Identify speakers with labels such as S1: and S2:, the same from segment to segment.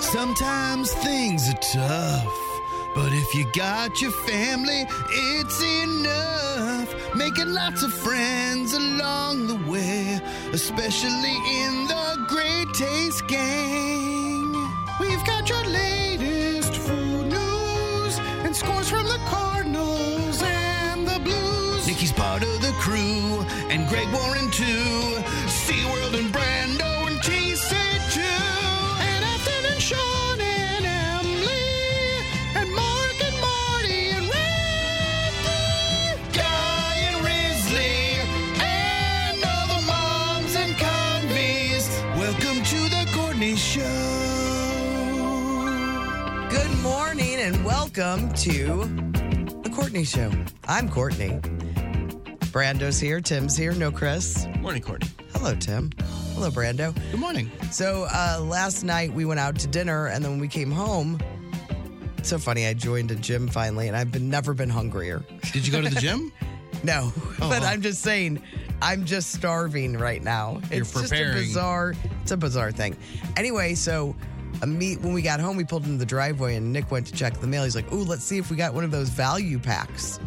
S1: Sometimes things are tough, but if you got your family, it's enough. Making lots of friends along the way, especially in the Great Taste Gang. We've got your latest food news and scores from the Cardinals and the Blues. Nikki's part of the crew, and Greg Warren too. SeaWorld and Brando and TC2. And Afton and Sean and Emily. And Mark and Marty and Randy. Guy and Risley. And all the moms and convies. Welcome to the Courtney Show.
S2: Good morning and welcome to the Courtney Show. I'm Courtney. Brando's here, Tim's here, no Chris.
S3: Morning, Courtney.
S2: Hello, Tim. Hello, Brando.
S1: Good morning.
S2: So uh, last night we went out to dinner, and then when we came home, it's so funny. I joined a gym finally, and I've been, never been hungrier.
S1: Did you go to the gym?
S2: No, but
S1: wow.
S2: I'm just saying, I'm just starving right now.
S3: You're
S2: it's just a
S3: preparing.
S2: bizarre, it's a bizarre thing. Anyway, so a meet when we got home, we pulled into the driveway, and Nick went to check the mail. He's like, "Ooh, let's see if we got one of those value packs."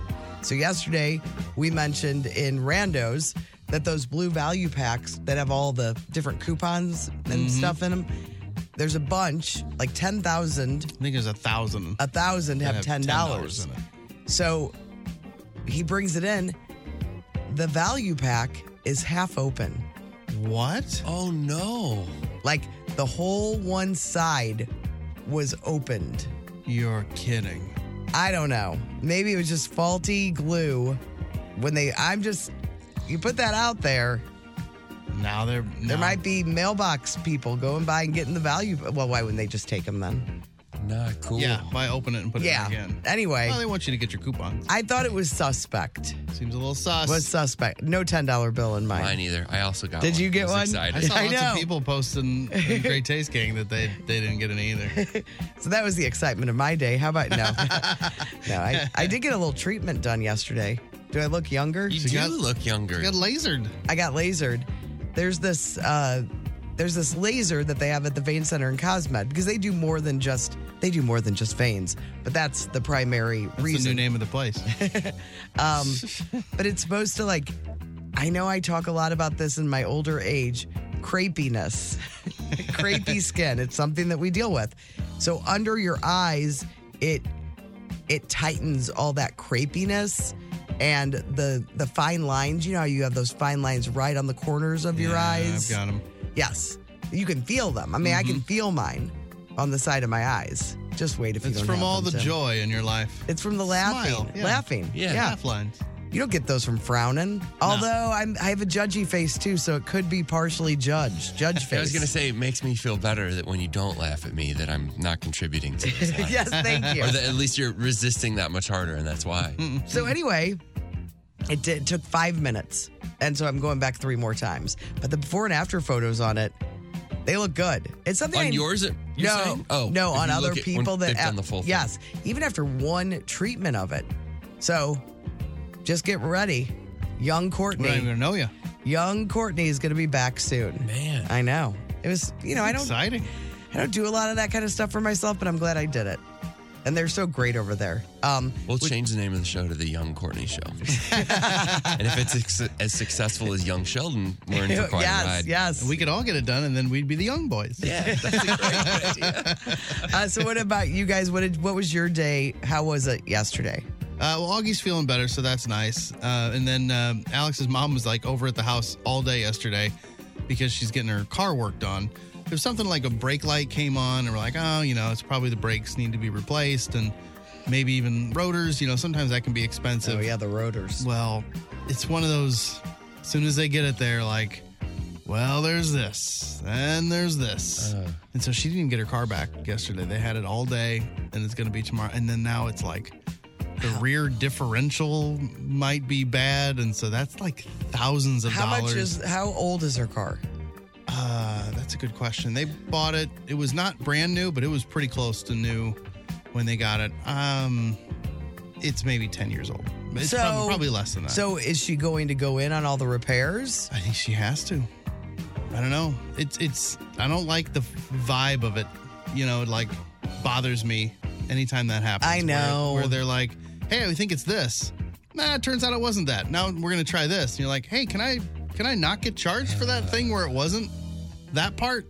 S2: So yesterday, we mentioned in Randos that those blue value packs that have all the different coupons and stuff in them. There's a bunch, like ten thousand.
S1: I think there's a thousand.
S2: A thousand have ten dollars.
S1: in it.
S2: So he brings it in. The value pack is half open.
S1: What?
S3: Oh no,
S2: Like the whole one side was opened.
S1: You're kidding.
S2: I don't know. Maybe it was just faulty glue when they I'm just you put that out there.
S1: Now they're.
S2: There might be mailbox people going by and getting the value. Well, why wouldn't they just take them then?
S3: not cool.
S1: Yeah, why open it and put
S2: Yeah.
S1: it in again?
S2: Anyway,
S1: Well, they want you to get your coupon.
S2: I thought it was suspect.
S1: Seems a little sus.
S2: Was suspect. No ten dollar bill in mine.
S3: mine either. I also got.
S2: Did
S3: one.
S2: you get
S3: I was
S2: one?
S3: Excited.
S1: I saw
S2: I
S1: lots
S2: know.
S1: of people posting in Great Taste Gang that they, they didn't get any either.
S2: So that was the excitement of my day. How about no? no, I, I did get a little treatment done yesterday. Do I look younger?
S3: You
S1: She
S3: do
S1: got-
S3: look younger.
S1: I got lasered.
S2: I got lasered. There's this uh there's this laser that they have at the vein center in Cosmed because they do more than just they do more than just veins, but that's the primary
S1: It's the new
S2: reason.
S1: name of the place.
S2: Um but it's supposed to like I know I talk a lot about this in my older age, crepiness. crepey skin. It's something that we deal with. So under your eyes, it it tightens all that crepiness and the the fine lines. You know how you have those fine lines right on the corners of your
S1: Yeah,
S2: eyes.
S1: I've got Mm-hmm. them.
S2: yes, you can feel them. I mean, I can feel mine on the side of my eyes. Just wait if you
S1: It's
S2: don't
S1: from
S2: have
S1: all the
S2: them, Tim.
S1: joy in your life.
S2: It's from the laughing,
S1: Smile, yeah.
S2: laughing.
S3: Yeah,
S1: Laugh lines.
S2: You don't get those from frowning. Although I'm, I have a judgy face too, so it could be partially judged. Judge face.
S3: I was gonna say it makes me feel better that when you don't laugh at me that I'm not contributing to this. laugh.
S2: yes, thank you.
S3: Or that at least you're resisting that much harder, and that's why.
S2: So anyway, it, did, it took five minutes, and so I'm going back three more times. But the before and after photos on it, they look good. It's something I-
S3: on yours, it- you're
S2: no,
S3: saying? oh
S2: no,
S3: if
S2: on
S3: you
S2: other
S3: look at
S2: people
S3: when
S2: that
S3: they've done the full. thing.
S2: yes, even after one treatment of it. So just get ready, young
S1: We don't
S2: Courtney.
S1: even know you.
S2: Young Courtney is going to be back soon.
S3: man.
S2: I know. It was, you know, I don't,
S1: Exciting.
S2: I don't do a lot of that kind of stuff for myself, but I'm glad I did it. And they're so great over there. Um,
S3: We'll change the name of the show to the Young Courtney Show. and if it's ex- as successful as Young Sheldon, learn for quite a
S2: yes,
S3: ride.
S2: yes.
S1: We could all get it done, and then we'd be the young boys.
S3: Yeah, that's a great idea.
S2: Uh, so what about you guys? What did what was your day? How was it yesterday?
S1: Uh, well, Augie's feeling better, so that's nice. Uh, and then um, Alex's mom was like over at the house all day yesterday because she's getting her car worked on. There's something like a brake light came on, and we're like, oh, you know, it's probably the brakes need to be replaced, and maybe even rotors. You know, sometimes that can be expensive.
S2: Oh, the rotors.
S1: Well, it's one of those. As soon as they get it, they're like, well, there's this, and there's this.
S3: Uh.
S1: And so she didn't even get her car back yesterday. They had it all day, and it's going to be tomorrow. And then now it's like the rear differential might be bad. And so that's like thousands of
S2: How
S1: dollars.
S2: much is how old is her car?
S1: uh, that's a good question. They bought it. It was not brand new, but it was pretty close to new when they got it. Um, It's maybe 10 years old. It's
S2: So-
S1: prob- probably less than that.
S2: So is she going to go in on all the repairs?
S1: I think she has to. I don't know. It's it's. I don't like the vibe of it. you know, it like bothers me anytime that happens.
S2: I
S1: where-
S2: know.
S1: Where, they're like, hey, we think it's this. Nah, it turns out it wasn't that. Now we're gonna try this. And you're like, hey, can I can I not get charged for that thing where it wasn't that part?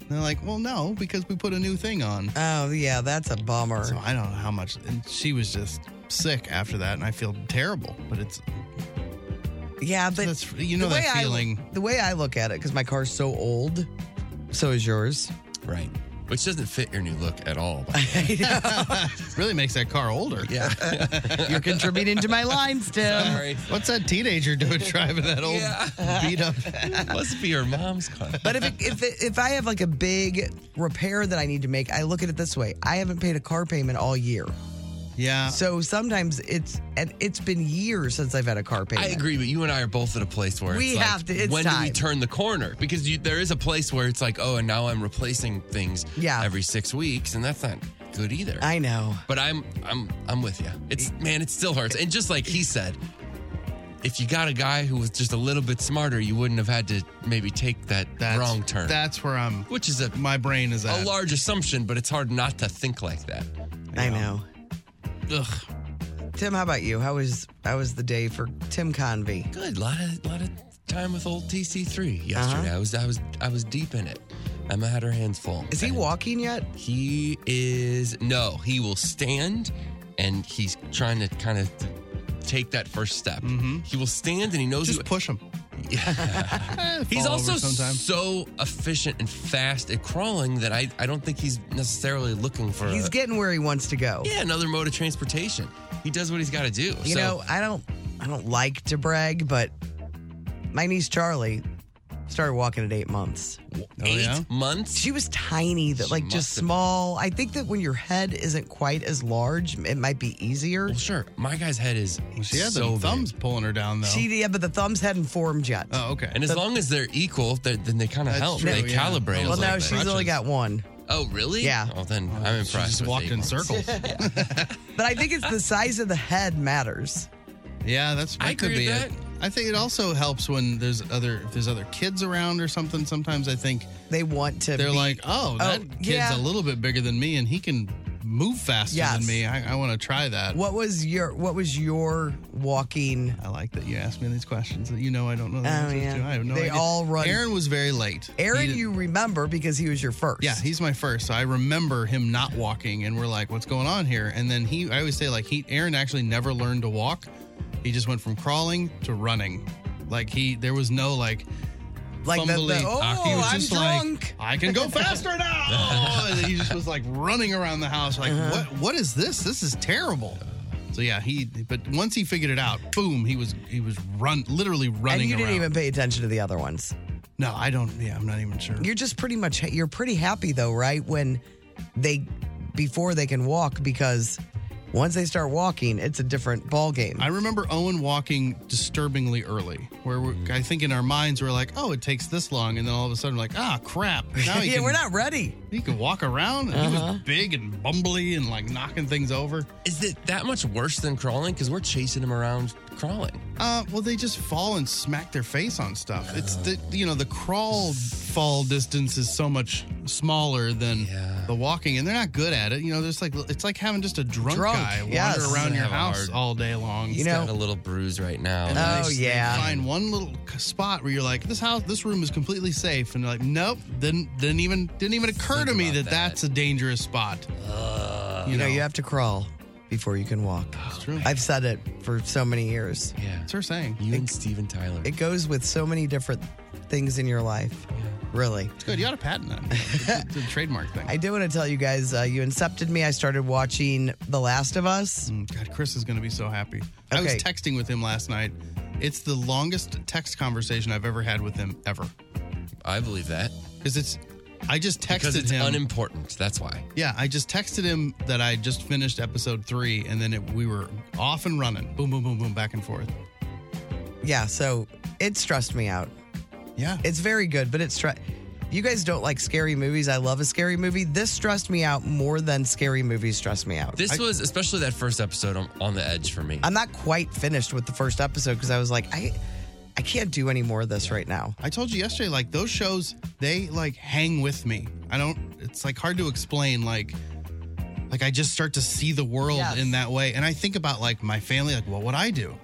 S1: And they're like, well, no, because we put a new thing on.
S2: Oh yeah, that's a bummer.
S1: So I don't know how much. And she was just sick after that, and I feel terrible. But it's
S2: yeah, but
S1: that's you know that feeling.
S2: I the way I look at it because my car's so old, so is yours.
S3: Right. Which doesn't fit your new look at all.
S1: really makes that car older.
S3: yeah.
S2: You're contributing to my lines, Tim.
S3: Sorry.
S1: What's that teenager doing driving that old
S3: Yeah.
S1: beat up?
S3: Must be your mom's car.
S2: But if it, if it, if I have like a big repair that I need to make, I look at it this way: I haven't paid a car payment all year,
S1: Yeah.
S2: so sometimes it's and it's been years since I've had a car payment.
S3: I agree, but you and I are both at a place where
S2: We
S3: it's like,
S2: have to- it's
S3: when do we
S2: time.
S3: turn the corner? Because you, there is a place where it's like, oh, and now I'm replacing things
S2: Yeah.
S3: every six weeks, and that's not good either.
S2: I know.
S3: but I'm I'm I'm with you. It's man, it still hurts. And just like he said, if you got a guy who was just a little bit smarter, you wouldn't have had to maybe take that
S1: That's,
S3: wrong turn,
S1: That's where I'm.
S3: which is a
S1: My brain is
S3: a
S1: at.
S3: large assumption, but it's hard not to think like that.
S2: I know.
S1: Ugh.
S2: Tim, how about you? How was how was the day for Tim Convey?
S3: Good, lot of lot of time with old
S1: Uh-huh.
S3: TC3 yesterday. I was I was I was deep in it. Emma had her hands full.
S2: Is he
S3: And
S2: walking yet?
S3: He is no. He will stand, and he's trying to kind of take that first step. He will stand, and he knows.
S1: Mm-hmm. Just
S3: he-
S1: push him. Eh,
S3: He's
S1: fall
S3: also
S1: over sometime.
S3: so efficient and fast at crawling that I, I don't think he's necessarily looking for
S2: He's
S3: a-
S2: getting where he wants to go.
S3: yeah, another mode of transportation. He does what he's got to do.
S2: You
S3: so,
S2: know, I don't I don't like to brag, but my niece Charlie started walking at eight months.
S1: Oh,
S3: eight
S1: yeah?
S3: months.
S2: She was tiny, that
S3: She
S2: like just
S3: must have-
S2: small. I think that when your head isn't quite as large, it might be easier.
S3: Well, sure. My guy's head is
S1: Well, she had
S3: so
S1: the
S3: big.
S1: thumbs pulling her down though.
S2: She yeah, but the thumbs hadn't formed yet.
S1: oh, okay.
S3: And as long as they're equal, they're, then they kind of
S1: That's
S3: help.
S1: true,
S3: they
S1: yeah.
S3: calibrate.
S2: well,
S3: a
S2: now
S3: little
S2: she's
S3: bit.
S2: only got one.
S3: Oh, really?
S2: Yeah.
S3: Well, then I'm impressed.
S1: she just
S3: with
S1: walked
S3: eight
S1: in
S3: months.
S1: circles.
S2: But I think it's the size of the head matters.
S1: yeah, that's that
S3: I
S1: could be
S3: agree with
S1: it.
S3: that.
S1: I think it also helps when there's other if there's other kids around or something. Sometimes I think
S2: They want to.
S1: they're
S2: be-
S1: like, oh, that kid's
S2: yeah.
S1: a little bit bigger than me, and he can move faster
S2: Yes.
S1: than me. I, I want to try that.
S2: what was your what was your walking?
S1: I like that you asked me these questions that you know I don't know. The
S2: Oh,
S1: answers
S2: yeah.
S1: to. I have no
S2: They
S1: idea.
S2: all run-
S1: Aaron was very late. He
S2: Aaron,
S1: did-
S2: you remember because he was your first.
S1: Yeah, he's my first. So I remember him not walking, and we're like, "What's going on here?" And then he, I always say, like, he Aaron actually never learned to walk. He just went from crawling to running. Like he, there was no like
S2: like the, the
S1: fumbling. Uh, Ah,
S2: oh,
S1: he was
S2: I'm
S1: just
S2: drunk.
S1: like, "I can go faster now." and he just was like running around the house, like,
S2: Uh-huh.
S1: "What? What is this? This is terrible." So yeah, he. But once he figured it out, boom, he was he was run literally running.
S2: and you didn't
S1: around.
S2: even pay attention to the other ones.
S1: No, I don't. Yeah, I'm not even sure.
S2: You're just pretty much you're pretty happy though, right? When they before they can walk because once they start walking, it's a different ball game.
S1: I remember Owen walking disturbingly early, where we're, I think in our minds we're like, "Oh, it takes this long," and then all of a sudden we're like, "Ah, crap!" Now he
S2: yeah,
S1: can,
S2: we're not Uh-huh. ready.
S1: He can walk around. And He was big and bumbly and like knocking things over.
S3: Is it that much worse than crawling? Because we're chasing him around crawling.
S1: Uh, well, they just fall and smack their face on stuff. It's the you know the crawl fall distance is so much smaller than
S3: Yeah.
S1: the walking, and they're not good at it. You know, there's like it's like having just a drunk,
S2: Drunk,
S1: guy wander
S2: yes.
S1: around your
S3: Have a
S1: house
S3: hard-
S1: all day long.
S2: You
S3: He's
S2: know-
S3: got a little bruise right now.
S1: And uh,
S2: Oh,
S1: they just- they
S2: yeah.
S1: Find one little c- spot where you're like, this house, this room is completely safe, and they're like, nope, didn't didn't even didn't even occur to
S3: Think
S1: me
S3: about
S1: that,
S3: that.
S1: that's a dangerous spot.
S2: You know, you have to crawl before you can walk.
S1: It's true.
S2: I've said it for so many years.
S3: yeah.
S1: That's her saying.
S3: You and Steven Tyler.
S2: It goes with so many different things in your life. Really.
S1: It's good. You ought to patent that. It's a- It's a trademark thing.
S2: I do want to tell you guys, uh, you incepted me. I started watching The Last of Us.
S1: Mm, God, Chris is going to be so happy. I was
S2: Okay.
S1: texting with him last night. It's the longest text conversation I've ever had with him ever.
S3: I believe that
S1: Because it's, I just texted
S3: because it's
S1: him.
S3: unimportant. That's why.
S1: yeah, I just texted him that I just finished episode three, and then it, we were off and running. Boom, boom, boom, boom, back and forth.
S2: Yeah, so it stressed me out.
S1: Yeah.
S2: It's very good, but it's stre- you guys don't like scary movies. I love a scary movie. This stressed me out more than scary movies stress me out.
S3: This was especially that first episode on, on the edge for me.
S2: I'm not quite finished with the first episode because I was like, I I can't do any more of this right now.
S1: I told you yesterday, like those shows, they like hang with me. I don't It's like hard to explain. Like, like I just start to see the world
S2: Yes.
S1: in that way, and I think about like my family. Like, what would I do?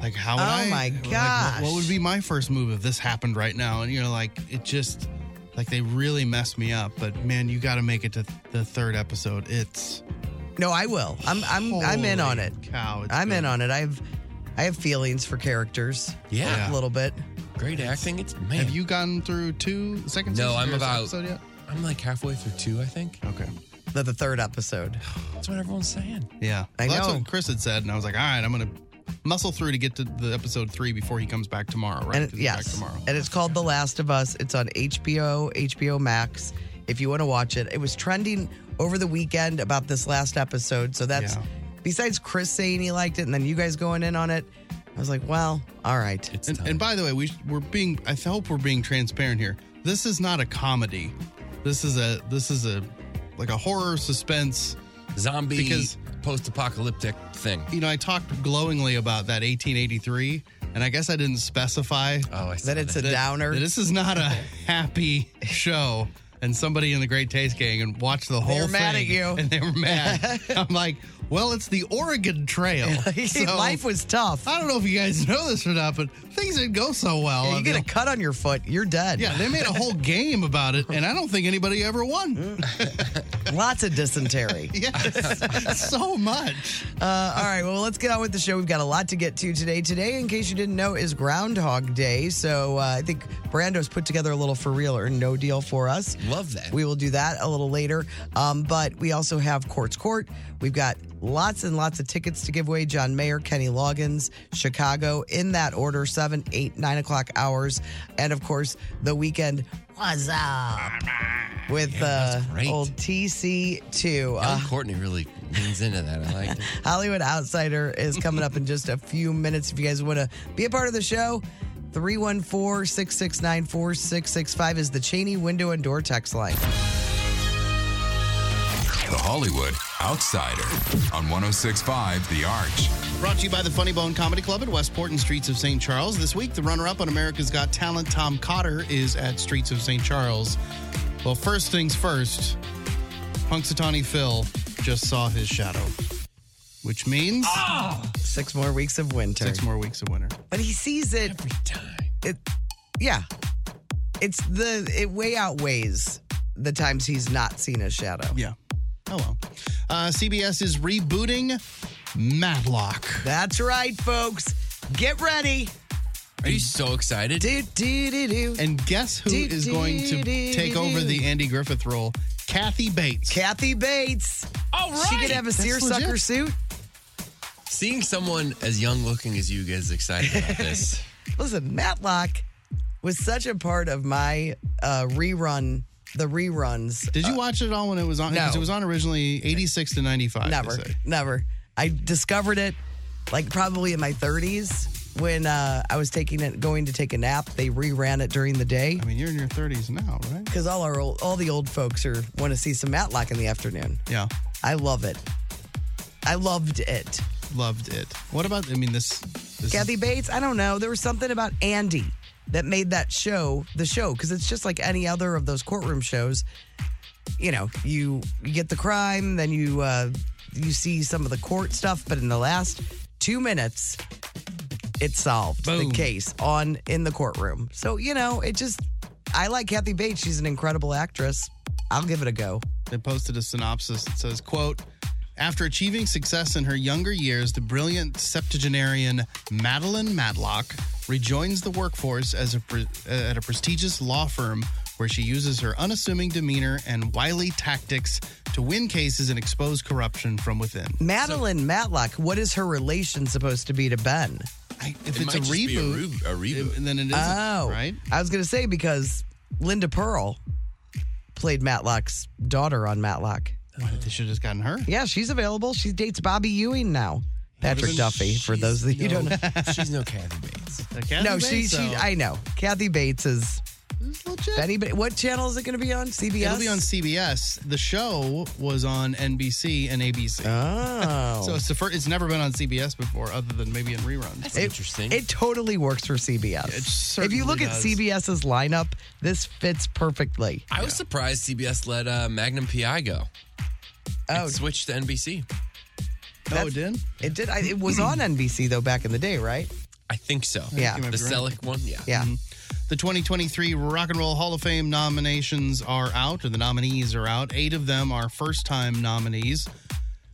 S1: Like, how would
S2: Oh
S1: I?
S2: my
S1: like, what-
S2: gosh.
S1: what, would be my first move if this happened right now? And you're like, it just like they really messed me up. But man, you got to make it to the third episode. It's
S2: No, I will. I'm I'm I'm in
S1: holy
S2: on it.
S1: Cow, it's
S2: I'm in
S1: good.
S2: on it. I've I have feelings for characters.
S3: Yeah.
S2: A little bit.
S3: Great acting. It's man.
S1: Have you gotten through two the second?
S3: No,
S1: season
S3: I'm
S1: or second
S3: about-
S1: episode yet?
S3: I'm like halfway through two, I think.
S1: Okay.
S2: The, the third episode.
S3: That's what everyone's saying.
S1: Yeah.
S2: I
S1: Well,
S2: know.
S1: That's what Chris had said, and I was like, all right, I'm gonna muscle through to get to the episode three before he comes back tomorrow, right?
S2: And it,
S1: 'Cause he's back
S2: yes.
S1: tomorrow.
S2: And it's called The Last of Us. It's on HBO, HBO Max. If you want to watch it, it was trending over the weekend about this last episode. So that's
S1: Yeah.
S2: besides Chris saying he liked it and then you guys going in on it. I was like, well, all right.
S3: It's
S1: And,
S3: time.
S1: and by the way, we sh- we're being I hope we're being transparent here. This is not a comedy. This is a this is a like a horror suspense.
S3: zombie
S1: because-
S3: post-apocalyptic thing.
S1: You know, I talked glowingly about that 1883, and I guess I didn't specify
S3: Oh, I saw
S2: That it's a
S3: that.
S2: downer.
S1: that this is not a happy show. And somebody in the Great Taste Gang and watched the whole
S2: were
S1: thing.
S2: mad at you.
S1: and they were mad. I'm like, well, it's the Oregon Trail. So-
S2: Life was tough.
S1: I don't know if you guys know this or not, but things didn't go so well. Uh,
S2: you get a cut on your foot, you're dead.
S1: yeah, they made a whole game about it, and I don't think anybody ever won.
S2: Lots of dysentery.
S1: Yes, so much.
S2: Uh, all right, well, let's get on with the show. We've got a lot to get to today. Today, in case you didn't know, is Groundhog Day. So uh, I think Brando's put together a little for real or no deal for us.
S3: Love that.
S2: We will do that a little later. Um, but we also have Courts Court. We've got lots and lots of tickets to give away. John Mayer, Kenny Loggins, Chicago, in that order, 7, 8, 9 o'clock hours. And of course, the weekend. What's up? With
S3: that's
S2: uh,
S3: great.
S2: old TC2.
S3: Young
S2: Uh,
S3: Courtney really leans into that. I like it.
S2: Hollywood Outsider is coming up in just a few minutes. If you guys want to be a part of the show, 314 669 4665 is the Cheney window and door text line.
S4: The Hollywood Outsider on 1065 The Arch.
S1: Brought to you by the Funny Bone Comedy Club at Westport and Streets of St. Charles. This week, the runner up on America's Got Talent, Tom Cotter, is at Streets of St. Charles. Well, first things first, Punxsutawney Phil just saw his shadow, which means
S2: Six more weeks of winter.
S1: six more weeks of winter.
S2: But he sees it.
S3: Every time.
S2: it yeah. It's the, it way outweighs the times he's not seen a shadow.
S1: Yeah. Oh well. Uh, CBS is rebooting Matlock.
S2: That's right, folks. Get ready.
S3: Are you so excited?
S2: Do, do, do, do.
S1: And guess who
S2: Dee,
S1: is
S2: dee,
S1: going to
S2: dee,
S1: take
S2: dee,
S1: over
S2: dee.
S1: the Andy Griffith role? Kathy Bates.
S2: Kathy Bates.
S3: All right.
S2: She could have a
S1: That's
S2: seersucker
S1: legit.
S2: suit.
S3: Seeing someone as young looking as you gets excited about this.
S2: Listen, Matlock was such a part of my uh, rerun, the reruns.
S1: Did you watch it all when it was on?
S2: Uh, no.
S1: Because it was on originally 86 to 95. they
S2: Never,
S1: say.
S2: never. I discovered it like probably in my 30s when uh, I was taking it, going to take a nap. They reran it during the day
S1: I mean, you're in your 30s now, right?
S2: because all our old, all the old folks are want to see some Matlock in the afternoon.
S1: Yeah.
S2: I love it. I loved it.
S1: Loved it. What about, I mean, this. this is-
S2: Kathy Bates, I don't know. There was something about Andy that made that show the show because it's just like any other of those courtroom shows. You know, you, you get the crime, then you uh, you see some of the court stuff, but in the last two minutes, it's solved
S1: Boom.
S2: the case on in the courtroom. So you know, it just I like Kathy Bates. She's an incredible actress. I'll give it a go.
S1: they posted a synopsis that says quote after achieving success in her younger years the brilliant septuagenarian madeline matlock rejoins the workforce as a pre- uh, at a prestigious law firm where she uses her unassuming demeanor and wily tactics to win cases and expose corruption from within
S2: Madeline Matlock. What is her relation supposed to be to Ben?
S1: I, if
S3: It
S1: it's a
S3: might just be
S1: reboot,
S3: a, re- a reboot.
S1: it- then it isn't
S2: Oh,
S1: right
S2: I was gonna say because Linda Pearl played Matlock's daughter on Matlock.
S1: Why, they should have just gotten her
S2: Yeah, she's available. She dates Bobby Ewing now. Patrick Duffy, for
S3: She's
S2: those that you
S3: no-
S2: don't know.
S3: She's no Kathy Bates.
S1: Kathy
S2: No,
S1: Bates,
S2: she, she,
S1: though.
S2: I know. Kathy Bates is
S1: Legit.
S2: If anybody, what channel is it going to be on? CBS.
S1: It'll be on CBS. The show was on NBC and ABC.
S2: Oh,
S1: so it's the first, it's never been on CBS before, other than maybe in reruns.
S3: That's
S2: It-
S3: interesting.
S2: It totally works for CBS. if
S1: certainly
S2: you look at
S1: does.
S2: CBS's lineup, this fits perfectly.
S3: I was surprised CBS let uh, Magnum PI go.
S2: Oh,
S3: It switched to NBC.
S1: oh, it did?
S2: it did. I, it was on NBC though back in the day, right?
S3: I think so.
S2: Yeah.
S3: The
S1: might be right.
S3: Selick one. Yeah.
S2: Yeah.
S1: Mm-hmm. The 2023 Rock and Roll Hall of Fame nominations are out, or the nominees are out. Eight of them are first time nominees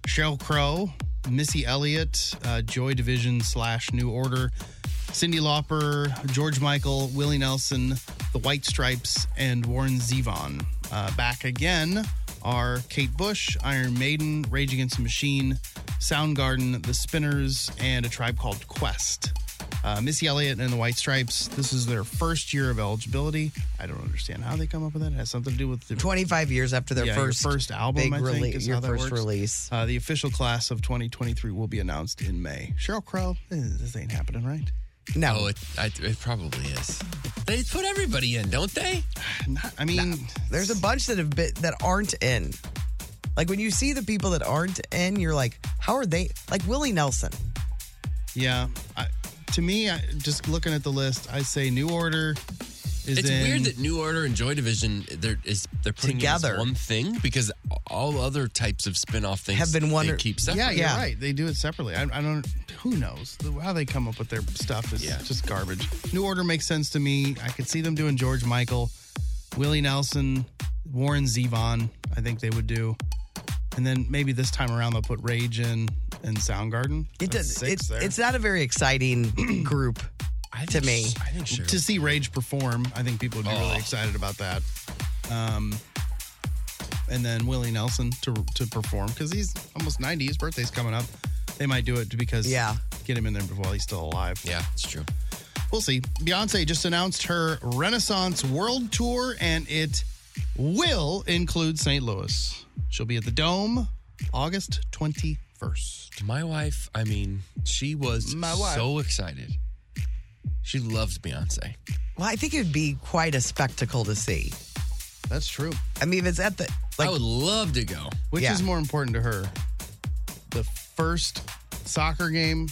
S1: Cheryl Crow, Missy Elliott, uh, Joy Division slash New Order, Cindy Lauper, George Michael, Willie Nelson, The White Stripes, and Warren Zevon. Uh, back again are Kate Bush, Iron Maiden, Rage Against the Machine, Soundgarden, The Spinners, and A Tribe Called Quest. Uh, Missy Elliott and the White Stripes. This is their first year of eligibility. I don't understand how they come up with that. It has something to do with the
S2: 25 years after their
S1: Yeah, your
S2: first,
S1: first album,
S2: big
S1: I think,
S2: release,
S1: is
S2: your
S1: how that
S2: first
S1: works.
S2: release.
S1: Uh, the official class of 2023 will be announced in May. Cheryl Crow, eh, this ain't happening, right?
S2: No,
S3: Oh, it, I, it probably is. They put everybody in, don't they?
S1: Not, I mean,
S2: there's a bunch that have been that aren't in. Like when you see the people that aren't in, you're like, how are they? Like Willie Nelson.
S1: yeah. I, to me, I, just looking at the list, I say New Order is
S3: It's
S1: in.
S3: weird that New Order and Joy Division they're is they're putting together
S2: Together.
S3: one thing because all other types of spin-off things
S2: Have been one
S3: they
S2: or-
S3: keep separate.
S1: yeah, you're
S2: yeah.
S1: right. They do it separately. I, I don't. Who knows The- how they come up with their stuff is
S3: Yeah.
S1: just garbage. New Order makes sense to me. I could see them doing George Michael, Willie Nelson, Warren Zevon. I think they would do, and then maybe this time around they'll put Rage in and Soundgarden.
S2: It
S1: That's
S2: does.
S1: six
S2: It's
S1: there.
S2: it's not a very exciting group
S3: I
S2: to
S3: think-
S2: me.
S3: I think sure.
S1: to see Rage perform, I think people would be
S3: Oh.
S1: really excited about that. Um, and then Willie Nelson to to perform because he's almost 90. His birthday's coming up. They might do it because
S2: Yeah.
S1: get him in there while he's still alive.
S3: yeah, it's true.
S1: We'll see. Beyonce just announced her Renaissance World Tour, and it will include St. Louis. She'll be at the Dome August 21st.
S3: My wife, I mean, she was
S1: My wife.
S3: so excited. She loves Beyonce.
S2: Well, I think it'd be quite a spectacle to see.
S1: That's true.
S2: I mean, if it's at the like
S3: I would love to go.
S1: Which
S2: Yeah.
S1: is more important to her? The first soccer game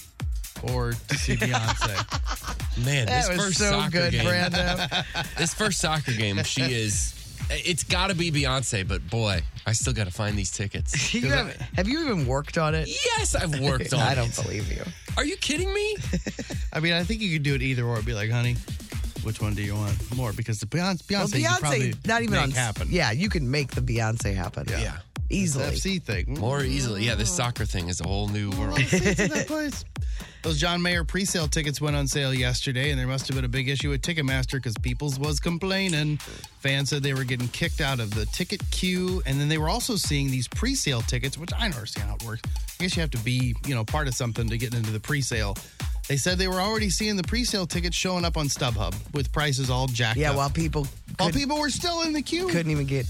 S1: or to see Beyonce?
S3: Man,
S2: that
S3: this
S2: was
S3: first
S2: so
S3: soccer
S2: good,
S3: game.
S2: Brando.
S3: This first soccer game, she is it's got to be Beyonce, but boy, I still got to find these tickets.
S2: You have, have you even worked on it?
S3: Yes, I've worked on
S2: I
S3: it.
S2: don't believe you.
S3: Are you kidding me?
S1: I mean, I think you could do it either or. Be like, honey, which one do you want more? Because the Beyonce,
S2: Well,
S1: Beyonce, you could probably
S2: Beyonce, not even
S1: make
S2: on
S1: happen.
S2: Yeah, you can make the Beyonce happen.
S3: yeah.
S1: the
S2: easily.
S1: FC thing.
S3: More easily. Yeah, this soccer thing is a whole new world.
S1: Those John Mayer pre-sale tickets went on sale yesterday, and there must have been a big issue with Ticketmaster because people's was complaining. Fans said they were getting kicked out of the ticket queue, and then they were also seeing these pre-sale tickets, which I don't understand how it works. I guess you have to be, you know, part of something to get into the pre-sale. They said they were already seeing the pre-sale tickets showing up on StubHub with prices all jacked
S2: Yeah,
S1: up.
S2: while people
S1: while
S2: could,
S1: people were still in the queue.
S2: couldn't even get.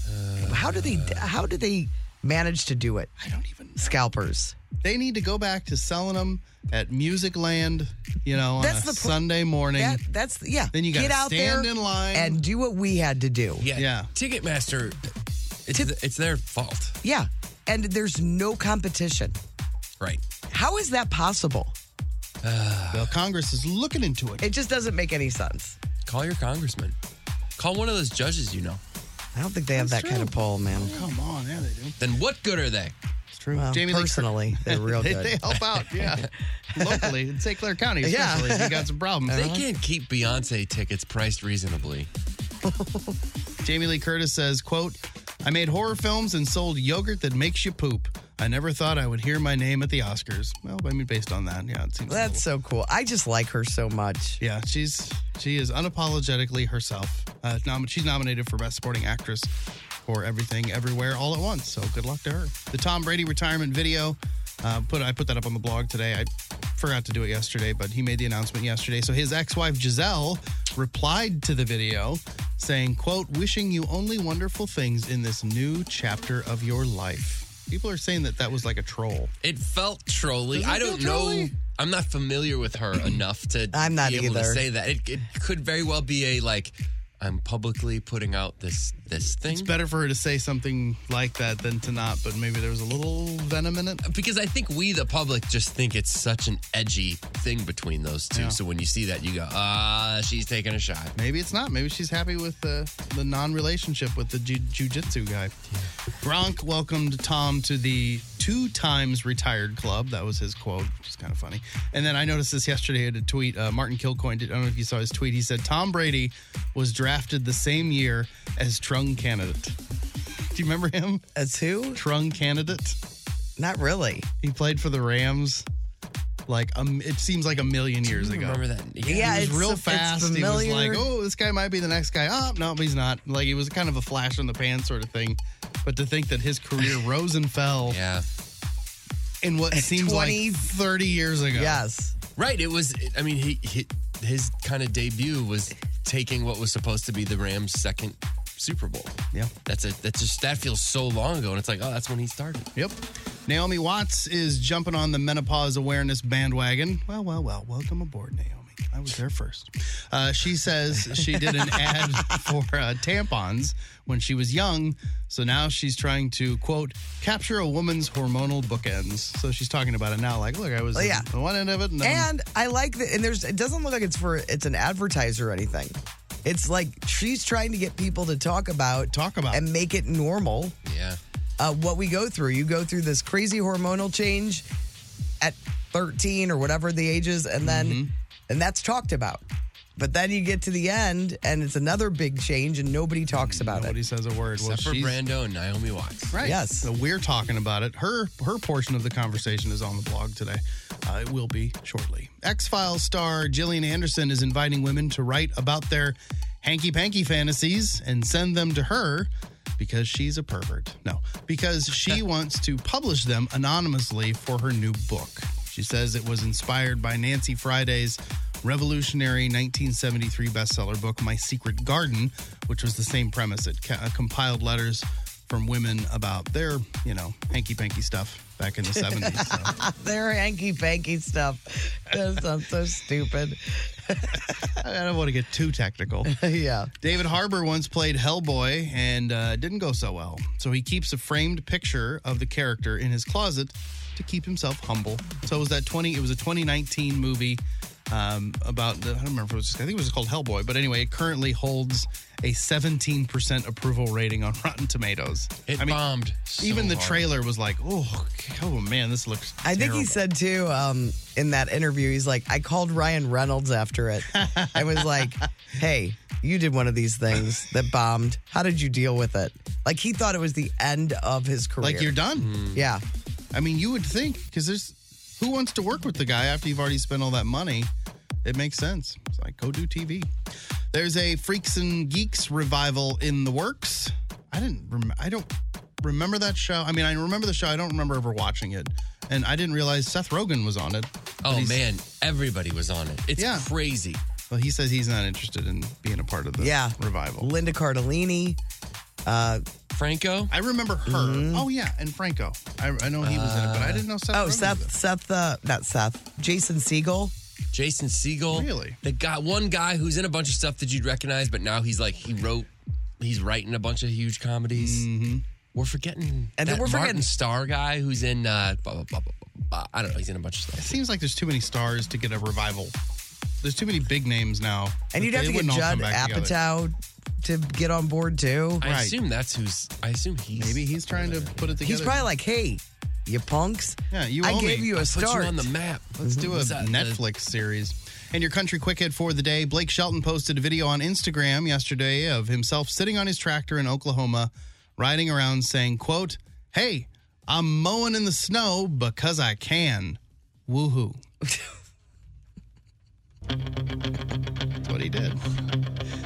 S2: How do they? How do they manage to do it?
S1: I don't even.
S2: Scalpers.
S1: They need to go back to selling them at Music Land, you know, on
S2: That's
S1: a
S2: the pl-
S1: Sunday morning.
S2: That that's yeah.
S1: Then you
S2: get
S1: gotta
S2: out
S1: stand
S2: there
S1: in line.
S2: and do what we had to do.
S3: Yeah.
S1: Yeah.
S3: Ticketmaster, it's, th- it's their fault.
S2: Yeah. And there's no competition.
S3: Right.
S2: How is that possible?
S1: Well, Congress is looking into it.
S2: It just doesn't make any sense.
S3: Call your congressman. Call one of those judges you know.
S2: I don't think they have that kind of poll, man.
S1: Come on, yeah, they do.
S3: Then what good are they?
S1: It's true.
S2: Well,
S1: Jamie Lee
S2: personally, they're real
S1: Curtis,
S2: good.
S1: they, they help out, yeah. Locally in St. Clair County,
S2: Yeah. Uh-huh.
S1: especially if you got some problems.
S3: They can't keep Beyonce tickets priced reasonably.
S1: Jamie Lee Curtis says, "quote I made horror films and sold yogurt that makes you poop. I never thought I would hear my name at the Oscars. Well, I mean, based on that, yeah, it seems. a
S2: That's
S1: little-
S2: so cool. I just like her so much.
S1: yeah, she's she is unapologetically herself. Uh, nom- she's nominated for Best Supporting Actress for Everything, Everywhere, All at Once. So good luck to her. The Tom Brady retirement video. Uh, put I put that up on the blog today. I forgot to do it yesterday, but he made the announcement yesterday. So his ex-wife Giselle replied to the video saying, "quote Wishing you only wonderful things in this new chapter of your life." People are saying that that was like a troll.
S3: It felt trolly.
S1: Does it
S3: I don't
S1: feel
S3: know.
S1: trolly?
S3: I'm not familiar with her enough to
S2: I'm not
S3: be able to
S2: either.
S3: say that. It, it could very well be a like I'm publicly putting out this this thing.
S1: It's better for her to say something like that than to not, but maybe there was a little venom in it.
S3: because I think we, the public, just think it's such an edgy thing between those two.
S1: Yeah.
S3: So when you see that, you go, ah, she's taking a shot.
S1: Maybe it's not. Maybe she's happy with the, the non relationship with the ju- jujitsu guy. Gronk welcomed Tom to the two times retired club. That was his quote, which is kind of funny. And then I noticed this yesterday at a tweet. Uh, Martin Kilcoin, did, I don't know if you saw his tweet. He said Tom Brady was drafted the same year as Trung candidate. Do you remember him?
S2: As who?
S1: Trung candidate.
S2: Not really.
S1: He played for the Rams. Like um, it seems like a million years ago.
S3: Remember that?
S2: Yeah,
S1: He was
S2: it's
S1: real
S2: it's
S1: fast. He was
S2: familiar.
S1: like, "Oh, this guy might be the next guy." Up, no, he's not. Like he was kind of a flash in the pan sort of thing. But to think that his career rose and fell
S3: Yeah.
S1: in what seems
S2: 20
S1: like 30 years ago.
S2: Yes.
S3: Right. It was. I mean, he, he his kind of debut was taking what was supposed to be the Rams' second Super Bowl.
S1: Yeah.
S3: That's a that's just that feels so long ago, and it's like, oh, that's when he started.
S1: Yep. Naomi Watts is jumping on the menopause awareness bandwagon. Well, well, well. Welcome aboard, Naomi. I was there first. Uh, she says she did an ad for uh, tampons when she was young. So now she's trying to, quote, capture a woman's hormonal bookends. So she's talking about it now. Like, look, I was
S2: Oh, yeah.
S1: on one end of it. And, then-
S2: And I like that. And there's it doesn't look like it's for it's an advertiser or anything. It's like she's trying to get people to talk about
S1: Talk about.
S2: and make it normal
S3: Yeah.
S2: uh, what we go through. You go through this crazy hormonal change at 13 or whatever the age is, and then
S1: Mm-hmm.
S2: and that's talked about. But then you get to the end, and it's another big change, and nobody talks about
S1: nobody
S2: it.
S1: says a word. Well,
S3: Except for
S1: she's-
S3: Brando and Naomi Watts.
S1: Right.
S2: Yes.
S1: So we're talking about it. Her her portion of the conversation is on the blog today. Uh, it will be shortly. X Files star Gillian Anderson is inviting women to write about their hanky panky fantasies and send them to her because she's a pervert. No, because she wants to publish them anonymously for her new book. She says it was inspired by Nancy Friday's revolutionary 1973 bestseller book, My Secret Garden, which was the same premise. It ca- uh, compiled letters from women about their, you know, hanky panky stuff back in the 70s. So.
S2: Their hanky panky stuff. That sounds so stupid.
S1: I don't want to get too technical.
S2: yeah.
S1: David Harbour once played Hellboy and uh, didn't go so well. So he keeps a framed picture of the character in his closet to keep himself humble. So it was that 20, it was a 2019 movie um, about, the, I don't remember if it was, I think it was called Hellboy. But anyway, it currently holds a 17% approval rating on Rotten Tomatoes.
S3: It
S1: I mean,
S3: bombed. so
S1: even the
S3: hard.
S1: trailer was like, oh, oh man, this looks
S2: I think
S1: terrible."
S2: he said too um, in that interview, he's like, I called Ryan Reynolds after it and was like, hey, you did one of these things that bombed. How did you deal with it? Like he thought it was the end of his career.
S1: like you're done.
S2: Yeah.
S1: I mean, you would think because there's who wants to work with the guy after you've already spent all that money. It makes sense. It's like go do TV. There's a Freaks and Geeks revival in the works. I didn't. Rem- I don't remember that show. I mean, I remember the show. I don't remember ever watching it, and I didn't realize Seth Rogen was on it.
S3: Oh man, everybody was on it. It's
S1: Yeah.
S3: crazy.
S1: Well, he says he's not interested in being a part of the
S2: Yeah.
S1: revival.
S2: Linda Cardellini.
S3: Franco.
S1: I remember her. Oh yeah, and Franco. I, I know he was in it, but I didn't know Seth. Rogen
S2: Mm-hmm. Oh,
S1: was in
S2: Seth,
S1: it.
S2: Seth, uh, not Seth, Jason Siegel.
S3: Jason Siegel.
S1: Really?
S3: The guy, one guy who's in a bunch of stuff that you'd recognize, but now he's like he wrote, he's writing a bunch of huge comedies.
S1: Mm-hmm.
S3: We're forgetting,
S2: And then
S3: that
S2: we're forgetting-
S3: Martin Starr guy who's in. Uh, blah, blah, blah, blah, blah, blah. I don't know. He's in a bunch of stuff.
S1: seems like there's too many stars to get a revival. There's too many big names now.
S2: And you'd have
S1: They
S2: to get
S1: wouldn't all come
S2: Judd
S1: back together.
S2: Apatow to get on board too.
S3: I
S1: Right.
S3: assume that's who's. I assume he's.
S1: Maybe he's trying to put it together.
S2: He's probably like, hey, you punks.
S1: Yeah, you
S2: I
S1: owe
S2: gave
S1: me.
S2: you a
S3: put
S2: start.
S3: you on the map.
S1: Let's do a
S3: Mm-hmm. What's that, the-
S1: Netflix series. And your country quick hit for the day. Blake Shelton posted a video on Instagram yesterday of himself sitting on his tractor in Oklahoma, riding around saying, quote, Hey, I'm mowing in the snow because I can. Woohoo. That's what he did.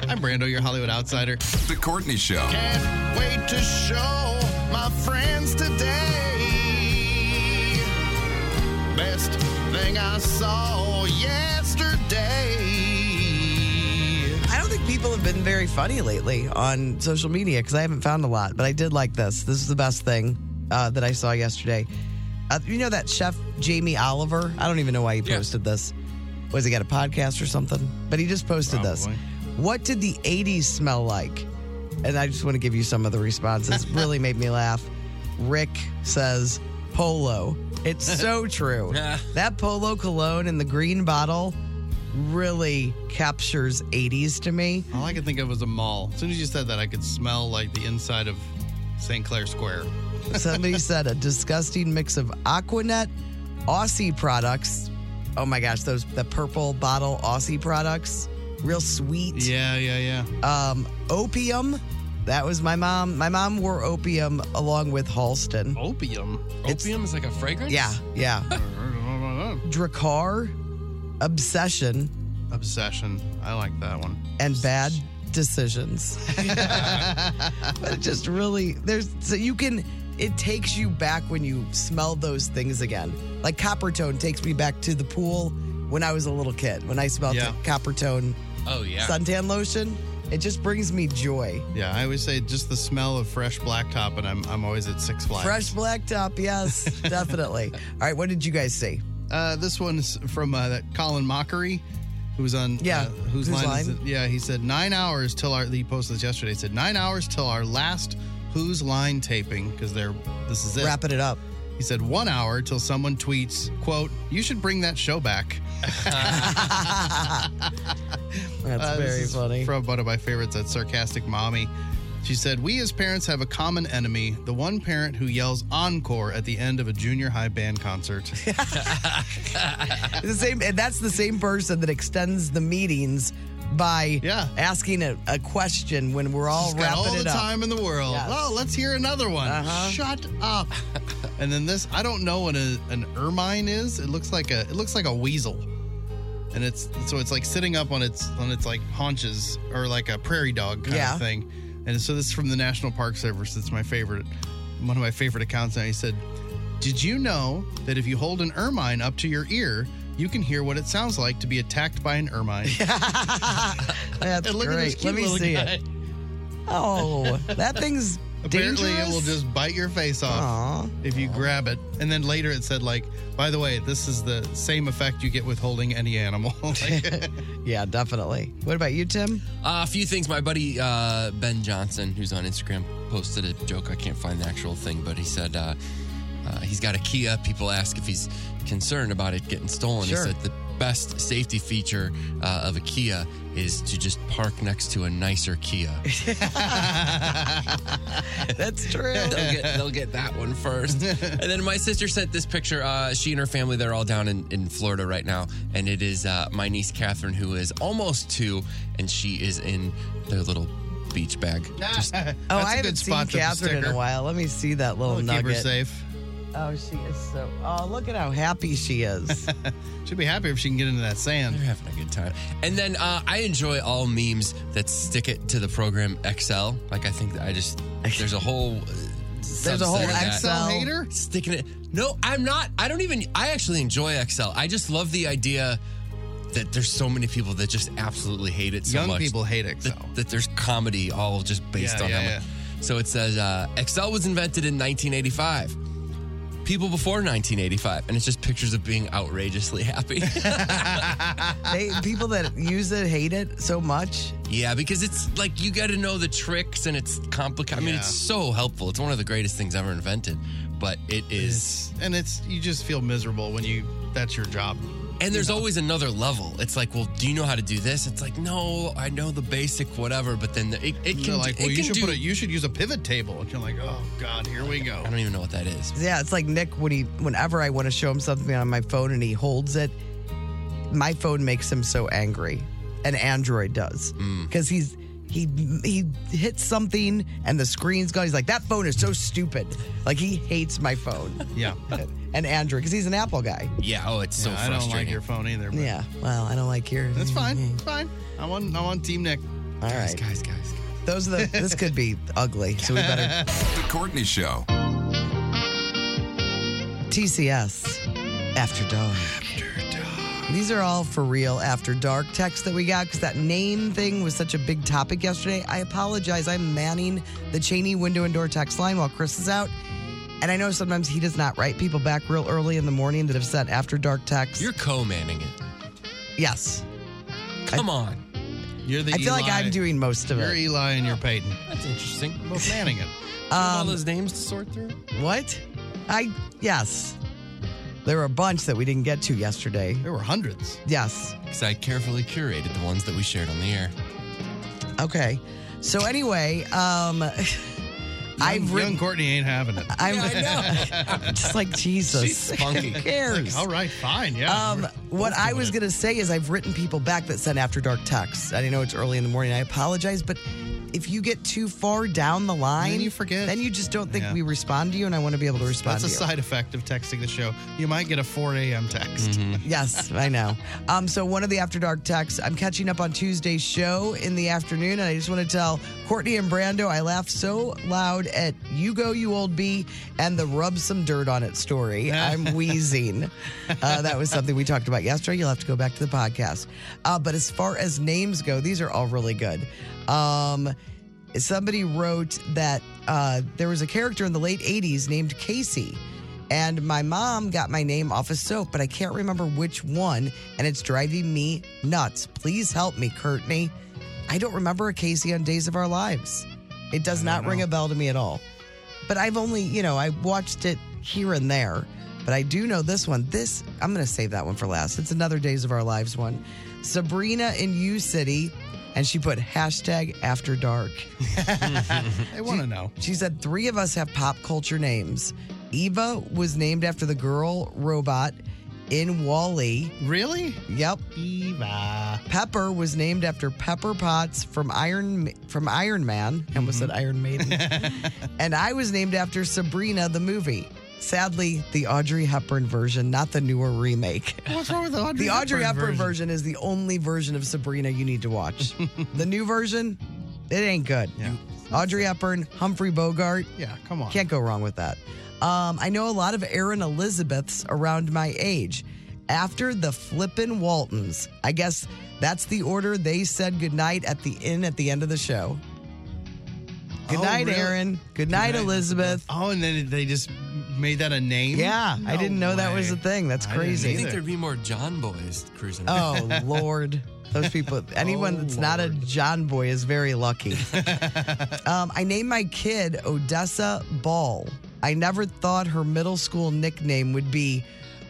S1: I'm Brando, your Hollywood outsider.
S4: The Courtney Show.
S1: Can't wait to show my friends today. Best thing I saw yesterday.
S2: I don't think people have been very funny lately on social media because I haven't found a lot, but I did like this. This is the best thing uh, that I saw yesterday. Uh, you know that chef Jamie Oliver? I don't even know why he
S3: Yeah.
S2: posted this. Was he got a podcast or something? But he just posted this.
S1: Probably.
S2: What did the 80s smell like? And I just want to give you some of the responses. really made me laugh. Rick says, Polo. It's so true.
S3: Yeah.
S2: that Polo cologne in the green bottle really captures 80s to me.
S1: All I could think of was a mall. As soon as you said that, I could smell like the inside of St. Clair Square.
S2: Somebody said a disgusting mix of Aquanet, Aussie products. Oh my gosh, those the purple bottle Aussie products, real sweet.
S1: Yeah, yeah, yeah.
S2: Um, opium. That was my mom. My mom wore opium along with Halston.
S1: Opium.
S3: Opium is like a fragrance?
S2: Yeah, yeah. Dracar, obsession,
S1: Obsession. I like that one.
S2: and bad decisions. but it just really there's so you can it takes you back when you smell those things again. Like copper tone takes me back to the pool when I was a little kid. When I smelled
S1: Yeah.
S2: the copper tone
S3: Oh, yeah.
S2: suntan lotion, it just brings me joy.
S1: Yeah, I always say just the smell of fresh blacktop, and I'm, I'm always at Six Flags.
S2: Fresh black top, yes, definitely. All right, what did you guys see?
S1: Uh, this one's from uh, that Colin Mockery, who was on.
S2: Yeah,
S1: Uh, whose
S2: whose
S1: line?
S2: line?
S1: Is it? Yeah, he said nine hours till our. He posted this yesterday. He said nine hours till our last Who's Line taping because they're. This is it.
S2: Wrapping it up.
S1: He said one hour till someone tweets, "quote You should bring that show back."
S2: That's
S1: Uh, this
S2: very
S1: is
S2: funny.
S1: From one of my favorites, that sarcastic mommy. She said, We as parents have a common enemy the one parent who yells encore at the end of a junior high band concert.
S2: the same, and that's the same person that extends the meetings by
S1: Yeah.
S2: asking a, a question when we're all
S1: She's got
S2: wrapping
S1: all
S2: it
S1: the
S2: up.
S1: time in the world.
S2: Yes. Uh-huh.
S1: Oh, let's hear another one. Shut up. and then this, I don't know what a, an ermine is. It looks like a it looks like a weasel. And it's so it's like sitting up on its on its like haunches or like a prairie dog kind
S2: Yeah.
S1: of thing. And so this is from the National Park Service. It's my favorite one of my favorite accounts now. He said, Did you know that if you hold an ermine up to your ear, you can hear what it sounds like to be attacked by an ermine?
S2: That's
S1: And look at this
S2: great.
S1: cute
S2: Let me
S1: little
S2: see
S1: guy.
S2: it. Oh, that thing's
S1: Apparently,
S2: dangerous.
S1: it will just bite your face off.
S2: Aw.
S1: if you grab it. And then later it said, like, by the way, this is the same effect you get with holding any animal. Like,
S2: Yeah, definitely. What about you, Tim?
S3: Uh, a few things. My buddy uh, Ben Johnson, who's on Instagram, posted a joke. I can't find the actual thing, but he said uh, uh, he's got a Kia. People ask if he's concerned about it getting stolen.
S2: Sure.
S3: He said the best safety feature uh, of a Kia is to just park next to a nicer Kia.
S2: That's true.
S3: they'll, get, they'll get that one first. And then my sister sent this picture. Uh, she and her family, they're all down in, in Florida right now. And it is uh, my niece, Catherine, who is almost two, and she is in their little beach bag. Just
S2: oh,
S1: That's a
S2: I
S1: good
S2: haven't seen
S1: spot to
S2: Catherine in
S1: sticker.
S2: a while. Let me see that little
S1: we'll keep her
S2: nugget.
S1: safe.
S2: Oh, she is so. Oh, look at how happy she is.
S1: She'll be happy if she can get into that
S3: They're
S1: sand.
S3: having a good time. And then uh, I enjoy all memes that stick it to the program Excel. Like I think that I just there's a whole uh,
S2: There's a whole
S3: subset of that.
S2: Excel
S1: Excel hater?
S3: sticking it. No, I'm not. I don't even. I actually enjoy Excel. I just love the idea that there's so many people that just absolutely hate it so
S1: Young
S3: much.
S1: people hate Excel.
S3: that, that there's comedy all just based
S1: Yeah,
S3: on
S1: yeah,
S3: how much. So it says uh, Excel was invented in 1985. People before 1985, and it's just pictures of being outrageously happy.
S2: they, people that use it hate it so much.
S3: Yeah, because it's like you got to know the tricks and it's complicated. I mean,
S1: Yeah.
S3: it's so helpful. It's one of the greatest things ever invented, but it is.
S1: and it's, you just feel miserable when you, that's your job.
S3: And there's always another level. It's like, well, do you know how to do this? It's like, no, I know the basic whatever, but then the, it, it
S1: They're
S3: can
S1: like,
S3: do,
S1: well,
S3: it
S1: you
S3: can
S1: should,
S3: do.
S1: put a, you should use a pivot table. And you're like, oh, God, here we go.
S3: I don't even know what that is.
S2: Yeah, it's like Nick when he whenever I want to show him something on my phone and he holds it, my phone makes him so angry. An Android does
S1: Mm.
S2: because he's he he hits something and the screen's gone. He's like that phone is so stupid. Like he hates my phone.
S1: Yeah.
S2: an Android because he's an Apple guy.
S3: Yeah. Oh, it's so
S1: Yeah, I
S3: frustrating.
S1: don't like your phone either. But
S2: Yeah. Mm-hmm. Well, I don't like yours.
S1: That's fine. It's fine. I want, I want Team Nick.
S2: All
S3: guys,
S2: right.
S3: guys, guys, guys.
S2: Those are the. This could be ugly, so we better.
S4: The Courtney Show.
S2: TCS. After dark. These are all for real after dark texts that we got because that name thing was such a big topic yesterday. I apologize. I'm manning the Cheney window and door text line while Chris is out. And I know sometimes he does not write people back real early in the morning that have sent after dark texts.
S3: You're co-manning it.
S2: yes.
S3: Come on.
S1: You're the
S2: I feel like
S1: Eli.
S2: I'm doing most of
S1: You're
S2: it.
S1: Eli and you're Peyton.
S3: That's interesting. Do you
S1: Both Flanagan.
S3: have
S1: Um,
S3: all those names to sort through.
S2: What? I yes. There were a bunch that we didn't get to yesterday.
S1: There were hundreds.
S2: Yes.
S3: Because I carefully curated the ones that we shared on the air.
S2: Okay. So anyway, um
S1: Young-
S2: I've
S1: Young
S2: written
S1: Courtney ain't having it.
S2: I'm
S3: Yeah, I know.
S2: just like Jesus.
S3: She's spunky.
S2: Who cares?
S1: All right, fine. Yeah.
S2: Um,
S1: we're-
S2: what
S1: both
S2: I
S1: doing
S2: was
S1: it.
S2: going to say is I've written people back that sent after dark texts. I know it's early in the morning. I apologize, but if you get too far down the line,
S1: you forget.
S2: Then you just don't think
S1: Yeah.
S2: we respond to you, and I want to be able to respond
S1: That's a
S2: to you.
S1: side effect of texting the show. You might get a 4 a.m. text.
S2: Mm-hmm. Yes, I know. Um, so one of the after dark texts, I'm catching up on Tuesday's show in the afternoon, and I just want to tell Courtney and Brando I laughed so loud at "You Go, You Old Bee" and the "Rub Some Dirt on It" story. I'm wheezing. Uh, that was something we talked about yesterday. You'll have to go back to the podcast. Uh, but as far as names go, these are all really good. Um, somebody wrote that uh, there was a character in the late 80s named Casey. And my mom got my name off a soap, but I can't remember which one, and it's driving me nuts. Please help me, Courtney. I don't remember a Casey on Days of Our Lives. It does not ring a bell to me at all. But I've only, you know, I watched it here and there. But I do know this one. This, I'm going to save that one for last. It's another Days of Our Lives one. Sabrina in U City, and she put hashtag after dark.
S1: I want to know.
S2: She said three of us have pop culture names. Eva was named after the girl robot in Wally.
S1: Really?
S2: Yep.
S1: Eva.
S2: Pepper was named after Pepper Potts from Iron Ma- from Iron Man. I almost said Iron Maiden. and I was named after Sabrina the movie. Sadly, the Audrey Hepburn version, not the newer remake.
S1: What's wrong with the Audrey
S2: The Audrey Hepburn
S1: Hepburn
S2: version. is the only version of Sabrina you need to watch. the new version, it ain't good.
S1: Yeah.
S2: Audrey Hepburn, Humphrey Bogart,
S1: Yeah, come on.
S2: can't go wrong with that. Um, I know a lot of Aaron Elizabeths around my age. After the flippin' Waltons, I guess that's the order they said goodnight at the inn at the end of the show. Good
S1: Oh,
S2: night,
S1: really?
S2: Aaron. Good night, Elizabeth.
S1: Oh, and then they just made that a name?
S2: Yeah, I
S1: No
S2: didn't know that was a
S1: way.
S2: thing. That's
S1: I didn't
S3: I
S2: crazy.
S1: either.
S3: think there'd be more John boys cruising.
S2: Oh Lord. Those people, anyone that's not a John boy is very lucky. um, I named my kid Odessa Ball. I never thought her middle school nickname would be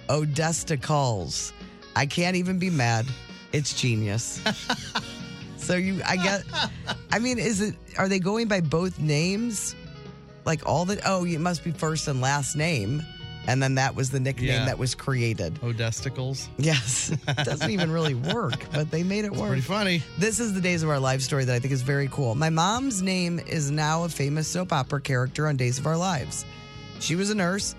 S2: Odessa Calls. I can't even be mad. It's genius. so you, I guess, I mean, is it? Are they going by both names? Like all the? Oh, it must be first and last name, and then that was the nickname
S1: Yeah.
S2: that was created.
S1: Odesticles.
S2: Yes. It doesn't even really work, but they made it work.
S1: Pretty funny.
S2: This is the Days of Our Lives story that I think is very cool. My mom's name is now a famous soap opera character on Days of Our Lives. She was a nurse.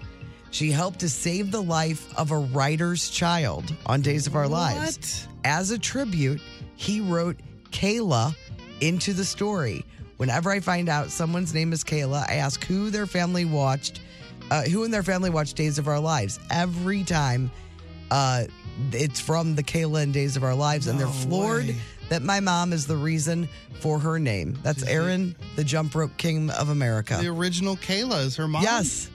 S2: She helped to save the life of a writer's child on Days of Our Lives. As a tribute, he wrote Kayla into the story. Whenever I find out someone's name is Kayla, I ask who their family watched, uh, who in their family watched Days of Our Lives. Every time, uh, it's from the Kayla and Days of Our Lives, and they're floored
S1: way.
S2: that my mom is the reason for her name. That's Erin, the jump rope king of
S1: The
S2: America.
S1: original Kayla is her mom.
S2: Yes.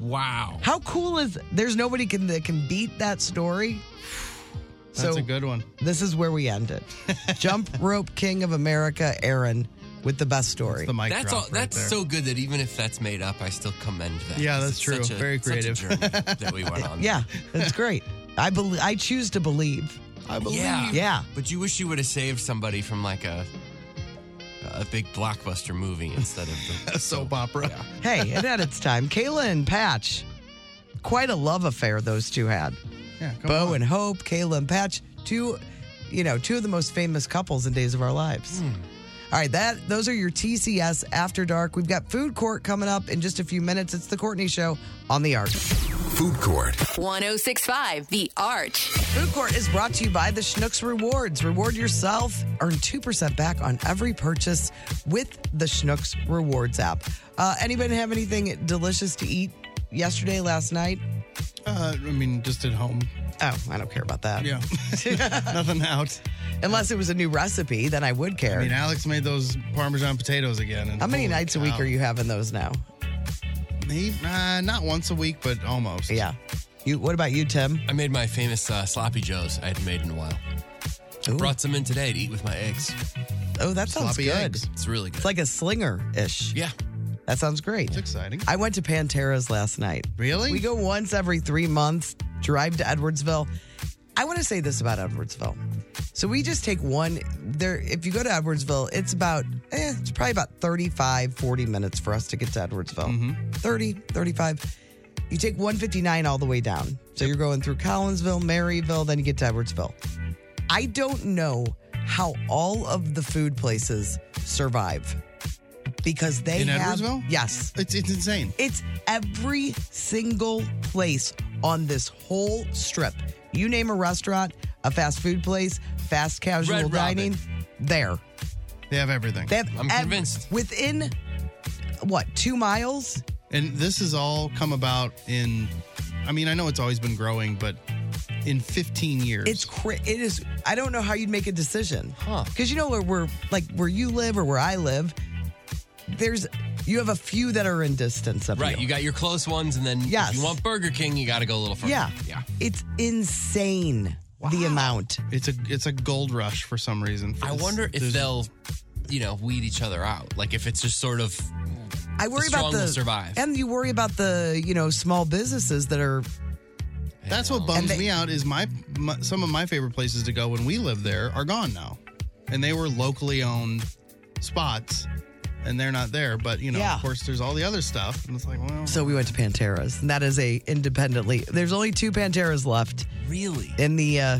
S3: Wow.
S2: How cool is there's nobody can that can beat that story.
S1: That's
S2: So
S1: a good one.
S2: this is where we end it. jump rope king of America, Aaron, with the best story.
S1: It's the mic
S3: That's
S1: drop
S3: all.
S1: right
S3: that's
S1: there.
S3: so good that even if that's made up, I still commend that.
S1: Yeah,
S3: 'Cause
S1: that's
S3: it's
S1: true.
S3: such a-
S1: Very
S3: such a
S1: creative.
S3: journey that we went on.
S2: yeah, it's great. I believe I choose to believe.
S1: I believe.
S3: Yeah.
S2: Yeah.
S3: But you wish you would have saved somebody from like a a big blockbuster movie instead of the
S1: A soap opera.
S3: Yeah.
S2: Hey, it had its time. Kayla and Patch. Quite a love affair those two had.
S1: Yeah, come
S2: Bo
S1: on.
S2: and Hope, Kayla and Patch, two, you know, two of the most famous couples in Days of Our Lives.
S1: Hmm.
S2: All right, that those are your TCS After Dark. We've got Food Court coming up in just a few minutes. It's the Courtney Show on the Arch.
S4: Food Court.
S5: 1065 The Arch.
S2: Food Court is brought to you by the Schnucks Rewards. Reward yourself, earn 2% back on every purchase with the Schnucks Rewards app. Uh, anybody have anything delicious to eat yesterday, last night?
S1: Uh, I mean, just at home.
S2: Oh, I don't care about that.
S1: Yeah. Nothing out.
S2: Unless it was a new recipe, then I would care.
S1: I mean, Alex made those Parmesan potatoes again. And
S2: How many
S1: holy
S2: nights a week
S1: cow.
S2: are you having those now?
S1: Maybe, uh, not once a week, but almost.
S2: Yeah. You. What about you, Tim?
S3: I made my famous uh, sloppy joes I hadn't made in a while. Brought some in today to eat with my eggs.
S2: Oh, that sounds
S1: Sloppy
S2: good.
S1: eggs.
S3: It's really good.
S2: It's like a slinger ish.
S3: yeah.
S2: That sounds great.
S1: It's exciting.
S2: I went to Pantera's last night.
S1: Really?
S2: We go once every three months, drive to Edwardsville. I want to say this about Edwardsville. So we just take one there. If you go to Edwardsville, it's about, eh, it's probably about 35, 40 minutes for us to get to Edwardsville.
S1: Mm-hmm.
S2: 30, 35. You take 159 all the way down. So you're going through Collinsville, Maryville, then you get to Edwardsville. I don't know how all of the food places survive because they
S1: In
S2: have.
S1: Edwardsville?
S2: Yes.
S1: It's, it's insane.
S2: It's every single place on this whole strip. You name a restaurant, a fast food place, fast casual
S3: Red Robin.
S2: dining, there.
S1: They have everything.
S2: They have
S3: I'm
S2: ev-
S3: convinced.
S2: Within what, two miles?
S1: And this has all come about in, I mean, I know it's always been growing, but in 15 years.
S2: It's cra- it is I don't know how you'd make a decision.
S3: Huh.
S2: Cuz you know where we're like where you live or where I live, there's you have a few that are in distance of
S3: Right.
S2: you
S3: You got your close ones, and then
S2: Yes.
S3: if you want Burger King, you got to go a little further.
S2: yeah.
S3: Yeah.
S2: It's insane the amount.
S1: It's a it's a gold rush for some reason.
S3: I wonder if
S1: There's-
S3: they'll, you know, weed each other out. Like if it's just sort of
S2: I worry
S3: strong
S2: about the
S3: will survive.
S2: and you worry about the you know small businesses that are
S1: That's what
S2: And
S1: bums
S2: they-
S1: me out. Is my, my some of my favorite places to go when we lived there are gone now, and they were locally owned spots, and they're not there. But you know,
S2: Yeah.
S1: of course, there's all the other stuff, and it's like, well,
S2: so we went to Panteras and that is a independently there's only two Panteras left
S3: really.
S2: in the uh,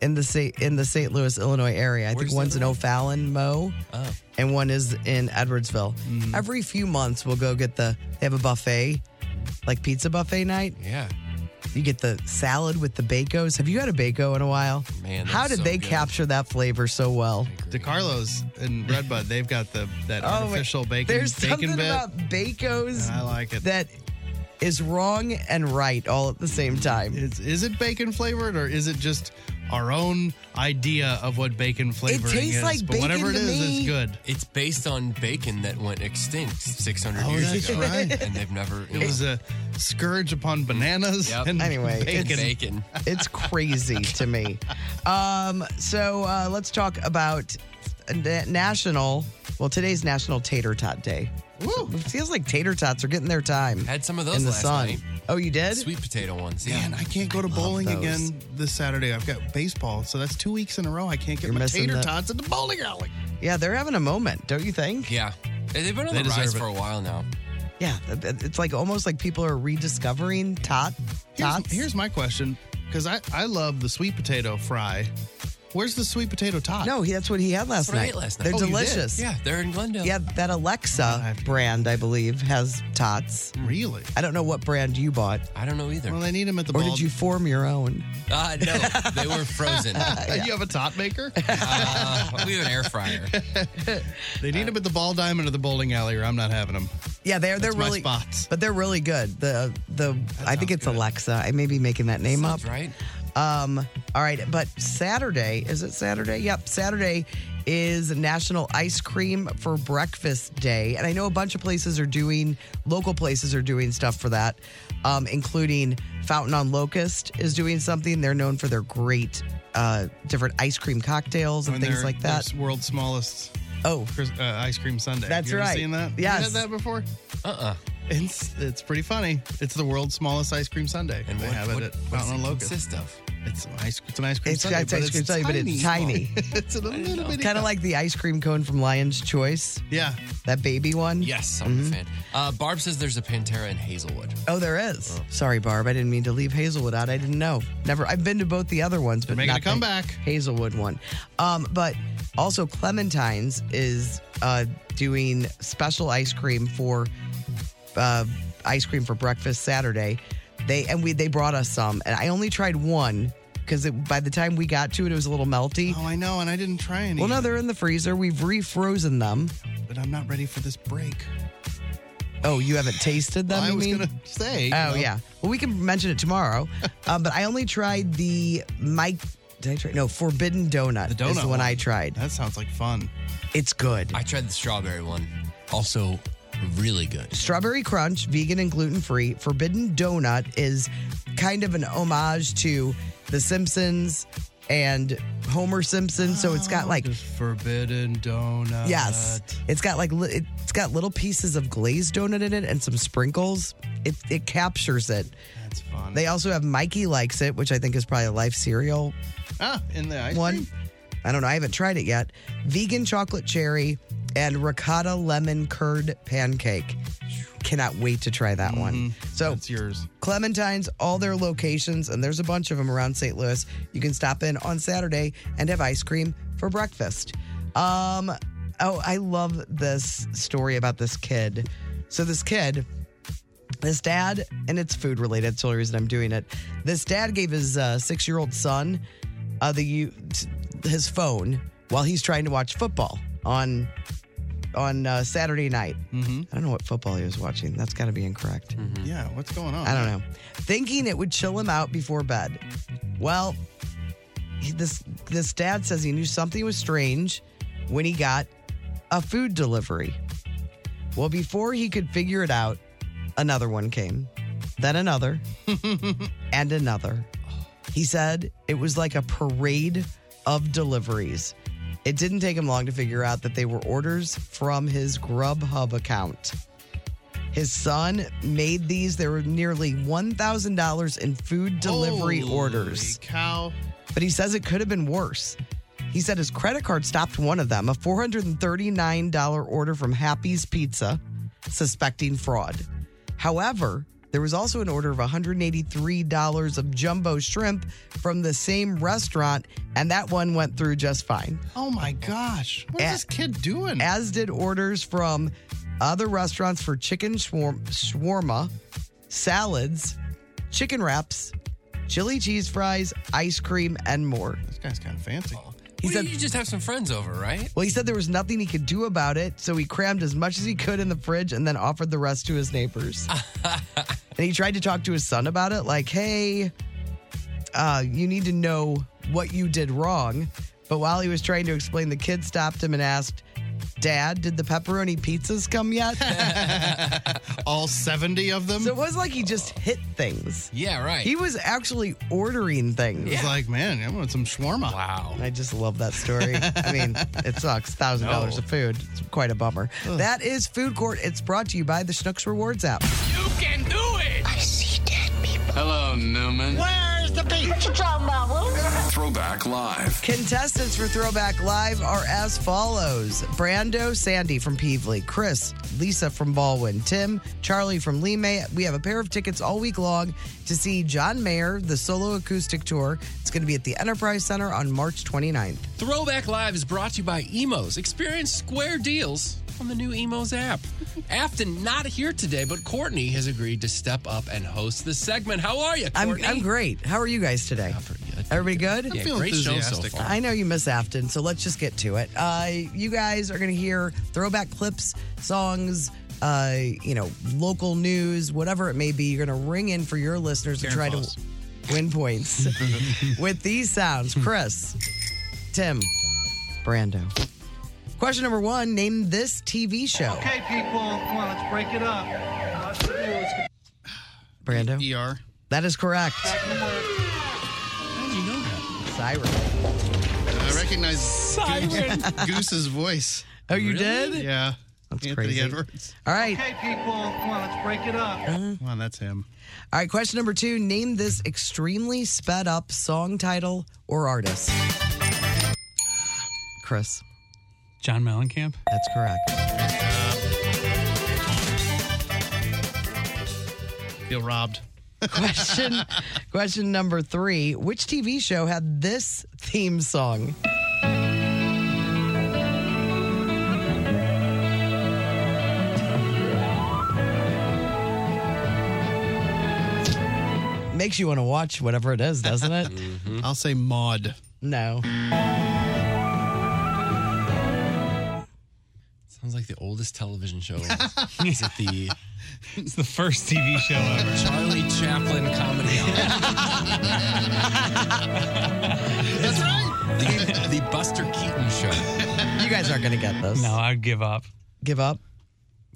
S2: in the state in the St. Louis Illinois area. I
S3: Where's
S2: think
S3: the
S2: one's in
S3: other
S2: O'Fallon, Mo,
S3: Oh. Mm-hmm.
S2: and one is in Edwardsville. Every few months we'll go get the they have a buffet like pizza buffet night.
S3: Yeah.
S2: You get the salad with the bacos. Have you had a baco in a while?
S3: Man,
S2: how
S3: that's
S2: did
S3: so
S2: they
S3: good.
S2: capture that flavor so well?
S1: DeCarlo's and Redbud, they've got the that
S2: Oh, wait.
S1: artificial bacon.
S2: There's
S1: bacon
S2: something
S1: bit.
S2: about Bacos
S1: I like it.
S2: that is wrong and right all at the same time.
S1: Is, is it bacon flavored or is it just our own idea of what bacon flavoring
S2: tastes
S1: is?
S2: like
S1: but
S2: bacon
S1: whatever it
S2: to
S1: is,
S2: me.
S1: it's good.
S3: It's based on bacon that went extinct 600
S1: Oh,
S3: years
S1: that's
S3: ago.
S1: right.
S3: And they've never.
S1: It was a scourge upon bananas
S3: Yep.
S1: and
S2: Anyway,
S1: bacon.
S3: bacon.
S2: It's crazy to me. Um, so uh, let's talk about na- national. Well, today's National Tater Tot Day. So it feels like tater tots are getting their time
S3: Had some of those
S2: in the
S3: last
S2: sun.
S3: night.
S2: Oh, you did?
S3: Sweet potato ones. Yeah.
S1: Man, I can't go to bowling
S2: those.
S1: again this Saturday. I've got baseball, so that's two weeks in a row. I can't get
S2: You're
S1: my
S2: missing
S1: tater
S2: the-
S1: tots at the bowling alley.
S2: Yeah, they're having a moment, don't you think?
S3: yeah. They- They've been on
S1: They
S3: the rise
S1: deserve it.
S3: for a while now.
S2: Yeah, th- th- it's like almost like people are rediscovering tot
S1: Here's,
S2: tots.
S1: here's my question, because I, I love the sweet potato fry. Where's the sweet potato tot?
S2: no, he- that's what he had last
S3: what I
S2: night.
S3: ate last night.
S2: They're
S3: Oh, you did?
S2: delicious.
S3: Yeah. They're in Glendale.
S2: Yeah, that Alexa brand, I believe, has tots.
S1: Really?
S2: I don't know what brand you bought,
S3: I don't know either.
S1: Well, they need them at the
S2: or
S1: ball.
S2: did you form your own?
S3: Uh, no, they were frozen.
S1: You have a tot maker?
S3: Uh, we have an air fryer.
S1: they need them at the ball diamond or the bowling alley, or I'm not having them.
S2: Yeah, they're they're
S1: That's my
S2: really
S1: spots.
S2: but they're really good. The the I think it's Alexa. I may be making that name up.
S3: Sounds right?
S2: Um, all right, but Saturday is it Saturday? Yep, Saturday is National Ice Cream for Breakfast Day, and I know a bunch of places are doing local places are doing stuff for that, um, including Fountain on Locust is doing something. They're known for their great uh, different ice cream cocktails and
S1: When
S2: things
S1: they're-
S2: like that.
S1: they're World's smallest
S2: Oh,
S1: Chris- uh, ice cream sundae.
S2: That's
S1: you ever
S2: right.
S1: Seen that?
S2: Yes.
S1: You had that before?
S3: Uh uh
S1: It's it's pretty funny. It's the world's smallest ice cream sundae,
S3: And
S1: they
S3: what,
S1: have
S3: what,
S1: it at
S3: what does
S1: Fountain
S3: it
S1: and Locust. Mm-hmm.
S3: consist of?
S1: It's an ice, it's an ice cream
S2: It's-
S1: sundae,
S2: it's ice cream sundae, but it's tiny.
S1: it's a little bitty.
S2: kind of like the ice cream cone from Lion's Choice,
S1: yeah.
S2: that baby one.
S3: Yes, I'm a fan. Uh, Barb says there's a Pantera in Hazelwood.
S2: Oh, there is. Sorry, Barb. I didn't mean to leave Hazelwood out. I didn't know. Never. I've been to both the other ones, but
S1: making
S2: not
S1: a comeback.
S2: The Hazelwood one. Um, but also Clementine's is uh, doing special ice cream for uh, ice cream for breakfast Saturday. They and we they brought us some, and I only tried one because by the time we got to it, it was a little melty.
S1: Oh, I know, and I didn't try any.
S2: well, no, they're in the freezer. We've refrozen them.
S1: but I'm not ready for this break.
S2: Oh, you haven't tasted them?
S1: I
S2: you
S1: was
S2: mean?
S1: gonna say. you
S2: Oh
S1: know,
S2: yeah. Well, we can mention it tomorrow. um, but I only tried the Mike. Did I try? No, Forbidden Donut.
S1: The donut
S2: is the one,
S1: one.
S2: I tried.
S1: That sounds like fun.
S2: It's good.
S3: I tried the strawberry one. Also, really good.
S2: Strawberry Crunch, vegan and gluten free. Forbidden Donut is kind of an homage to The Simpsons and Homer Simpson. So it's got like
S1: Forbidden donut.
S2: Yes. It's got like li- it's got little pieces of glazed donut in it and some sprinkles. It it captures it.
S1: That's fun.
S2: They also have Mikey likes it, which I think is probably a life cereal
S1: ah, in the ice
S2: one.
S1: cream?
S2: I don't know. I haven't tried it yet. Vegan chocolate cherry and ricotta lemon curd pancake. Cannot wait to try that one. So
S1: That's yours.
S2: Clementine's, all their locations, and there's a bunch of them around St. Louis. You can stop in on Saturday and have ice cream for breakfast. Um, oh, I love this story about this kid. So, this kid, this dad, and it's food related, it's the only reason I'm doing it. This dad gave his uh, six year old son uh, the u- t- his phone while he's trying to watch football on on uh, Saturday night. Mm-hmm. I don't know what football he was watching. That's got to be incorrect.
S3: Mm-hmm.
S1: Yeah, what's going on?
S2: I don't know. Thinking it would chill him out before bed. Well, he- this this dad says he knew something was strange when he got a food delivery. Well, before he could figure it out, another one came. Then another and another. He said it was like a parade of deliveries. It didn't take him long to figure out that they were orders from his Grubhub account. His son made these. There were nearly $1,000 in food delivery
S1: Holy
S2: orders.
S1: Cow.
S2: But he says it could have been worse. He said his credit card stopped one of them, a $439 order from Happy's Pizza, suspecting fraud. However, there was also an order of $183 of jumbo shrimp from the same restaurant, and that one went through just fine
S1: Oh my gosh. What
S2: At-
S1: is this kid doing?
S2: as did orders from other restaurants for chicken shawarm- shawarma, salads, chicken wraps, chili cheese fries, ice cream, and more.
S1: this guy's kind of fancy.
S2: He
S3: Well,
S2: said,
S3: you just have some friends over, right?
S2: well, he said there was nothing he could do about it, so he crammed as much as he could in the fridge and then offered the rest to his neighbors. and he tried to talk to his son about it, like, hey, uh, you need to know what you did wrong. But while he was trying to explain, the kid stopped him and asked, Dad, did the pepperoni pizzas come yet?
S1: All 70 of them?
S2: So it was like he just hit things.
S3: Yeah, right.
S2: He was actually ordering things.
S1: He's like, man, I want some shawarma.
S3: wow.
S2: I just love that story. I mean, it sucks. Thousand dollars of food. It's quite a bummer. That is Food Court. It's brought to you by the Schnooks Rewards app.
S6: You can do it! I see dead people.
S7: Hello, Newman.
S6: What you talking about,
S4: Throwback Live.
S2: Contestants for Throwback Live are as follows Brando, Sandy from Peevely, Chris, Lisa from Baldwin, Tim, Charlie from Lime. We have a pair of tickets all week long to see John Mayer, the solo acoustic tour. It's going to be at the Enterprise Center on March 29th.
S3: Throwback Live is brought to you by Emos. Experience square deals on the new Emos app. Afton not here today, but Courtney has agreed to step up and host the segment. How are you,
S2: I'm,
S3: Courtney?
S2: I'm great. How are you guys today?
S3: pretty good.
S2: Everybody good?
S3: Yeah,
S1: feel
S3: great show so
S1: enthusiastic.
S3: far.
S2: I know you miss Afton, so let's just get to it. Uh, you guys are going to hear throwback clips, songs, uh, you know, local news, whatever it may be. You're going to ring in for your listeners to try
S1: Karen Foss.
S2: to win points with these sounds. Chris, Tim, Brando. Question number one Name this TV show.
S8: Okay, people, come on, let's break it up. Let's do it.
S2: Brando.
S1: ER.
S2: That is correct.
S1: How did you know that?
S2: Siren.
S1: I recognize Goose, Goose's voice.
S2: Oh, you did?
S1: Yeah.
S2: That's
S1: Anthony
S2: crazy.
S1: Edwards.
S2: All right.
S8: Okay, people, come on, let's break it up.
S1: Come on, that's him.
S2: All right, question number two. Name this extremely sped up song title or artist. Chris,
S7: John Mellencamp.
S2: that's correct.
S1: Feel robbed.
S2: Question, question number three. Which TV show had this theme song? Makes you want to watch whatever it is, doesn't it?
S1: I'll say Maud.
S2: no.
S3: Sounds like the oldest television show. Is it the
S7: It's the first TV show ever.
S3: Charlie Chaplin comedy album?
S1: That's right.
S3: the, the Buster Keaton show.
S2: You guys aren't going to get this.
S7: No, I'd give up.
S2: Give up?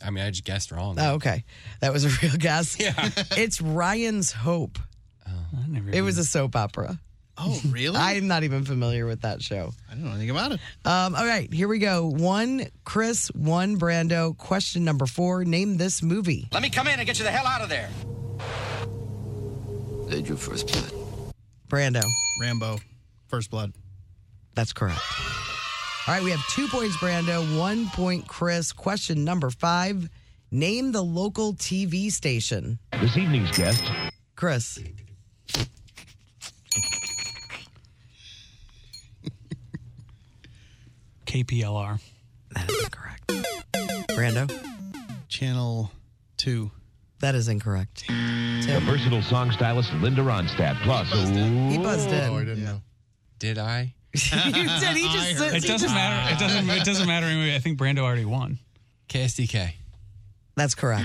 S3: I mean, I just guessed wrong.
S2: Oh, okay. That was a real guess. Yeah. It's Ryan's Hope.
S9: Oh.
S7: I never
S2: It was a soap opera.
S1: Oh, really?
S2: I'm not even familiar with that show.
S1: I don't know anything about it.
S2: Um, all right, here we go. One Chris, one Brando. Question number four Name this movie.
S9: Let me come in and get you the hell out of there.
S10: Did your first blood.
S2: Brando.
S1: Rambo, First Blood.
S2: That's correct. All right, we have two points, Brando, one point, Chris. Question number five Name the local TV station.
S11: This evening's guest.
S2: Chris.
S7: KPLR.
S2: That is correct. Brando.
S1: Channel 2.
S2: That is incorrect.
S11: The versatile song stylist Linda Ronstadt. Plus,
S2: He buzzed in.
S1: Oh, I didn't know.
S3: Did I?
S2: you did. He just sits.
S7: It
S2: he
S7: doesn't
S2: just-
S7: matter. It doesn't. It doesn't matter anyway. I think Brando already won.
S3: KSDK.
S2: That's correct.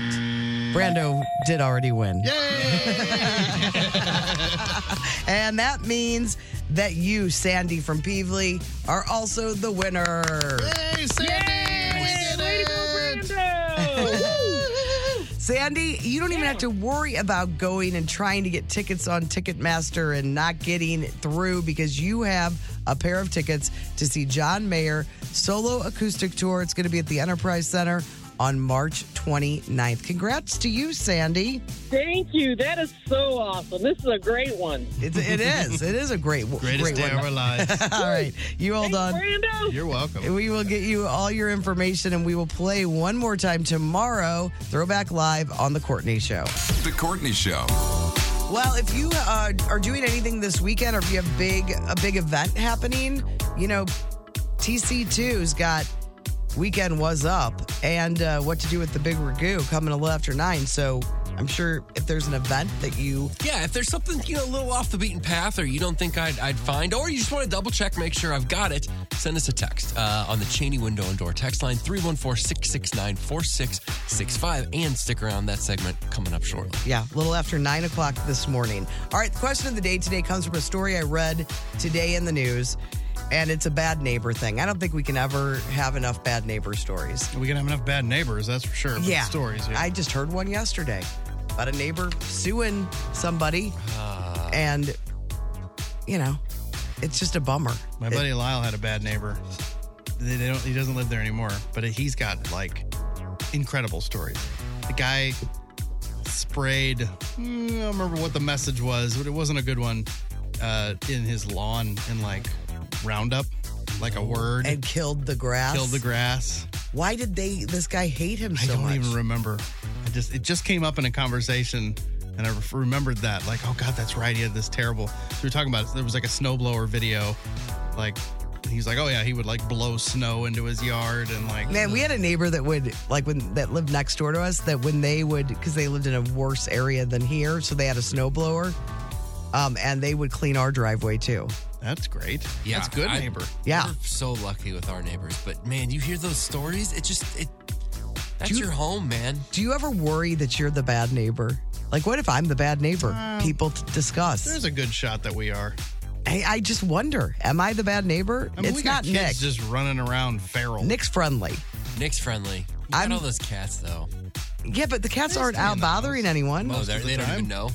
S2: Brando did already win. and that means that you, Sandy from Peevely, are also the winner.
S1: Hey, Sandy! We did it!
S2: Sandy, you don't even have to worry about going and trying to get tickets on Ticketmaster and not getting through because you have a pair of tickets to see John Mayer solo acoustic tour. It's going to be at the Enterprise Center on March 29th. Congrats to you, Sandy.
S12: Thank you. That is so awesome. This is a great one.
S2: It's, it is. It is a great, great
S1: Greatest day
S2: one.
S1: of our lives.
S2: All right, you hold on.
S12: Brando.
S1: You're welcome.
S2: We will get you all your information and we will play one more time tomorrow, Throwback Live on The Courtney Show.
S4: The Courtney Show.
S2: Well, if you uh, are doing anything this weekend or if you have big a big event happening, you know, TC2's got Weekend Was Up and uh, What to Do with the Big Ragu coming a little after nine. So I'm sure if there's an event that you
S3: Yeah, if there's something you know a little off the beaten path, or you don't think I'd, I'd find, or you just want to double check, make sure I've got it, send us a text uh, on the Cheney Window and Door text line 314-669-4665, and stick around that segment coming up shortly.
S2: Yeah, a little after nine o'clock this morning. All right, the question of the day today comes from a story I read today in the news, and it's a bad neighbor thing. I don't think we can ever have enough bad neighbor stories.
S1: We can have enough bad neighbors, that's for sure. but
S2: Yeah.
S1: Stories. Yeah.
S2: I just heard one yesterday about a neighbor suing somebody,
S1: Ah.
S2: and, you know, it's just a bummer.
S1: My buddy Lyle had a bad neighbor. They they don't, he doesn't live there anymore, but he's got like incredible stories. The guy sprayed, mm, I don't remember what the message was, but it wasn't a good one, uh, in his lawn in like Roundup, like a word,
S2: Oh. And killed the grass.
S1: killed the grass.
S2: Why did they, this guy hate him
S1: I
S2: so
S1: don't
S2: much?
S1: even remember. I just it just came up in a conversation, and I ref- remembered that. Like, oh god, that's right. He had this terrible. So we were talking about. There was like a snowblower video. Like, he's like, oh yeah, he would like blow snow into his yard and like.
S2: Man, we had a neighbor that would like when that lived next door to us. That when they would, because they lived in a worse area than here, so they had a snowblower, um, and they would clean our driveway too.
S1: That's great.
S3: Yeah,
S1: that's good
S3: I-
S1: neighbor.
S2: Yeah.
S3: We're so lucky with our neighbors, but man, you hear those stories, it just it that's
S2: Do you-
S3: your home, man.
S2: Do you ever worry that you're the bad neighbor? Like, what if I'm the bad neighbor? People t- discuss.
S1: There's a good shot that we are.
S2: I, I just wonder, am I the bad neighbor?
S1: I mean, we
S2: it's
S1: got
S2: not
S1: kids
S2: Nick.
S1: just running around feral.
S2: Nick's friendly.
S3: Nick's friendly. You got
S2: I'm-
S3: all those cats though.
S2: Yeah, but the cats aren't
S1: stay in
S2: out
S1: the house.
S2: bothering anyone.
S3: Oh, they're-
S1: of the
S3: they don't
S1: time.
S3: even know.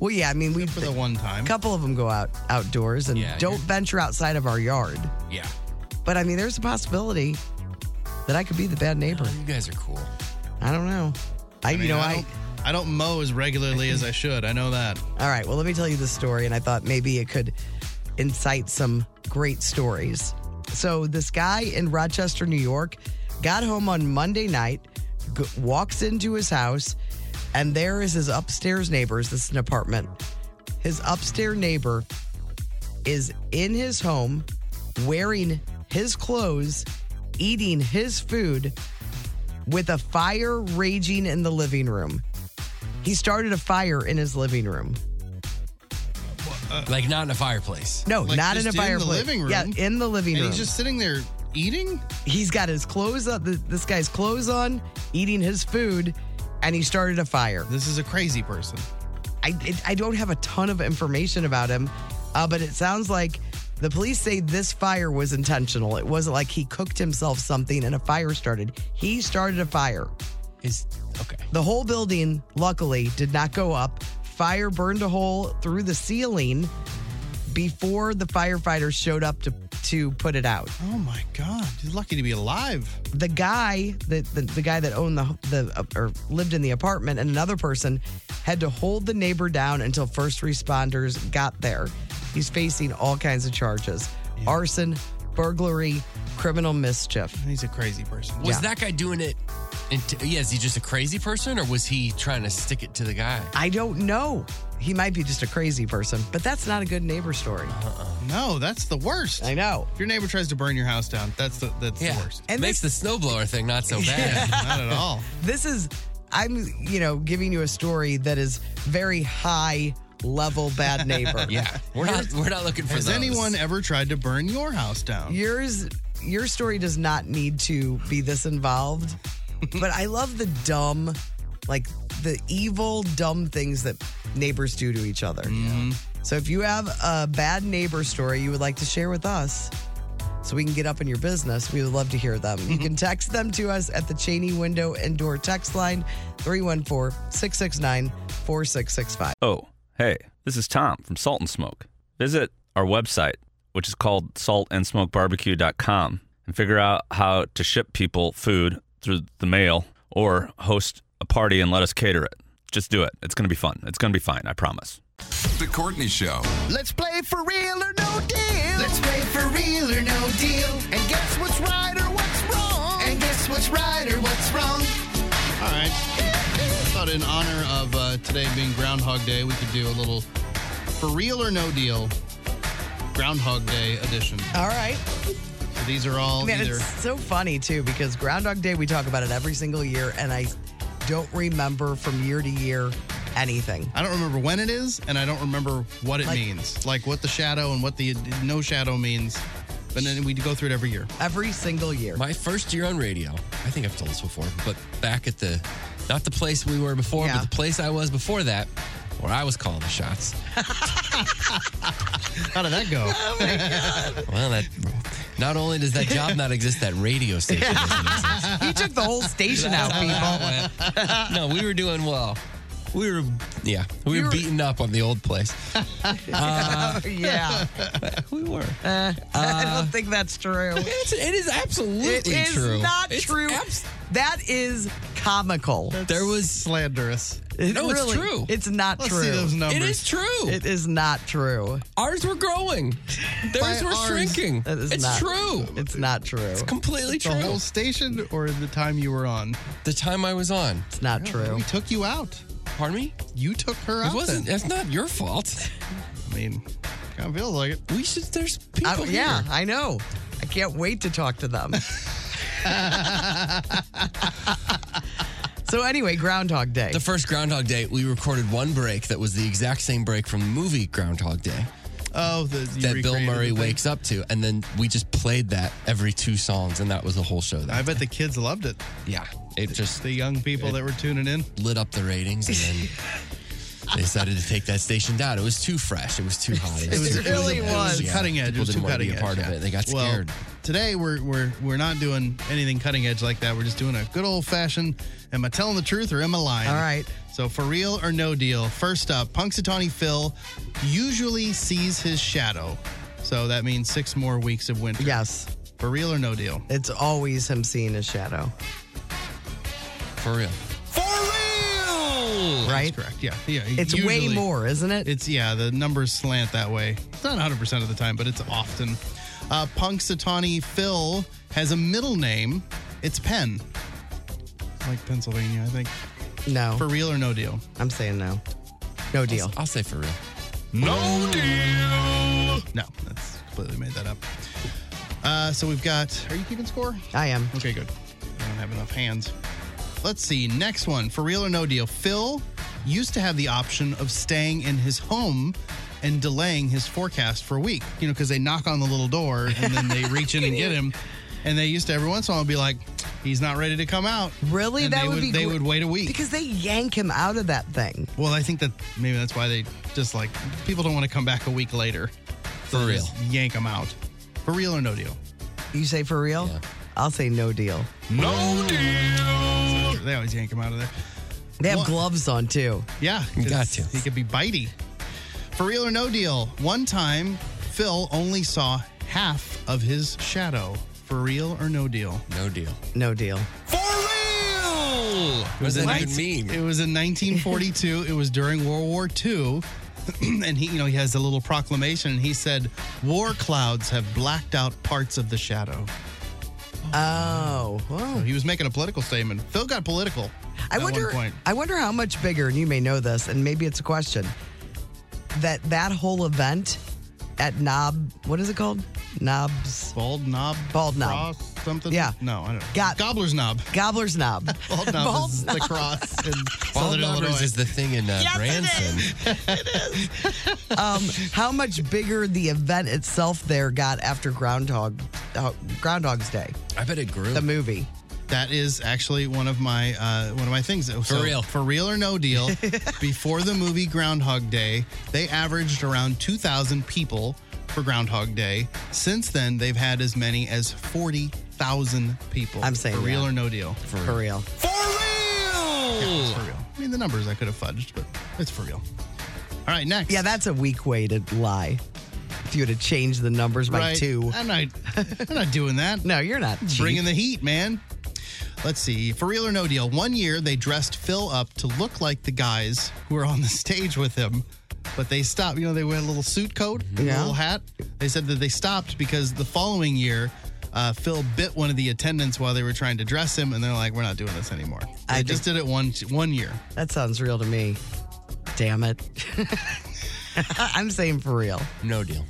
S2: Well, yeah, I mean, we
S1: for the one time.
S2: a couple of them go out outdoors and
S3: Yeah,
S2: don't
S3: you're-
S2: venture outside of our yard.
S3: Yeah.
S2: But I mean, there's a possibility that I could be the bad neighbor.
S3: You guys are cool.
S2: I don't know. I,
S1: I mean,
S2: you know,
S1: I,
S2: I,
S1: don't, I don't mow as regularly as I should. I know that.
S2: All right. Well, let me tell you the story, and I thought maybe it could incite some great stories. So, this guy in Rochester, New York, got home on Monday night, g- walks into his house, and there is his upstairs neighbors. This is an apartment. His upstairs neighbor is in his home wearing his clothes, eating his food with a fire raging in the living room. He started a fire in his living room.
S3: Like not in a fireplace.
S2: No,
S1: Like,
S2: not in a
S1: just in the
S2: fireplace.
S1: living room?
S2: Yeah, in the living
S1: And
S2: room.
S1: he's just sitting there eating.
S2: he's got his clothes up. th- This guy's clothes on, eating his food, and he started a fire.
S1: This is a crazy person.
S2: I it- I don't have a ton of information about him, uh, but it sounds like the police say this fire was intentional. It wasn't like he cooked himself something and a fire started. He started a fire.
S3: Is okay.
S2: The whole building, luckily, did not go up. Fire burned a hole through the ceiling before the firefighters showed up to to put it out.
S1: Oh my god, he's lucky to be alive.
S2: The guy that the, the guy that owned the the uh, or lived in the apartment and another person had to hold the neighbor down until first responders got there. He's facing all kinds of charges: arson, burglary, criminal mischief.
S1: He's a crazy person.
S3: Was that guy doing it? Into, yeah, is he just a crazy person or was he trying to stick it to the guy?
S2: I don't know. He might be just a crazy person, but that's not a good neighbor story.
S1: No, that's the worst. I
S2: know.
S1: If your neighbor tries to burn your house down, that's the that's
S3: Yeah.
S1: the worst.
S2: And
S3: Makes the snowblower thing not so bad.
S1: Not at all.
S2: This is, I'm, you know, giving you a story that is very high level bad neighbor.
S3: yeah. We're not we're not looking for
S1: Has
S3: those.
S1: anyone ever tried to burn your house down?
S2: Yours, your story does not need to be this involved, but I love the dumb, like the evil, dumb things that neighbors do to each other. So if you have a bad neighbor story you would like to share with us, so we can get up in your business. We would love to hear them. You can text them to us at the Cheney Window and Door text line, 314 669 4665.
S9: Oh, hey, this is Tom from Salt and Smoke. Visit our website, which is called saltandsmokebarbecue.com, and figure out how to ship people food through the mail or host a party and let us cater it. Just do it. It's going to be fun. It's going to be fine. I promise.
S4: The Courtney Show.
S13: Let's play for real or no deal. Let's play for real or no deal. And guess what's right or what's wrong. And guess what's right or what's wrong.
S1: All right. Thought in honor of uh, today being Groundhog Day, we could do a little for real or no deal Groundhog Day edition.
S2: All right.
S1: So these are all
S2: Man,
S1: either.
S2: it's so funny too because Groundhog Day, we talk about it every single year, and I don't remember from year to year anything.
S1: I don't remember when it is, and I don't remember what it
S2: Like-
S1: means, like what the shadow and what the no shadow means. But then we go through it every year.
S2: Every single year.
S3: My first year on radio, I think I've told this before, but back at the, not the place we were before,
S2: Yeah.
S3: but the place I was before that, where I was calling the shots.
S1: How did that go?
S3: Well, that, not only does that job not exist, that radio station doesn't exist.
S2: he took the whole station out, people.
S3: No, we were doing well. We were, yeah, we were, beating up on the old place.
S2: yeah. Eh,
S3: We were.
S2: I don't think that's true.
S3: It's, it is absolutely
S2: It is
S3: true.
S2: not
S3: It's
S2: true.
S3: abs-
S2: that is comical.
S3: there was,
S1: Slanderous.
S2: It
S3: no, it's
S2: really-
S3: true.
S2: It's not
S1: Let's
S2: true.
S1: see those numbers.
S3: it is true.
S2: It is not true.
S3: ours were growing. Theirs
S1: By
S3: were
S1: ours.
S3: shrinking.
S2: That is
S3: it's
S2: not
S3: true.
S2: It's not true. It's,
S3: Completely
S1: the
S3: true.
S1: whole station or the time you were on?
S3: the time I was on.
S2: not true.
S1: We took you out.
S3: Pardon me?
S1: You took her out.
S3: It wasn't.
S1: Then.
S3: That's not your fault.
S1: I mean, kind of feels like it.
S3: We should. There's people.
S2: I- yeah,
S3: here.
S2: I know. I can't wait to talk to them. so anyway, Groundhog Day.
S3: The first Groundhog Day, we recorded one break that was the exact same break from the movie Groundhog Day
S1: Oh, the, you
S3: that Bill
S1: recreated
S3: Murray
S1: the thing.
S3: wakes up to, and then we just played that every two songs, and that was the whole show. That
S1: I bet the kids loved it.
S3: yeah, it just
S1: The young people that were tuning in.
S3: lit up the ratings, and then they decided to take that station down. It was too fresh. It was too hot. It,
S2: was- really was.
S3: yeah,
S1: cutting edge. It
S3: People
S1: was
S3: didn't
S1: too
S3: want to
S1: cutting
S3: be a
S1: edge.
S3: part of
S1: yeah.
S3: it. They got
S1: Well,
S3: scared.
S1: today we're we're we're not doing anything cutting edge like that. We're just doing a good old fashioned. Am I telling the truth or am I lying?
S2: All right.
S1: So for real or no deal. First up, Punxsutawney Phil usually sees his shadow. So that means six more weeks of winter.
S2: yes,
S1: For real or no deal.
S2: it's always him seeing his
S1: Oh,
S2: shadow,
S3: For real. For real.
S2: right?
S1: Correct. Yeah. Yeah.
S2: It's way
S1: usually-
S2: more, isn't it?
S1: It's yeah, the numbers slant that way. It's not 100 percent of the time, but it's often. Uh, Punxsutawney Phil has a middle name. It's Penn, like Pennsylvania, I think.
S2: no,
S1: For real or no deal?
S2: I'm saying no. No deal.
S3: I'll say for real.
S1: No deal. No, that's completely made that up. Uh, so we've got. Are you keeping score?
S2: I am.
S1: Okay, good. I don't have enough hands. Let's see. Next one. For real or no deal? Phil used to have the option of staying in his home and delaying his forecast for a week, you know, because they knock on the little door and then they reach in and get him. And they used to every once in a while be like, he's not ready to come out.
S2: Really?
S1: And
S2: that
S1: they
S2: would,
S1: would-
S2: be
S1: they
S2: gr-
S1: would wait a week.
S2: because they yank him out of that thing.
S1: Well, I think that maybe that's why they just like people don't want to come back a week later.
S3: For real.
S1: Yank them out. For real or no deal?
S2: You say for real? I'll say no deal.
S1: No deal. They always yank him out of there.
S2: They have
S1: What?
S2: gloves on too.
S1: Yeah,
S3: You got
S1: 'cause
S3: to.
S1: He could be bitey. For real or no deal. One time, Phil only saw half of his shadow. For real or no deal?
S3: No deal.
S2: No deal.
S1: What
S3: does that even mean?
S1: It was in 1942. it was during World War II. and he, you know, he has a little proclamation. And he said, "War clouds have blacked out parts of the shadow."
S2: Oh,
S1: So he was making a political statement. Phil got political.
S2: I
S1: at one
S2: wonder.
S1: point.
S2: I wonder how much bigger, and you may know this, and maybe it's a question that that whole event at Knob, what is it called? Knobs.
S1: Bald Knob.
S2: Bald Knob.
S1: Cross something.
S2: Yeah.
S1: No, I don't. know.
S2: Got
S1: Gobbler's Knob.
S2: Gobbler's Knob.
S1: Bald Knob is the cross in Southern
S3: Bald Knobbers
S1: Illinois.
S3: is the thing in uh, Branson.
S2: um, how much bigger the event itself there got after Groundhog uh, Groundhog's Day,
S3: I bet it grew.
S2: the movie.
S1: That is actually one of my uh, one of my things. For
S3: real.
S1: for real or no deal. before the movie Groundhog Day, they averaged around two thousand people for Groundhog Day. Since then, they've had as many as forty thousand people.
S2: I'm saying
S1: for real
S2: yeah.
S1: or no deal.
S3: For,
S2: For real.
S1: Yeah, it's for real. I mean, the numbers I could have fudged, but it's for real. All right, next.
S2: Yeah, that's a weak way to lie. If you had to change the numbers by
S1: right.
S2: two.
S1: I'm not. I'm not doing that.
S2: No, you're not. cheap.
S1: Bringing the heat, man. Let's see. For real or no deal, one year they dressed Phil up to look like the guys who were on the stage with him, but they stopped. You know, they wear a little suit coat, a
S2: Yeah.
S1: little hat. They said that they stopped because the following year, uh, Phil bit one of the attendants while they were trying to dress him, and they're like, "We're not doing this anymore." They
S2: I
S1: just did it one one year.
S2: That sounds real to me. Damn it. I'm saying for real.
S3: No deal.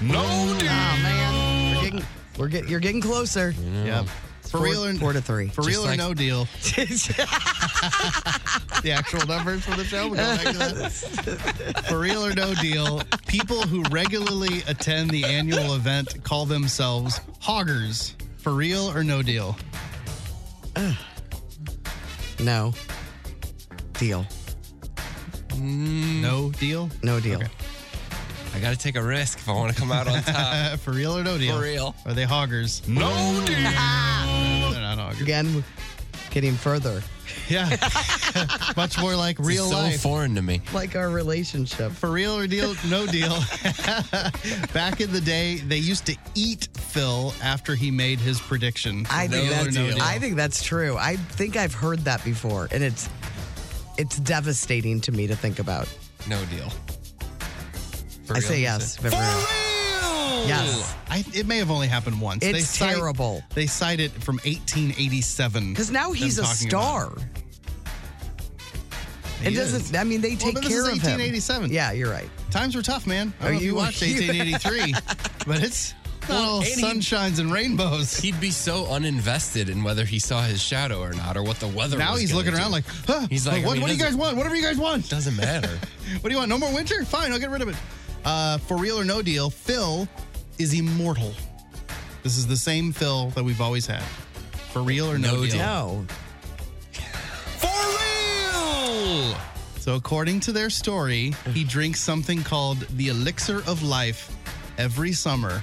S2: No, man. We're getting, we're get, you're getting closer.
S1: Yep. For
S2: Four-
S1: real or
S2: four to three.
S1: For real or
S3: like-
S1: no deal, the actual numbers for the show. We're going back to that. For real or no deal, people who regularly attend the annual event call themselves hoggers. For real or no deal?
S2: no. Deal.
S1: No deal?
S2: No deal.
S3: I got to take a risk if I want to come out on top.
S1: Uh, for real or no deal?
S3: For real.
S1: Are they hoggers? No deal. They're not hoggers.
S2: Again, getting further.
S1: Yeah. Much more like real
S3: it's so
S1: life.
S3: foreign to me.
S2: Like our relationship.
S1: for real or deal, no deal. Back in the day, they used to eat Phil after he made his prediction.
S2: I think
S1: Real or
S2: that's
S1: no deal.
S2: I think that's true. I think I've heard that before and it's it's devastating to me to think about.
S3: No deal. For
S2: I
S3: real,
S2: say
S3: you
S2: yes. but For real. Yes.
S1: I, it may have only happened once.
S2: It's
S1: cite-
S2: terrible.
S1: they cite it from 1887.
S2: Because now
S1: them
S2: he's a
S1: talking about
S2: star. It
S1: He
S2: doesn't.
S1: is.
S2: I mean, they
S1: Well,
S2: take
S1: but this
S2: care
S1: is
S2: of him.
S1: 1887.
S2: Yeah, you're right.
S1: Times were tough, man. I don't
S2: Are
S1: know if you
S2: you-
S1: watched
S2: you-
S1: 1883, but it's not all
S3: and he-
S1: sunshines and rainbows.
S3: He'd be so uninvested in whether he saw his shadow or not, or what the weather.
S1: Now
S3: was
S1: he's
S3: gonna
S1: looking
S3: do.
S1: around like, huh,
S3: He's like, I
S1: what,
S3: mean,
S1: what do you
S3: doesn't-
S1: guys want? Whatever you guys want.
S3: Doesn't matter.
S1: What do you want? No more winter? Fine, I'll get rid of it. Uh, for real or no deal, Phil is immortal. This is the same Phil that we've always had. For real or no,
S3: No
S1: deal.
S3: deal.
S2: No.
S3: For real.
S1: So, according to their story, he drinks something called the elixir of life every summer.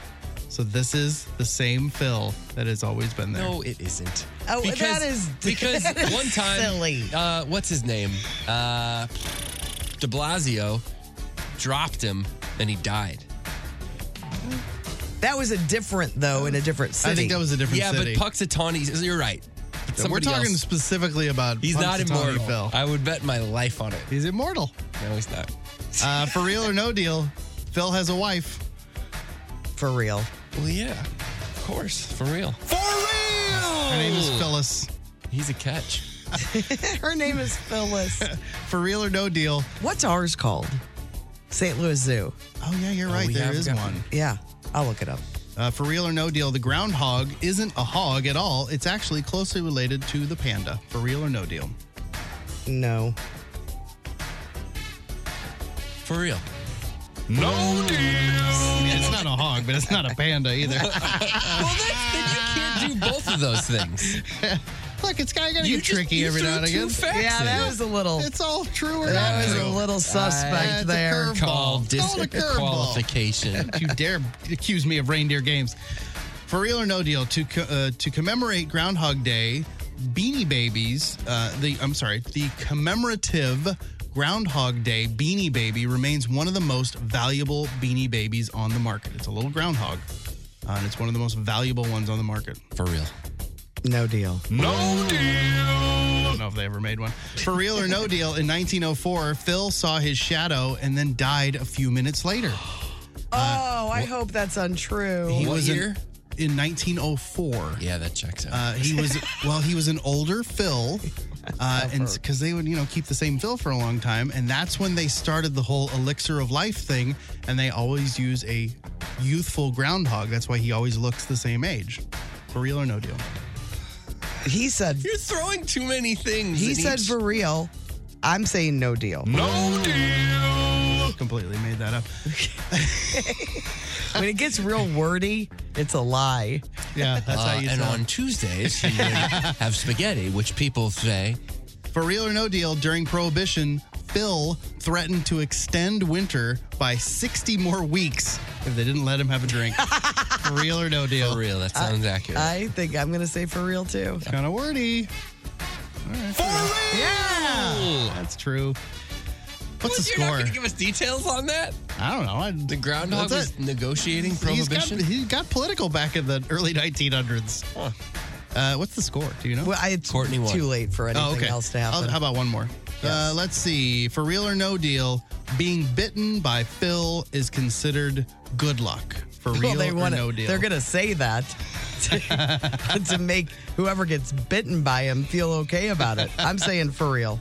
S1: So, this is the same Phil that has always been there.
S3: No, it isn't.
S2: Oh, that is-
S3: because
S2: that is
S3: one time,
S2: silly.
S3: Uh, what's his name? Uh, De Blasio dropped him, and he died.
S2: That was a different though in a different city.
S1: I think that was a different
S3: yeah,
S1: city.
S3: but Puxatawny. You're right. But
S1: We're
S3: somebody
S1: talking
S3: else-
S1: specifically about
S3: He's not
S1: Punxsutawney
S3: immortal.
S1: Phil.
S3: I would bet my life on it.
S1: He's immortal.
S3: No, he's not.
S1: Uh, for real or no deal, Phil has a wife.
S2: for real.
S3: Well, yeah, of course, for real. For
S1: Her name is
S3: real.
S1: Phyllis.
S3: He's a catch.
S2: Her name is Phyllis.
S1: For real or no deal.
S2: What's ours called? St. Louis Zoo.
S1: Oh, yeah, you're right.
S3: we
S1: there
S3: have
S1: is
S3: got-
S1: one.
S2: Yeah, I'll look it up.
S1: Uh, for real or no deal, the groundhog isn't a hog at all. It's actually closely related to the panda. For real or no deal.
S2: No.
S3: For real.
S1: No deal. It's not a hog, but it's not a panda either.
S3: Well, that's, then you can't do both of those things.
S1: Look, it's kind of going to
S3: You
S1: get
S3: just-
S1: tricky
S3: you
S1: every
S3: threw
S1: now and
S3: two
S1: again.
S3: facts
S2: Yeah,
S3: in.
S2: that was a little.
S1: It's all true or not
S2: That was
S1: true.
S2: a little
S1: Uh, it's
S2: suspect
S1: a
S2: there.
S1: curve.
S3: Call
S1: Call it a curveball.
S3: disqualification.
S1: Don't you dare accuse me of reindeer games. For real or no deal, to co- uh, to commemorate Groundhog Day, Beanie Babies, uh, the I'm sorry, the commemorative Groundhog Day Beanie Baby remains one of the most valuable Beanie Babies on the market. It's a little groundhog, uh, and it's one of the most valuable ones on the market.
S3: For real.
S2: No deal.
S1: No deal. I don't know if they ever made one. For real or no deal, in 1904, Phil saw his shadow and then died a few minutes later.
S2: Oh, I hope that's untrue.
S1: He was here in 1904.
S3: Yeah, that checks out.
S1: Uh, he was well. He was an older Phil, uh, and because they would you know keep the same Phil for a long time, and that's when they started the whole elixir of life thing, and they always use a youthful groundhog. That's why he always looks the same age. For real or no deal?
S2: He said
S3: You're throwing too many things.
S2: He
S3: in
S2: said
S3: each-
S2: for real. I'm saying no deal. No
S1: deal. Completely made that up.
S2: when it gets real wordy, it's a lie.
S1: Yeah,
S3: Uh, And on Tuesdays, you would have spaghetti, which people say
S1: For real or no deal, during Prohibition, Phil threatened to extend winter by 60 more weeks if they didn't let him have a drink. For real or no deal? For
S3: real, that sounds accurate.
S2: I think I'm going to say for real too.
S1: kind of wordy. For real! Yeah! That's true. What's the
S3: What, You're not
S1: score?
S3: going to give us details on that?
S1: I don't know. I, the
S3: groundhog was negotiating prohibition?
S1: He's got, he got political back in the early 1900s. Uh, what's the score? Do you know? Oh,
S2: Well, I, it's Courtney won. too late for anything else to happen.
S1: I'll- how about one more? Uh, let's see. For real or no deal, being bitten by Phil is considered good luck. For real
S2: Well, they
S1: or
S2: wanna-
S1: no deal.
S2: They're going to say that to, to make whoever gets bitten by him feel okay about it. I'm saying for real.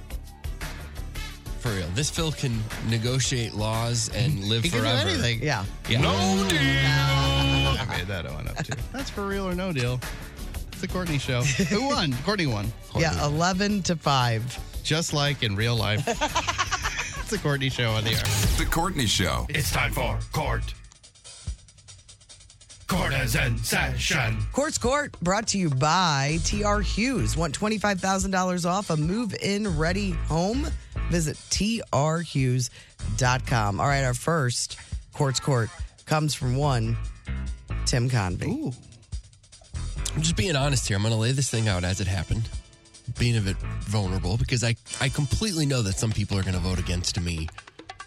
S3: For real. This Phil can negotiate laws and live
S1: He can do
S3: forever.
S1: anything.
S2: Yeah.
S3: Yeah. No
S1: deal. I made that one up too. That's for real or no deal. It's the Courtney show. Who won? Courtney won.
S2: Yeah, 11 to 5.
S1: Just like in real life. it's the Courtney show on the air.
S4: The Courtney Show.
S10: It's time for court. Courtesan session.
S2: Courts Court brought to you by TR Hughes. Want $25,000 off a move in ready home? Visit trhughes.com. All right, our first Courts Court comes from one Tim Convey. Ooh.
S3: I'm just being honest here. I'm going to lay this thing out as it happened, being a bit vulnerable because I, I completely know that some people are going to vote against me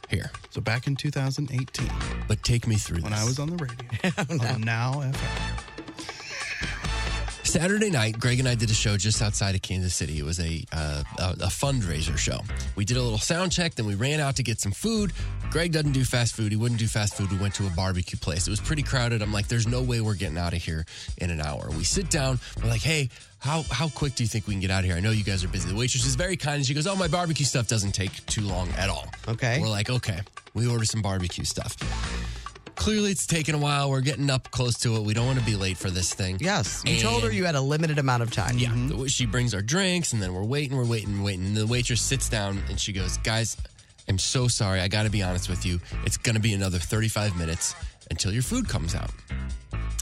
S3: here.
S1: So back in 2018.
S3: But take me through
S1: When
S3: this.
S1: I was on the radio. On now FM.
S3: Saturday night, Greg and I did a show just outside of Kansas City. It was a, uh, a a fundraiser show. We did a little sound check, then we ran out to get some food. Greg doesn't do fast food. He wouldn't do fast food. We went to a barbecue place. It was pretty crowded. I'm like, there's no way we're getting out of here in an hour. We sit down. We're like, hey, how how quick do you think we can get out of here? I know you guys are busy. The waitress is very kind. And she goes, oh, my barbecue stuff doesn't take too long at all.
S2: Okay.
S3: We're like, okay. We order some barbecue stuff. Clearly, it's taking a while. We're getting up close to it. We don't want to be late for this thing.
S2: Yes. You told her
S3: And-
S2: you had a limited amount of time.
S3: yeah. The- She brings our drinks, and then we're waiting, we're waiting, waiting. And the waitress sits down and she goes, Guys, I'm so sorry. I got to be honest with you. It's going to be another 35 minutes until your food comes out.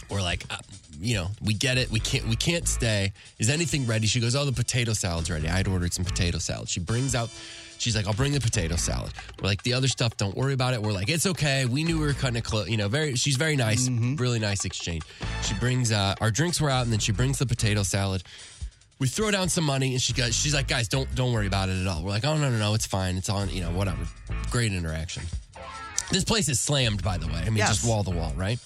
S3: We're like, uh, you know, we get it. We can't. We can't stay. Is anything ready? She goes, "Oh, the potato salad's ready." I'd ordered some potato salad. She brings out. She's like, "I'll bring the potato salad." We're like, "The other stuff, don't worry about it." We're like, "It's okay. We knew we were cutting it close." You know, very. She's very nice. Really nice exchange. She brings uh, our drinks were out, and then she brings the potato salad. We throw down some money, and she goes, "She's like, guys, don't don't worry about it at all." We're like, "Oh no, no, no, it's fine. It's on. You know, whatever." Great interaction. This place is slammed, by the way. I mean,
S14: Yes.
S3: just wall to wall, right?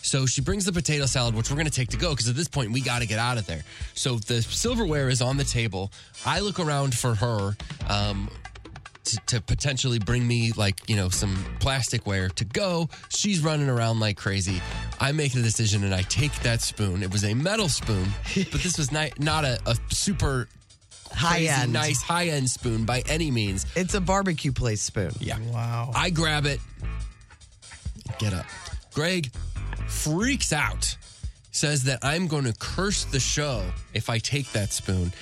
S3: So she brings the potato salad, which we're going to take to go because at this point we got to get out of there. So the silverware is on the table. I look around for her um, to, to potentially bring me, like, you know, some plasticware to go. She's running around like crazy. I make the decision and I take that spoon. It was a metal spoon, but this was ni- not a, a super
S2: High
S3: crazy,
S2: end.
S3: nice high end spoon by any means.
S2: It's a barbecue place spoon.
S3: Yeah. Wow. I grab it. Get up. Greg freaks out, says that I'm going to curse the show if I take that spoon.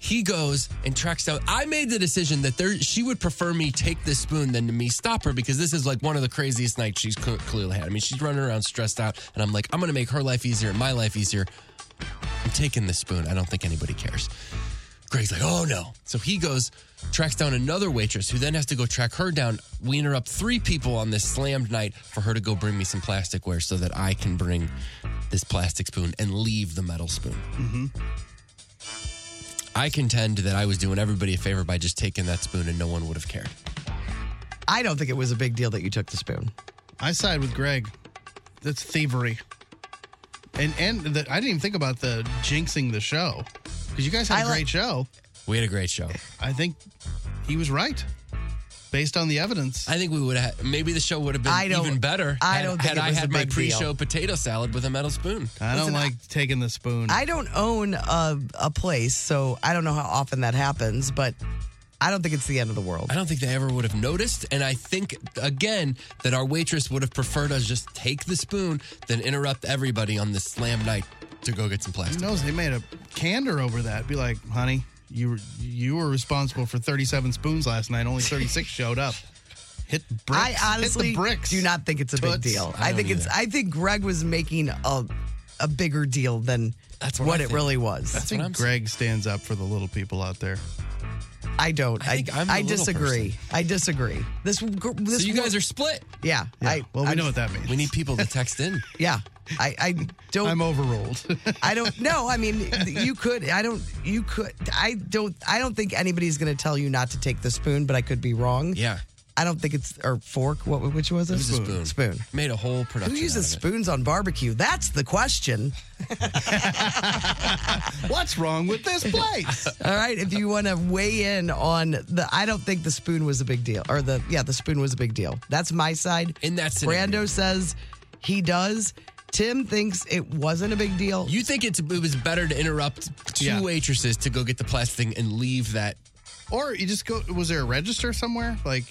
S3: He goes and tracks down. I made the decision that there she would prefer me take this spoon than to me stop her because this is like one of the craziest nights she's cl- clearly had. I mean, she's running around stressed out, and I'm like, I'm going to make her life easier and my life easier. I'm taking this spoon. I don't think anybody cares. Greg's like, oh no. So he goes, tracks down another waitress who then has to go track her down. We interrupt three people on this slammed night for her to go bring me some plasticware so that I can bring this plastic spoon and leave the metal spoon.
S6: Mm-hmm.
S3: I contend that I was doing everybody a favor by just taking that spoon and no one would have cared.
S2: I don't think it was a big deal that you took the spoon.
S1: I side with Greg. That's thievery. And and the, I didn't even think about the jinxing the show because you guys had a great show.
S3: We had a great show.
S1: I think he was right based on the evidence.
S3: I think we would have. Maybe the show would have
S1: I
S3: been
S1: don't-
S3: even better.
S1: I
S3: had-
S1: don't think
S3: Had
S1: it
S3: I
S1: was
S3: had
S1: a
S3: my
S1: big
S3: pre-show
S1: deal.
S3: potato salad with a metal spoon.
S1: I don't like taking the spoon.
S2: I don't own a, a place, so I don't know how often that happens, but I don't think it's the end of the world.
S3: I don't think they ever would have noticed. And I think, again, that our waitress would have preferred us just take the spoon than interrupt everybody on this slam night to go get some
S1: Who
S3: plastic.
S1: knows? They made a candor over that. Be like, honey, you were, you were responsible for 37 spoons last night. Only 36 showed up. Hit bricks. Hit the
S2: I honestly
S1: bricks.
S2: do not think it's a big
S1: Toots.
S2: deal.
S1: I
S2: I,
S1: don't
S2: think it's. I think Greg was making a a bigger deal than that's what,
S1: I
S2: it
S1: think.
S2: really was.
S1: I think Greg stands up for the little people out there.
S2: I don't. I
S1: I'm the
S2: I
S1: little
S2: disagree. I disagree. This. this
S3: so you guys are split.
S2: Yeah. I,
S1: well, we
S2: I'm-
S1: know what that means.
S3: We need people to text in.
S2: Yeah. I, I don't.
S1: I'm overruled.
S2: I don't know. I mean, you could. I don't. You could. I don't. I don't think anybody's going to tell you not to take the spoon, but I could be wrong.
S3: Yeah.
S2: I don't think it's or fork. What? Which was it?
S3: It was a spoon.
S2: Spoon.
S3: Made a whole production.
S2: Who uses
S3: out of
S2: spoons on barbecue? That's the question.
S1: What's wrong with this place?
S2: All right, if you want to weigh in on the, I don't think the spoon was a big deal, or the yeah, the spoon was a big deal. That's my side.
S3: In that scenario.
S2: Brando says he does. Tim thinks it wasn't a big deal.
S3: it. You think it's, it was better to interrupt two
S1: Yeah.
S3: waitresses to go get the plastic thing and leave that
S1: Or you just go, was there a register somewhere? Like,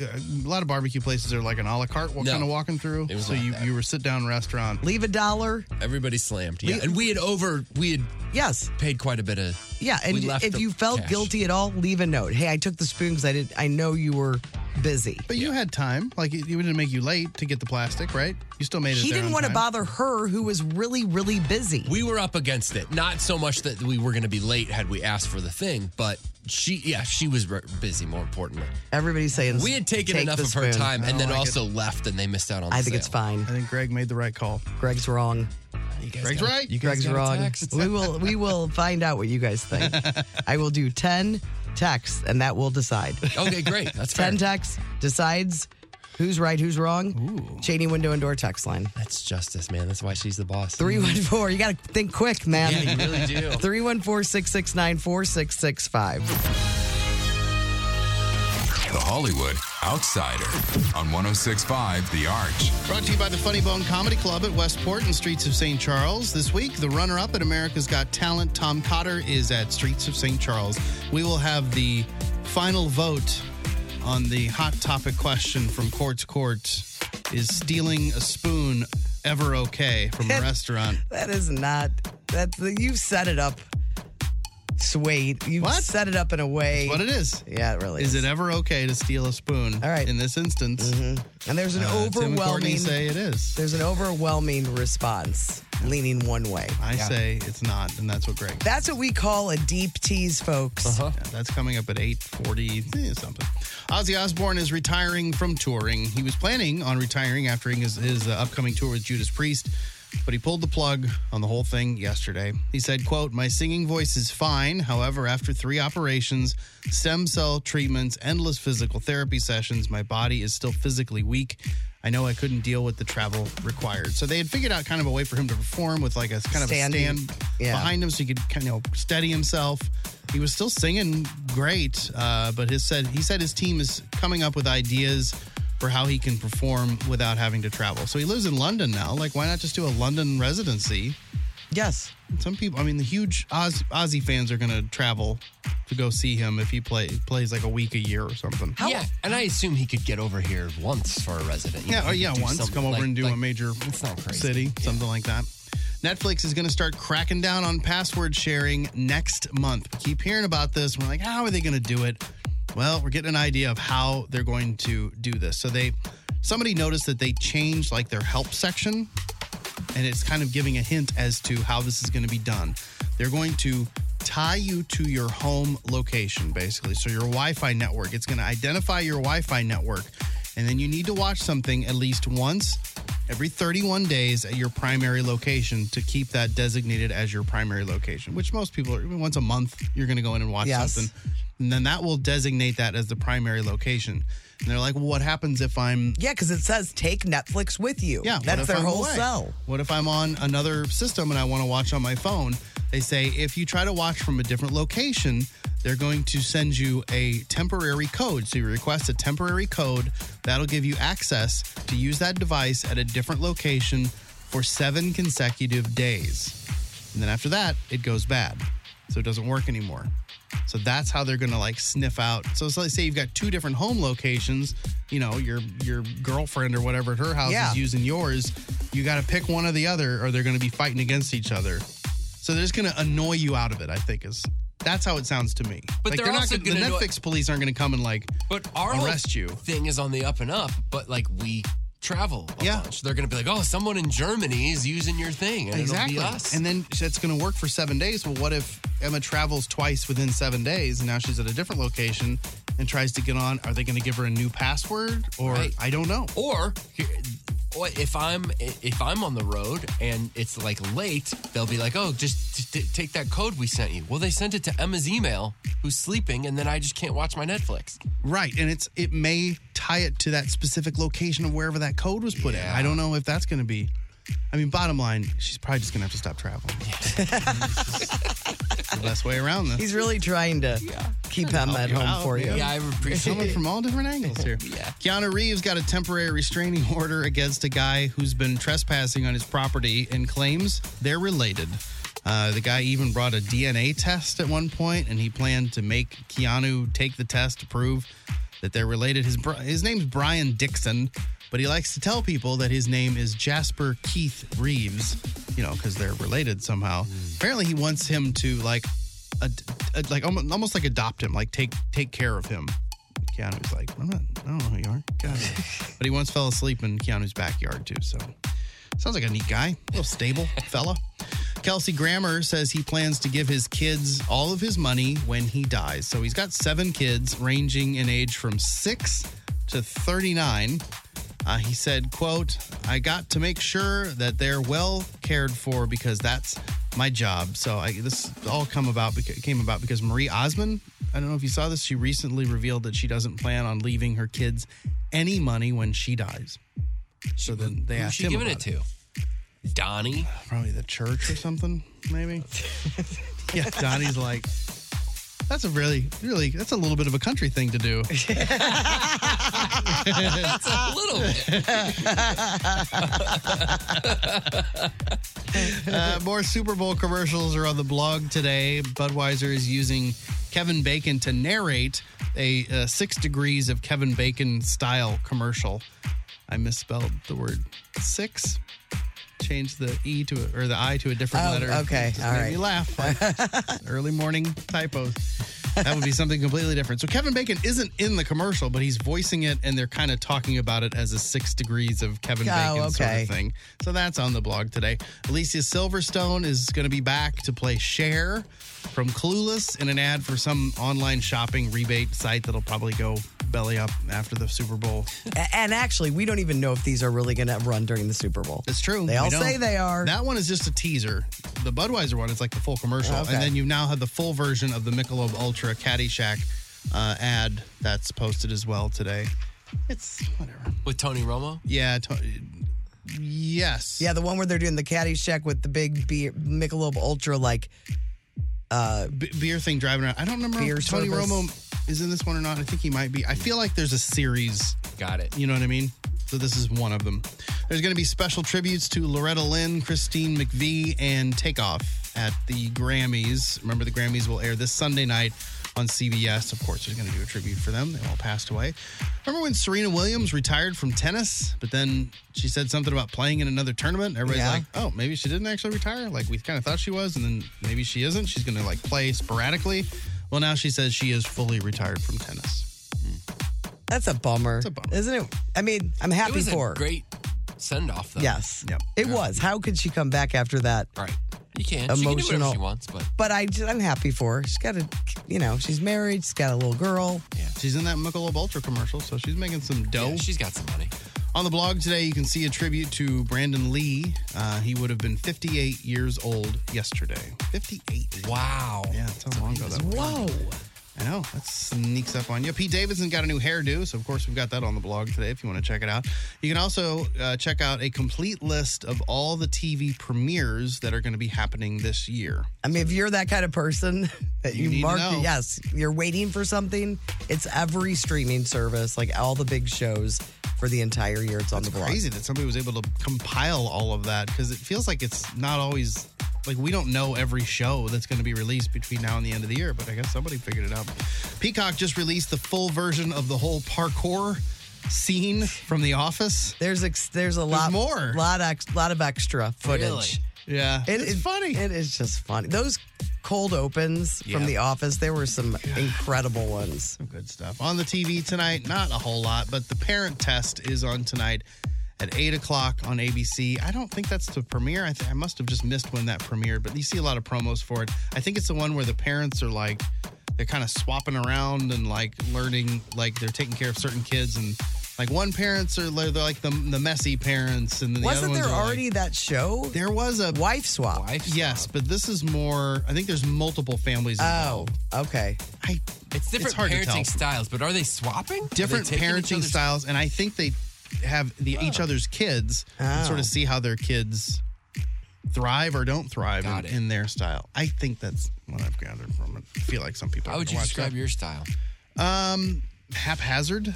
S1: uh, a lot of barbecue places are like an a la carte
S3: No.
S1: kind of walking through.
S3: It was
S1: so
S3: not
S1: you, you were sit down restaurant.
S2: Leave a dollar.
S3: Everybody slammed. Yeah.
S2: Le-
S3: and we had over we had
S2: Yes.
S3: paid quite a bit of
S2: Yeah,
S3: we
S2: and
S3: left
S2: if
S3: the
S2: you felt
S3: cash.
S2: guilty at all, leave a note. Hey, I took the spoon because I did. I know you were busy.
S1: But you had time. Like, it, it didn't make you late to get the plastic, right? You still made it.
S2: He
S1: there
S2: didn't
S1: on
S2: want to
S1: time.
S2: bother her, who was really, really busy.
S3: we were up against it. Not so much that we were going to be late had we asked for the thing, but she, yeah, she was r- busy. More importantly,
S2: Everybody's saying
S3: we had taken
S2: "Take
S3: enough
S2: the
S3: of her
S2: spoon."
S3: time uh, and then also left, and they missed out on. The
S2: I think it's
S3: sale.
S2: fine.
S1: I think Greg made the right call.
S2: Greg's wrong.
S1: Greg's
S3: gotta-
S1: right.
S3: you guys
S2: Greg's
S3: gotta
S2: wrong.
S3: text.
S2: We will we will find out what you guys think. I will do ten texts and that will decide.
S3: Okay, great. That's fair.
S2: ten texts decides who's right, who's wrong. Cheney window and door text line.
S3: That's justice, man. That's why she's the boss.
S2: 314. You gotta think quick, man.
S3: Yeah, you really do.
S2: 314-669-4665.
S4: The Hollywood Outsider on 1065 The Arch.
S1: Brought to you by the Funny Bone Comedy Club at Westport and Streets of St. Charles. This week, the runner up at America's Got Talent, Tom Cotter, is at Streets of St. Charles. We will have the final vote on the hot topic question from Court to Court Is stealing a spoon ever okay from a restaurant?
S2: That is not that's you've set it up. Sweet. You've
S1: What?
S2: set it up in a way.
S1: What it is.
S2: Yeah, it really
S1: Is
S2: is.
S1: it ever okay to steal a spoon? All right. In this instance,
S2: And there's an
S1: Uh, Tim and Courtney
S2: overwhelming
S1: say it is.
S2: There's an overwhelming response leaning one way.
S1: I
S2: Yeah.
S1: say it's not, and that's what Greg.
S2: That's what we call a deep tease, folks.
S1: Yeah, that's coming up at 8.40 eh, something. Ozzy Osbourne is retiring from touring. He was planning on retiring after his, his uh, upcoming tour with Judas Priest, but he pulled the plug on the whole thing yesterday. He said, quote, My singing voice is fine. However, after three operations, stem cell treatments, endless physical therapy sessions, my body is still physically weak. I know I couldn't deal with the travel required. So they had figured out kind of a way for him to perform with like a kind of a
S2: Standing.
S1: stand
S2: Yeah.
S1: behind behind him so he could kind of steady himself. He was still singing great, uh, but his said he said his team is coming up with ideas for how he can perform without having to travel. So he lives in London now. Like, why not just do a London residency?
S2: Yes.
S1: Some people, I mean, the huge Oz, Ozzy fans are going to travel to go see him if he play, plays like a week a year or something.
S3: yeah, and I assume he could get over here once for a resident. you
S1: Yeah,
S3: know,
S1: oh,
S3: he could
S1: yeah.
S3: do
S1: Once
S3: something
S1: come over
S3: like-
S1: and do
S3: like-
S1: a major
S3: crazy.
S1: city, something like that. Netflix is going to start cracking down on password sharing next month. We keep hearing about this. We're like, how are they going to do it? Well, we're getting an idea of how they're going to do this. So they, somebody noticed that they changed like their help section and it's kind of giving a hint as to how this is going to be done. They're going to tie you to your home location, basically. So your Wi Fi network, it's going to identify your Wi Fi network. And then you need to watch something at least once every 31 days at your primary location to keep that designated as your primary location, which most people are, once a month, you're going to go in and watch
S2: Yes.
S1: something. And then that will designate that as the primary location. And they're like, well, what happens if I'm.
S2: Yeah, because it says take Netflix with you.
S1: Yeah, what
S2: That's
S1: if
S2: their
S1: I'm
S2: whole
S1: away?
S2: sell.
S1: What if I'm on another system and I want to watch on my phone? They say if you try to watch from a different location, they're going to send you a temporary code. So you request a temporary code that'll give you access to use that device at a different location for seven consecutive days. And then after that, it goes bad. So it doesn't work anymore. So that's how they're gonna like sniff out. So let's say you've got two different home locations, you know, your your girlfriend or whatever at her house
S2: Yeah.
S1: is using yours. You gotta pick one or the other or they're gonna be fighting against each other. So they're just gonna annoy you out of it, I think is that's how it sounds to me.
S3: But
S1: Like,
S3: they're also
S1: not gonna,
S3: gonna
S1: the
S3: annoy-
S1: Netflix police aren't gonna come and like
S3: But our
S1: arrest
S3: whole
S1: you.
S3: thing is on the up and up, but like we travel a bunch. They're going to be like, oh, someone in Germany is using your thing. And
S1: exactly.
S3: It'll be us.
S1: And then that's going to work for seven days. Well, what if Emma travels twice within seven days and now she's at a different location and tries to get on? Are they going to give her a new password or
S3: Right.
S1: I don't know?
S3: Or Or if I'm if I'm on the road and it's like late, they'll be like, "Oh, just t- t- take that code we sent you." Well, they sent it to Emma's email, who's sleeping, and then I just can't watch my Netflix.
S1: right, and it's it may tie it to that specific location of wherever that code was put in. I don't know if that's going to be. I mean, bottom line, she's probably just going to have to stop traveling. the best way around this.
S2: He's really trying to keep him
S1: Help
S2: at
S1: you
S2: home
S1: out,
S2: for you.
S1: yeah. Yeah, I appreciate Someone it. from all different angles here.
S3: Yeah.
S1: Keanu Reeves got a temporary restraining order against a guy who's been trespassing on his property and claims they're related. Uh, the guy even brought a DNA test at one point, and he planned to make Keanu take the test to prove that they're related. His br- his name's Brian Dixon, but he likes to tell people that his name is Jasper Keith Reeves, you know, because they're related somehow. Apparently, he wants him to like, ad- ad- like almost, almost like adopt him, like take take care of him. Keanu's like, I'm not, I don't know who you are. Got it. but he once fell asleep in Keanu's backyard too. So sounds like a neat guy, a little stable fella. Kelsey Grammer says he plans to give his kids all of his money when he dies. So he's got seven kids, ranging in age from six to 39. Uh, he said, "quote I got to make sure that they're well cared for because that's my job." So I, this all come about beca- came about because Marie Osmond. I don't know if you saw this. She recently revealed that she doesn't plan on leaving her kids any money when she dies. So then they
S3: Who's
S1: asked
S3: she
S1: him
S3: giving
S1: about
S3: it to? Donnie.
S1: Probably the church or something, maybe. yeah, Donnie's like, that's a really, really, that's a little bit of a country thing to do.
S3: That's a little
S1: uh, more Super Bowl commercials are on the blog today. Budweiser is using Kevin Bacon to narrate a uh, six degrees of Kevin Bacon style commercial. I misspelled the word six. Changed the e to a, or the i to a different
S2: Oh,
S1: letter.
S2: okay.
S1: Just
S2: All
S1: made
S2: right.
S1: me laugh. Like, early morning typos. That would be something completely different. So Kevin Bacon isn't in the commercial, but he's voicing it, and they're kind of talking about it as a six degrees of Kevin
S2: Oh,
S1: Bacon sort
S2: okay.
S1: of thing. So that's on the blog today. Alicia Silverstone is going to be back to play Cher from Clueless in an ad for some online shopping rebate site that'll probably go belly up after the Super Bowl.
S2: A- And actually, we don't even know if these are really going to run during the Super Bowl.
S1: It's true.
S2: They all
S1: We don't.
S2: say they are.
S1: That one is just a teaser. The Budweiser one is like the full commercial,
S2: Okay.
S1: and then you now have the full version of the Michelob Ultra Caddyshack uh, ad that's posted as well today. It's whatever.
S3: With Tony Romo?
S1: Yeah. To- yes.
S2: Yeah, the one where they're doing the caddy check with the big beer, Michelob Ultra, like. Uh,
S1: beer thing driving around. I don't remember
S2: Beer
S1: if Tony
S2: service.
S1: Romo is in this one or not. I think he might be. I feel like there's a series.
S3: Got it.
S1: You know what I mean? So this is one of them. There's going to be special tributes to Loretta Lynn, Christine McVie, and Takeoff at the Grammys. Remember, the Grammys will air this Sunday night on CBS. Of course, there's going to do a tribute for them. They all passed away. Remember when Serena Williams retired from tennis, but then she said something about playing in another tournament? Everybody's
S2: Yeah.
S1: like, oh, maybe she didn't actually retire. Like we kind of thought she was, and then maybe she isn't. She's going to like play sporadically. Well, now she says she is fully retired from tennis.
S2: that's a bummer. It's a bummer. Isn't it? I mean, I'm happy
S3: it was
S2: for her.
S3: a great send off, though.
S2: Yes.
S1: Yep.
S2: It was. How could she come back after that?
S3: Right. You can. She can do
S2: Emotional.
S3: whatever she wants, but
S2: But I, I'm happy for her. She's got a, you know, she's married. She's got a little girl.
S1: She's in that Michelob Ultra commercial, so she's making some dough.
S3: yeah, she's got some money.
S1: On the blog today, you can see a tribute to Brandon Lee. Uh, he would have been 58 years old yesterday. 58.
S3: Wow.
S1: Yeah, that's how long ago that was.
S3: Whoa.
S1: I know that sneaks up on you. Pete Davidson got a new hairdo, so of course we've got that on the blog today. If you want to check it out, you can also uh, check out a complete list of all the TV premieres that are going to be happening this year.
S2: I mean, if you're that kind of person that
S1: You
S2: you,
S1: need to
S2: mark,
S1: know.
S2: yes, you're waiting for something, it's every streaming service, like all the big shows for the entire year. It's on the blog.
S1: Crazy that somebody was able to compile all of that because it feels like it's not always like we don't know every show that's going to be released between now and the end of the year, but I guess somebody figured it out. Peacock just released the full version of the whole parkour scene from The Office.
S2: There's ex- there's a lot more, lot ex- lot of extra footage.
S1: Yeah,
S2: it's funny. It is just funny. Those cold opens
S1: Yeah.
S2: from The Office. There were some incredible ones.
S1: Good stuff. On the TV tonight, not a whole lot, but the parent test is on tonight at 8 o'clock on ABC. I don't think that's the premiere. I, th- I must have just missed when that premiered, but you see a lot of promos for it. I think it's the one where the parents are like, they're kind of swapping around and like learning, like they're taking care of certain kids. And like one parents are they're like the, the messy parents. And then the
S2: Wasn't
S1: other ones
S2: there
S1: are, like,
S2: already that show?
S1: There was a
S2: wife swap.
S1: Yes, but this is more. I think there's multiple families.
S2: Oh, okay.
S1: I,
S3: it's different
S1: hard to tell.
S3: parenting styles, but are they swapping? Are they
S1: different
S3: taking each
S1: parenting
S3: other's-
S1: styles, and I think they have the each other's kids
S3: Oh.
S1: and sort of see how their kids thrive or don't thrive in, in their style. I think that's what I've gathered from it. I feel like some people.
S3: How
S1: are
S3: would
S1: gonna
S3: you
S1: watch
S3: describe
S1: that.
S3: your style?
S1: Um, haphazard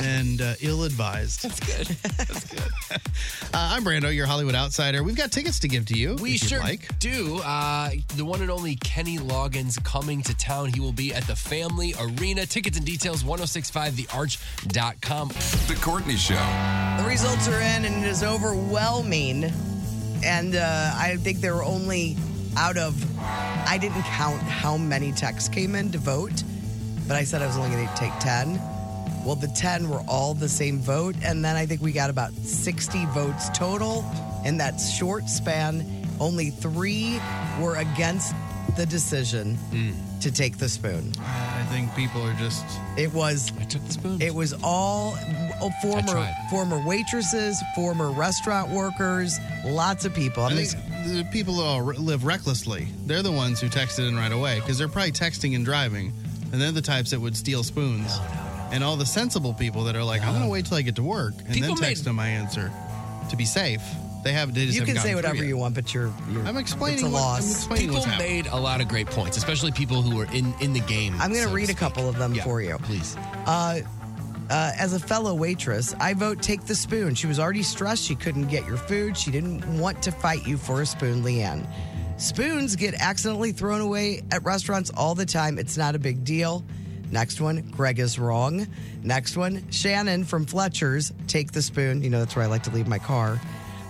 S1: and uh, ill-advised. That's good. That's good. uh, I'm Brando, your Hollywood outsider. We've got tickets to give to you.
S3: We
S1: if you'd
S3: sure
S1: like.
S3: do. Uh, the one and only Kenny Loggins coming to town. He will be at the Family Arena. Tickets and details 1065thearch.com.
S4: The Courtney Show.
S2: The results are in, and it is overwhelming. And uh, I think there were only out of, I didn't count how many texts came in to vote, but I said I was only going to take 10. Well, the 10 were all the same vote. And then I think we got about 60 votes total in that short span. Only three were against the decision to take the spoon.
S1: I think people are just.
S2: It was. I
S3: took the spoon.
S2: It was all oh, former
S1: tried.
S2: former waitresses, former restaurant workers, lots of people. I
S1: I
S2: mean,
S1: think the people that all re- live recklessly, they're the ones who texted in right away because they're probably texting and driving, and they're the types that would steal spoons. And all the sensible people that are like, I'm going to wait till I get to work and then
S2: People
S1: text them my answer to be safe. They have. They just
S2: you
S1: haven't
S2: can say
S1: gotten through
S2: whatever
S1: yet.
S2: you want, but you're, you're
S1: I'm explaining.
S2: It's a
S1: what- I'm
S2: loss.
S1: explaining
S3: People
S1: what's happening.
S3: made a lot of great points, especially people who were in, in the game.
S2: I'm going
S3: so
S2: to read a couple of them
S3: Yeah,
S2: for you.
S3: Please.
S2: Uh, uh, as a fellow waitress, I vote take the spoon. She was already stressed. She couldn't get your food. She didn't want to fight you for a spoon, Leanne. Spoons get accidentally thrown away at restaurants all the time. It's not a big deal. Next one, Greg is wrong. Next one, Shannon from Fletcher's, take the spoon. You know, that's where I like to leave my car.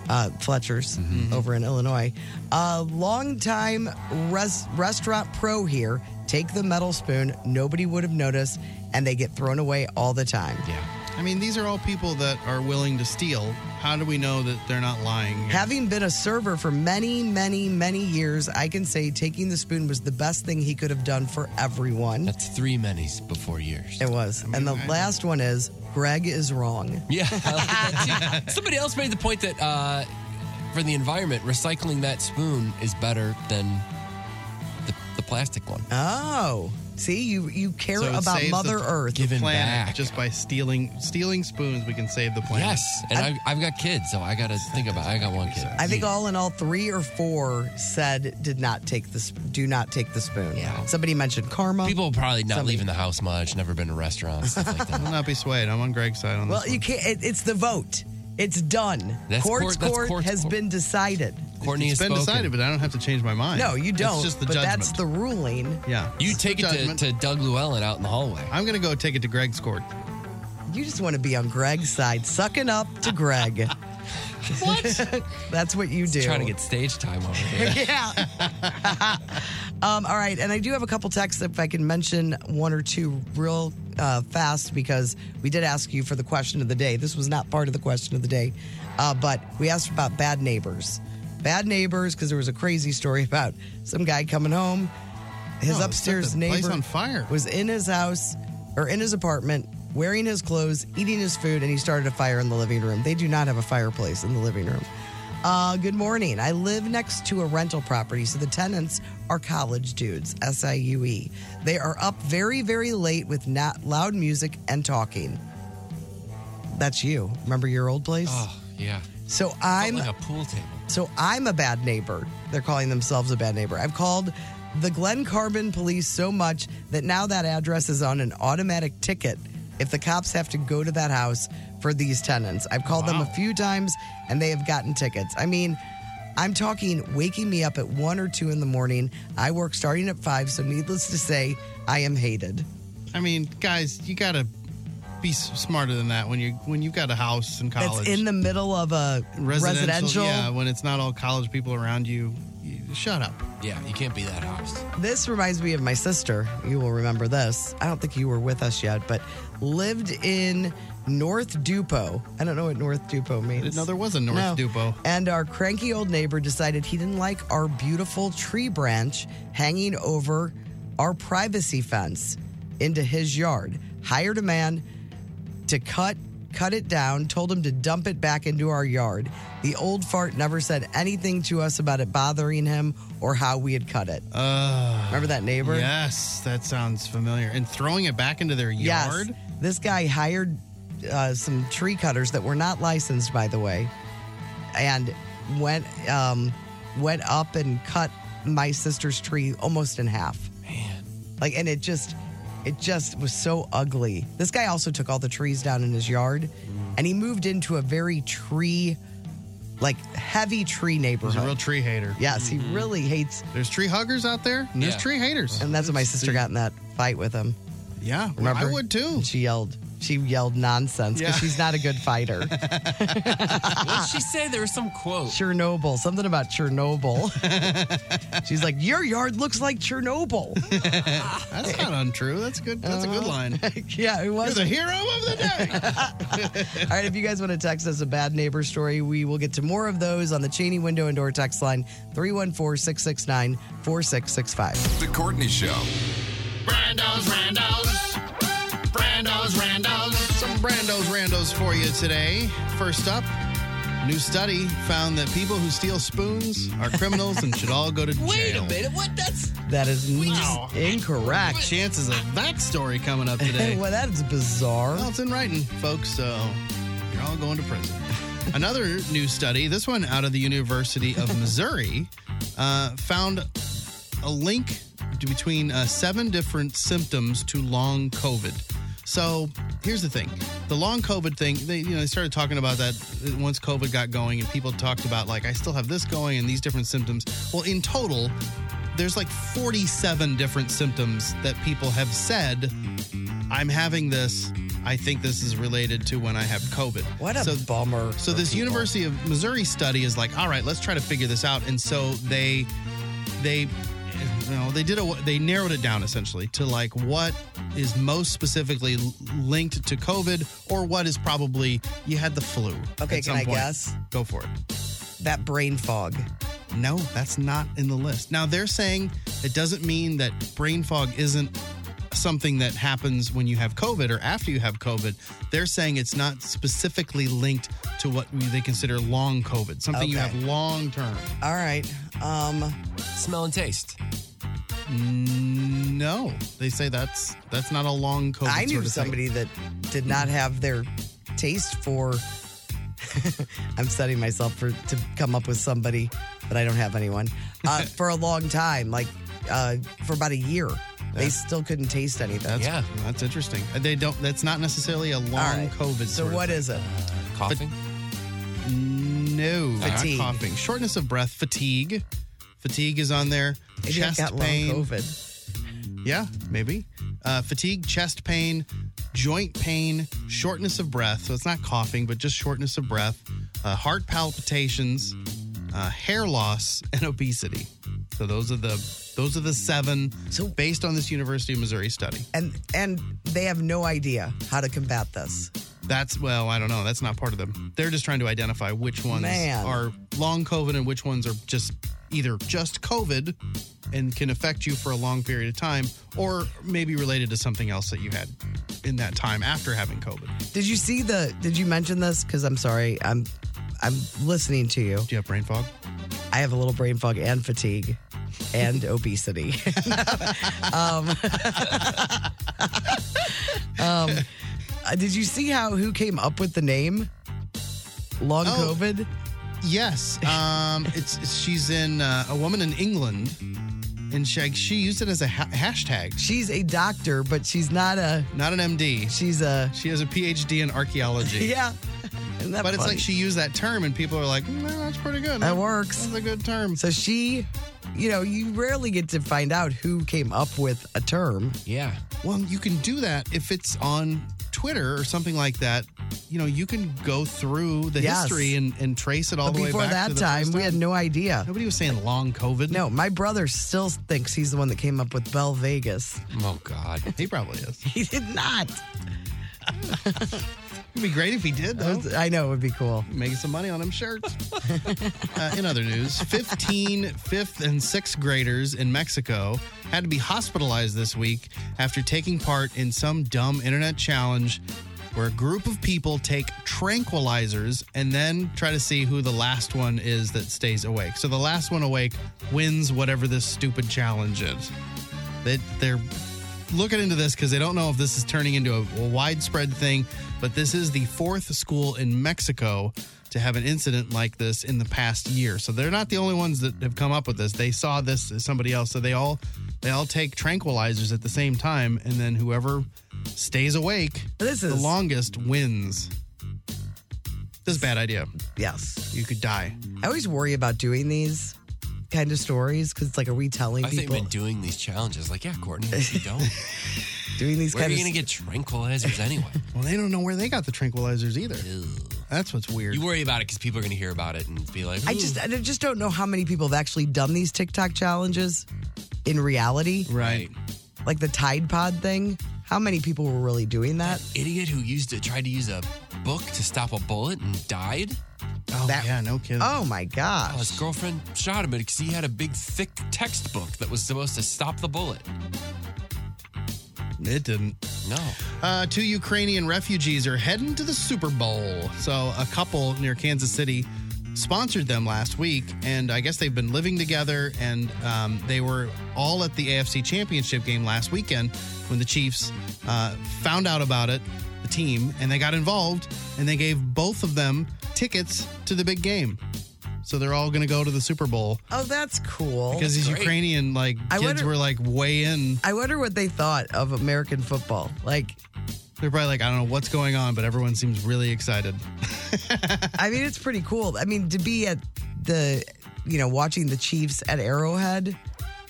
S2: Uh, Fletcher's over in Illinois. A longtime res- restaurant pro here, take the metal spoon. Nobody would have noticed, and they get thrown away all the time.
S3: Yeah.
S1: I mean, these are all people that are willing to steal. How do we know that they're not lying? here?
S2: Having been a server for many, many, many years, I can say taking the spoon was the best thing he could have done for everyone.
S3: That's three minis before years.
S2: It was. and the last one is Greg is wrong.
S3: Yeah. I like that too. Somebody else made the point that uh, for the environment, recycling that spoon is better than the, the plastic one.
S2: Oh, see, you you care
S1: So it
S2: about
S1: saves
S2: Mother
S1: the,
S2: Earth.
S1: the planet just by stealing stealing spoons. We can save the planet.
S3: Yes, and I, I've got kids, so I got to think about. it. I got one kid.
S2: I think all in all, three or four said did not take the sp- do not take the spoon. Yeah. Somebody mentioned karma.
S3: People probably not leaving the house much. Never been to restaurants. Stuff like that.
S1: I'll not be swayed. I'm on Greg's side on
S2: Well,
S1: this.
S2: you can't. It, it's the vote. It's done.
S1: That's
S2: court's
S1: court- that's
S2: court
S1: court's
S2: has
S1: court.
S2: been decided.
S1: Courtney has been decided, but I don't have to change my mind.
S2: No, you don't.
S1: It's just the
S2: but
S1: judgment.
S2: that's the ruling.
S1: yeah.
S3: You take it to, to Doug Llewellyn out in the hallway.
S1: I'm gonna go take it to Greg's court.
S2: You just want to be on Greg's side, sucking up to Greg.
S3: what?
S2: That's what you do.
S3: Trying to get stage time over here.
S2: yeah. um, all right. And I do have a couple texts if I can mention one or two real uh, fast because we did ask you for the question of the day. This was not part of the question of the day, uh, but we asked about bad neighbors. Bad neighbors, because there was a crazy story about some guy coming home. His
S1: No, it set
S2: upstairs
S1: the
S2: neighbor
S1: place on fire.
S2: was in his house or in his apartment, wearing his clothes, eating his food, and he started a fire in the living room. They do not have a fireplace in the living room. Uh, good morning. I live next to a rental property, so the tenants are college dudes, SIUE. E. They are up very, very late with not loud music and talking. That's you. Remember your old place?
S1: Ah.
S3: Oh, yeah.
S2: So I'm
S1: Oh,
S3: like a pool table.
S2: So I'm a bad neighbor. They're calling themselves a bad neighbor. I've called the Glen Carbon police so much that now that address is on an automatic ticket if the cops have to go to that house for these tenants. I've called them a few times and they have gotten tickets. I mean, I'm talking waking me up at one or two in the morning. I work starting at five, so needless to say, I am hated.
S1: I mean, guys, you gotta be s- smarter than that when you when you've got a house in college.
S2: That's in the middle of a residential.
S1: yeah. When it's not all college people around you, you shut up.
S3: Yeah, you can't be that house.
S2: This reminds me of my sister. You will remember this. I don't think you were with us yet, but lived in North Dupo. I don't know what North Dupo means.
S1: didn't know there was a North Dupo.
S2: And our cranky old neighbor decided he didn't like our beautiful tree branch hanging over our privacy fence into his yard. Hired a man to cut cut it down told him to dump it back into our yard the old fart never said anything to us about it bothering him or how we had cut it remember that neighbor
S1: Yes, that sounds familiar. And throwing it back into their
S2: Yes.
S1: yard.
S2: This guy hired uh, some tree cutters that were not licensed, by the way, and went um, went up and cut my sister's tree almost in half. Man, like, and it just it just was so ugly. This guy also took all the trees down in his yard, and he moved into a very tree. Like heavy tree neighborhood.
S1: real tree hater.
S2: Yes, he really hates.
S1: There's tree huggers out there. and there's Yeah. tree haters,
S2: and that's what my sister got in that fight with him.
S1: Yeah,
S2: remember?
S1: I would too.
S2: She yelled. She yelled nonsense because
S3: Yeah.
S2: she's not a good fighter.
S1: Ah.
S3: what did she say? There was some quote.
S2: Chernobyl, something about Chernobyl. she's like, your yard looks like Chernobyl.
S1: That's not untrue. That's good. That's a good
S2: Uh-huh.
S1: line.
S2: yeah, it was
S1: You're the hero of the
S2: day. All right, if you guys want to text us a bad neighbor story, we will get to more of those on the Cheney window and door text line 314 669 4665.
S4: The Courtney Show.
S1: Brando's Randos. Brando's Randos. Some Brando's Randos for you today. First up, new study found that people who steal spoons are criminals and should all go to jail. Ah,
S3: Wait a minute. What? That's
S2: That is incorrect.
S1: Chances of that story coming up today.
S2: well, that is bizarre.
S1: Well, it's in writing, folks, so you're all going to prison. Another new study, this one out of the University of Missouri, uh, found a link between uh, seven different symptoms to long COVID. So here's the thing: the long COVID thing. They you know they started talking about that uh, once COVID got going, and people talked about like I still have this going and these different symptoms. Well, in total, there's like 47 different symptoms that people have said I'm having this. I think this is related to when I have COVID.
S2: What a bummer.
S1: So
S2: for
S1: this
S2: people.
S1: University of Missouri study is like, all right, let's try to figure this out. And so they they you know, they did a they narrowed it down essentially to like what is most specifically l- linked to COVID or what is probably you had the flu.
S2: Okay,
S1: at
S2: can
S1: some
S2: I
S1: point.
S2: guess?
S1: Go for it.
S2: That brain fog.
S1: No, that's not in the list. Now they're saying it doesn't mean that brain fog isn't something that happens when you have COVID or after you have COVID. They're saying it's not specifically linked to what we- they consider long COVID, something you
S2: Okay.
S1: have long term.
S2: All right. Um
S3: smell and taste.
S1: No, they say that's that's not a long COVID.
S2: I knew
S1: sort of thing.
S2: somebody that did not have their taste for. I'm studying myself for to come up with somebody, but I don't have anyone uh, for a long time, like uh, for about a year. They still couldn't taste anything.
S1: That's, that's interesting. Uh, They don't. That's not necessarily a long
S2: right.
S1: COVID.
S2: So what is it?
S3: Coughing.
S1: No,
S2: Fatigue.
S1: Not coughing. Shortness of breath. Fatigue. Fatigue is on there.
S2: Maybe I've
S1: chest
S2: got long
S1: pain.
S2: COVID.
S1: Yeah, maybe. Uh, fatigue, chest pain, joint pain, shortness of breath. So it's not coughing, but just shortness of breath. Uh, heart palpitations, uh, hair loss, and obesity. So those are the those are the seven. So based on this University of Missouri study.
S2: and and they have no idea how to combat this.
S1: That's well, I don't know. That's not part of them. They're just trying to identify which ones
S2: Man.
S1: are long COVID and which ones are just either just COVID and can affect you for a long period of time, or maybe related to something else that you had in that time after having COVID.
S2: Did you see the? Did you mention this? Because I'm sorry, I'm I'm listening to you. Do
S1: you have brain fog?
S2: I have a little brain fog and fatigue and obesity. um, um, uh, did you see how who came up with the name? Long
S1: Oh.
S2: COVID?
S1: Yes. Um, it's it's- she's in uh, a woman in England, and she she used it as a ha- hashtag.
S2: She's a doctor, but she's not a
S1: not an MD.
S2: She's a
S1: she has a PhD in archaeology.
S2: Yeah. Isn't that
S1: but it's
S2: funny?
S1: like she used that term, and people are like, "Mm, that's pretty good.
S2: That works.
S1: That's a good term.
S2: So she, you know, you rarely get to find out who came up with a term.
S3: Yeah.
S1: Well, you can do that if it's on Twitter or something like that. You know, you can go through the
S2: Yes.
S1: history and, and trace it all
S2: But
S1: the way
S2: before
S1: back
S2: that
S1: to the
S2: time,
S1: first
S2: we had no idea.
S1: Nobody was saying long COVID.
S2: No, my brother still thinks he's the one that came up with Bell Vegas.
S3: Oh God,
S1: he probably is.
S2: He did not.
S1: It'd be great if he did, though.
S2: I know it would be cool.
S1: Making some money on them shirts. uh, in other news, 15 fifth and sixth graders in Mexico had to be hospitalized this week after taking part in some dumb internet challenge where a group of people take tranquilizers and then try to see who the last one is that stays awake. So the last one awake wins whatever this stupid challenge is. They, they're looking into this because they don't know if this is turning into a, a widespread thing, but this is the fourth school in Mexico to have an incident like this in the past year. So they're not the only ones that have come up with this. They saw this as somebody else. So they all they all take tranquilizers at the same time, and then whoever stays awake
S2: this is
S1: the longest wins. This is a bad idea.
S2: Yes.
S1: You could die.
S2: I always worry about doing these kind of stories because it's like, are we telling
S3: I've
S2: people?
S3: been doing these challenges. Like, yeah, Courtney, if you don't.
S2: doing these
S3: Where are
S2: kind
S3: you
S2: of
S3: going to get tranquilizers anyway?
S1: Well, they don't know where they got the tranquilizers either. That's what's weird.
S3: You worry about it because people are going to hear about it and be like,
S2: I
S3: "Ooh."
S2: just I just don't know how many people have actually done these TikTok challenges in reality.
S1: Right.
S2: Like the Tide Pod thing. How many people were really doing that?
S3: idiot who used to tried to use a book to stop a bullet and died.
S1: Oh yeah, no kidding.
S2: Oh my gosh!
S3: his girlfriend shot him because he had a big thick textbook that was supposed to stop the bullet.
S1: It didn't.
S3: No.
S1: Uh, two Ukrainian refugees are heading to the Super Bowl. So, a couple near Kansas City sponsored them last week, and I guess they've been living together. And um, they were all at the AFC Championship game last weekend when the Chiefs uh, found out about it, the team, and they got involved, and they gave both of them tickets to the big game. So they're all going to go to the Super Bowl
S2: Oh, that's cool.
S1: because these
S2: Great.
S1: Ukrainian like
S2: I
S1: kids
S2: wonder-
S1: were like way in.
S2: I wonder what they thought of American football. Like,
S1: They're probably like, I don't know what's going on, but everyone seems really excited.
S2: I mean, it's pretty cool. I mean, to be at the, you know, watching the Chiefs at Arrowhead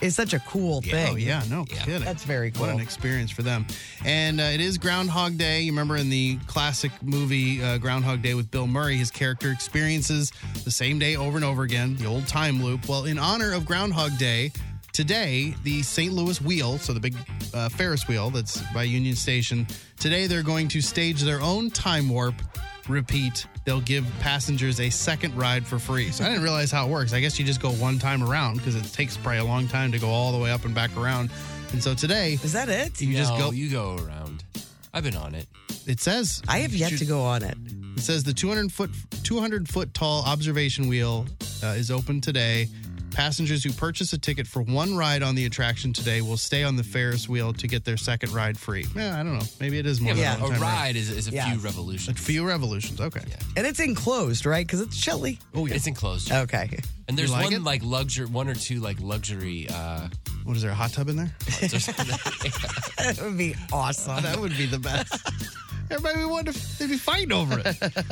S2: is such a cool thing.
S1: Oh yeah, no kidding.
S2: That's very cool.
S1: What an experience for them. And uh, it is Groundhog Day. You remember in the classic movie uh, Groundhog Day with Bill Murray, his character experiences the same day over and over again, the old time loop. Well, in honor of Groundhog Day, today the St. Louis Wheel, so the big uh, Ferris wheel that's by Union Station, today they're going to stage their own time warp. Repeat. They'll give passengers a second ride for free. So I didn't realize how it works. I guess you just go one time around because it takes probably a long time to go all the way up and back around. And so today,
S2: is that it?
S1: You just
S3: No,
S1: go.
S3: You go around. I've been on it.
S1: It says
S2: I have yet to go on it.
S1: It says the 200 foot 200 foot tall observation wheel uh, is open today. Passengers who purchase a ticket for one ride on the attraction today will stay on the Ferris wheel to get their second ride free. Yeah, I don't know. Maybe it is more.
S3: Yeah,
S1: than
S3: but
S1: one
S3: a
S1: time
S3: ride is, is a
S1: Yeah.
S3: few revolutions.
S1: A few revolutions. Okay.
S2: And it's enclosed, right? Because it's chilly.
S1: Oh,
S3: It's enclosed.
S2: Okay.
S3: And there's
S2: You like
S3: one
S2: it?
S3: Uh, like luxury, one or two like luxury. Uh,
S1: What is there a hot tub in there?
S2: that would be awesome.
S1: That would be the best. Everybody would want to. They'd be fighting over it.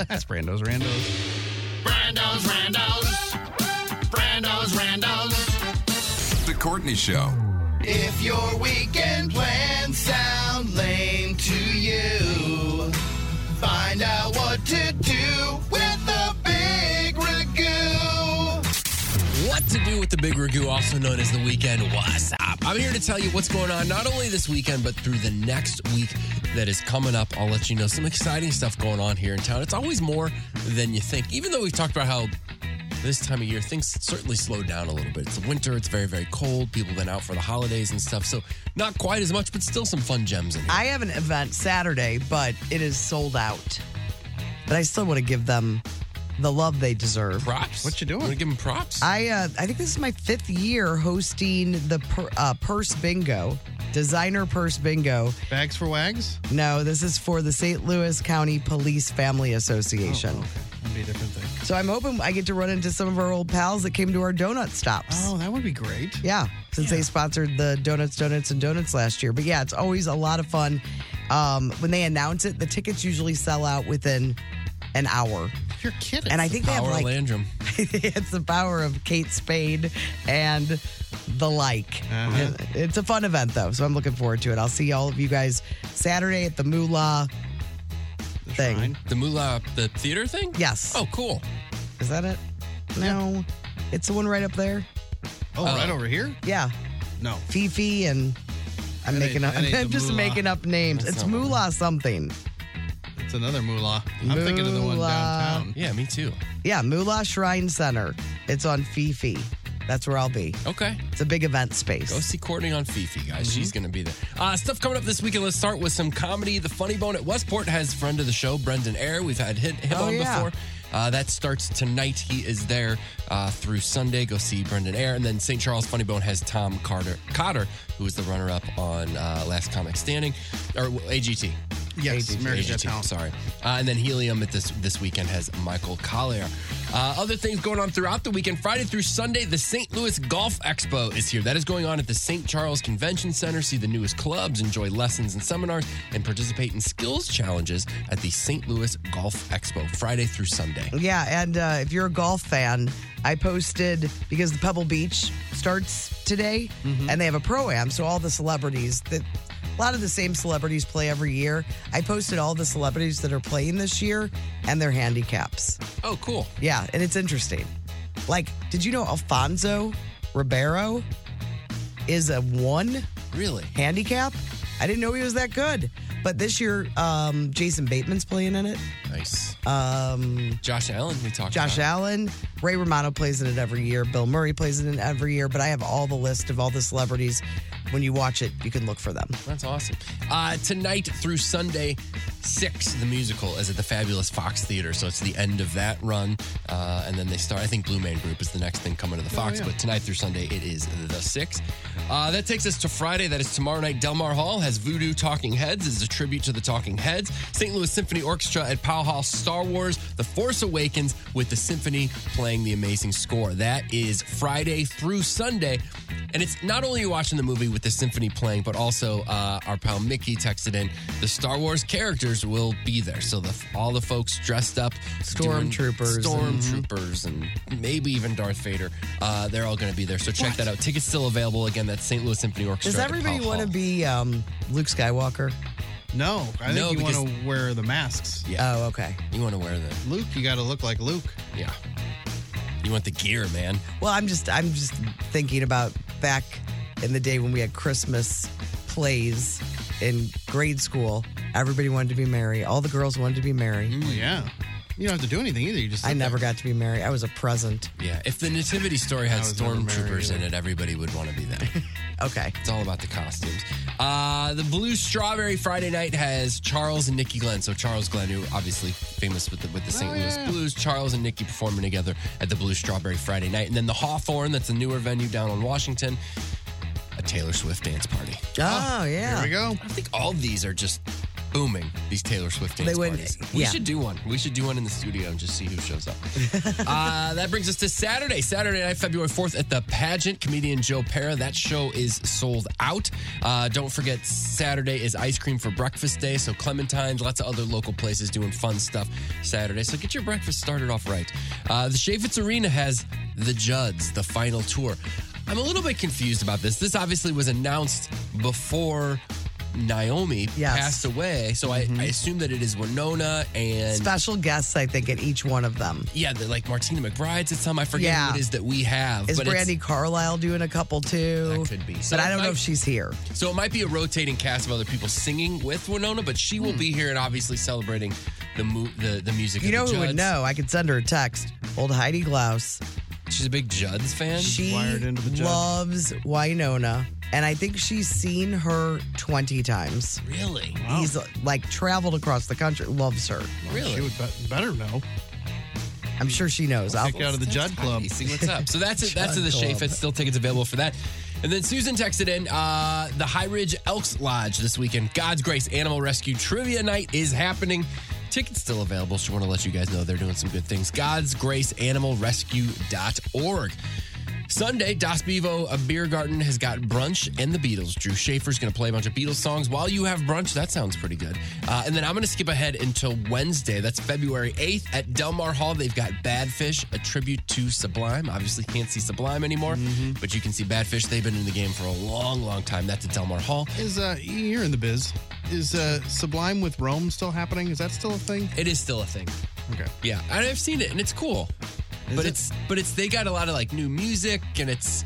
S1: That's Brando's Randos.
S6: Brandos, Randos. Brandos, Randos.
S4: The Courtney Show.
S13: If your weekend plans sound lame to you, find out what to do with the big ragu.
S3: What to do with the big ragu, also known as the weekend What's up? I'm here to tell you what's going on, not only this weekend, but through the next week that is coming up. I'll let you know some exciting stuff going on here in town. It's always more than you think, even though we've talked about how this time of year things certainly slow down a little bit. It's winter, it's very, very cold. People have been out for the holidays and stuff, so not quite as much, but still some fun gems in here.
S2: I have an event Saturday, but it is sold out. But I still want to give them the love they deserve.
S3: Props. What you doing? Want to give them props?
S2: I uh, I think this is my fifth year hosting the per, uh, purse bingo, designer purse bingo.
S1: Bags for wags?
S2: No, this is for the St. Louis County Police Family Association.
S1: Oh, That'd be a different thing.
S2: So I'm hoping I get to run into some of our old pals that came to our donut stops.
S1: Oh, that would be great.
S2: Yeah, since they sponsored the donuts, donuts, and donuts last year. But yeah, it's always a lot of fun. Um, when they announce it, the tickets usually sell out within an hour.
S1: You're kidding.
S2: And I think they have
S3: Power
S2: like
S3: Landrum.
S2: it's the power of Kate Spade and the like.
S1: Uh-huh.
S2: It's a fun event though, so I'm looking forward to it. I'll see all of you guys Saturday at the Moolah thing.
S3: The Moolah, the theater thing?
S2: Yes.
S3: Oh, cool.
S2: Is that it? No. It's the one right up there.
S1: Oh,
S3: Uh,
S1: right over here?
S2: Yeah.
S1: No.
S2: Fifi and I'm
S1: That
S2: making
S1: ain't-
S2: up
S1: that ain't
S2: I'm
S1: the
S2: just
S1: Moolah.
S2: making up names.
S1: That's
S2: it's
S1: not
S2: Moolah something.
S1: It's another moolah. I'm thinking of the one
S2: Moolah.
S1: downtown.
S3: Yeah, me too.
S2: Yeah, Moolah Shrine Center. It's on Fifi. That's where I'll be.
S3: Okay.
S2: It's a big event space.
S3: Go see Courtney on Fifi, guys.
S2: Mm-hmm.
S3: She's going to be there. Uh, stuff coming up this weekend. Let's start with some comedy. The Funny Bone at Westport has friend of the show, Brendan Eyre. We've had hit him
S2: Oh,
S3: on
S2: yeah.
S3: before. Uh, that starts tonight. He is there uh, through Sunday. Go see Brendan Eyre. And then St. Charles Funny Bone has Tom Carter, Cotter, who was the runner up on uh, Last Comic Standing, or AGT.
S1: Yes, America's Got
S3: AGT,
S1: Talent.
S3: Sorry. Uh, and then Helium at this this weekend has Michael Collier. Uh, other things going on throughout the weekend, Friday through Sunday, the St. Louis Golf Expo is here. That is going on at the St. Charles Convention Center. See the newest clubs, enjoy lessons and seminars, and participate in skills challenges at the St. Louis Golf Expo Friday through Sunday.
S2: Yeah, and uh, if you're a golf fan, I posted because the Pebble Beach starts today, and they have a pro am, so all the celebrities that a lot of the same celebrities play every year. I posted all the celebrities that are playing this year and their handicaps.
S3: Oh, cool.
S2: Yeah, and it's interesting. Like, did you know Alfonso Ribeiro is a one
S3: really
S2: handicap? I didn't know he was that good. But this year, um, Jason Bateman's playing in it.
S3: Nice.
S2: Um,
S3: Josh Allen, we talked
S2: Josh
S3: about.
S2: Allen, Ray Romano plays in it every year. Bill Murray plays in it every year. But I have all the list of all the celebrities. When you watch it, you can look for them.
S3: That's awesome. Uh, tonight through Sunday, six the musical is at the Fabulous Fox Theater, so it's the end of that run, uh, and then they start. I think Blue Man Group is the next thing coming to the
S14: Oh,
S3: Fox,
S14: yeah.
S3: but tonight through Sunday it is the six. Uh, that takes us to Friday. That is tomorrow night. Delmar Hall has Voodoo Talking Heads as a tribute to the Talking Heads. St. Louis Symphony Orchestra at Powell Hall. Star Wars: The Force Awakens with the symphony playing the amazing score. That is Friday through Sunday. And it's not only you watching the movie with the symphony playing, but also uh, our pal Mickey texted in the Star Wars characters will be there. So the, all the folks dressed up, doing
S2: Stormtroopers and-
S3: stormtroopers, and, maybe even Darth Vader, uh, they're all going to be there. So check that out. Tickets still available. Again, that's St. Louis Symphony Orchestra.
S2: Does
S3: at the
S2: everybody
S3: Powell
S2: want to
S3: Hall.
S2: be um, Luke Skywalker?
S1: No, I think
S3: No,
S1: you want
S3: because-
S1: to wear the masks.
S3: Yeah.
S2: Oh, okay.
S3: You want to wear the
S1: Luke, you got to look like Luke.
S3: Yeah. You want the gear, man.
S2: Well, I'm just I'm just thinking about back in the day when we had Christmas plays in grade school. Everybody wanted to be Mary. All the girls wanted to be Mary.
S3: Mm.
S1: yeah. You don't have to do anything either. You just
S2: I never got to be Mary. I was a present.
S3: Yeah, if the nativity story
S2: I
S3: had
S2: was never married
S3: stormtroopers in
S2: either.
S3: it, everybody would want to be that.
S2: okay.
S3: It's all about the costumes. Uh, the Blue Strawberry Friday night has Charles and Nikki Glenn. So Charles Glenn, who obviously famous with the, with the St.
S2: Oh,
S3: Louis Blues, Charles and Nikki performing together at the Blue Strawberry Friday night. And then the Hawthorne, that's a newer venue down on Washington, a Taylor Swift dance party.
S2: Oh, yeah.
S3: Here we go. I think all these are just booming, these Taylor Swift dance
S2: They wouldn't-
S3: parties. We
S2: yeah.
S3: should do one. We should do one in the studio and just see who shows up. uh, that brings us to Saturday. Saturday night, February 4th at the pageant. Comedian Joe Pera. That show is sold out. Uh, don't forget, Saturday is ice cream for breakfast day. So Clementine's, lots of other local places doing fun stuff Saturday. So get your breakfast started off right. Uh, the Shafitz Arena has The Judds, the final tour. I'm a little bit confused about this. This obviously was announced before Naomi passed away. So I, I assume that it is Winona and
S2: Special guests, I think, at each one of them.
S3: yeah, the, like Martina McBride's at some. I forget
S2: Yeah.
S3: who it is that we have.
S2: Is
S3: but it's-
S2: Brandy Carlisle doing a couple too? That could
S3: be. So
S2: But I
S3: it
S2: don't know
S3: might-
S2: if she's here.
S3: So it might be a rotating cast of other people singing with Winona, but she will be here and obviously celebrating the mu- the, the music.
S2: Hmm. You
S3: of
S2: know
S3: the
S2: who would
S3: Judds.
S2: know? I could send her a text. Old Heidi Glaus.
S3: She's a big Judds fan.
S2: She
S3: Judds.
S2: loves Winona, and I think she's seen her 20 times.
S3: Really?
S2: He's like traveled across the country, loves her.
S1: She would bet better know.
S2: I'm sure she knows. I'll
S1: Kick out of the Judd Club.
S3: See what's up. So that's it. That's
S1: Judd
S3: the Shea
S1: Club.
S3: Fit. Still tickets available for that. And then Susan texted in uh, the High Ridge Elks Lodge this weekend. God's Grace Animal Rescue Trivia Night is happening. Tickets still available. She want to let you guys know they're doing some good things. God's Grace Animal Rescue.org. Sunday, Das Bevo a Beer Garden has got brunch and the Beatles. Drew Schaefer's going to play a bunch of Beatles songs while you have brunch. That sounds pretty good. Uh, and then I'm going to skip ahead until Wednesday. That's February 8th at Delmar Hall. They've got Bad Fish, a tribute to Sublime. Obviously, can't see Sublime anymore, but you can see Bad Fish. They've been in the game for a long, long time. That's at Delmar Hall.
S1: Is uh, you're in the biz? Is uh, Sublime with Rome still happening? Is that still a thing?
S3: It is still a thing.
S1: Okay.
S3: Yeah, and I've seen it, and it's cool. but it's but it's they got a lot of like new music, and it's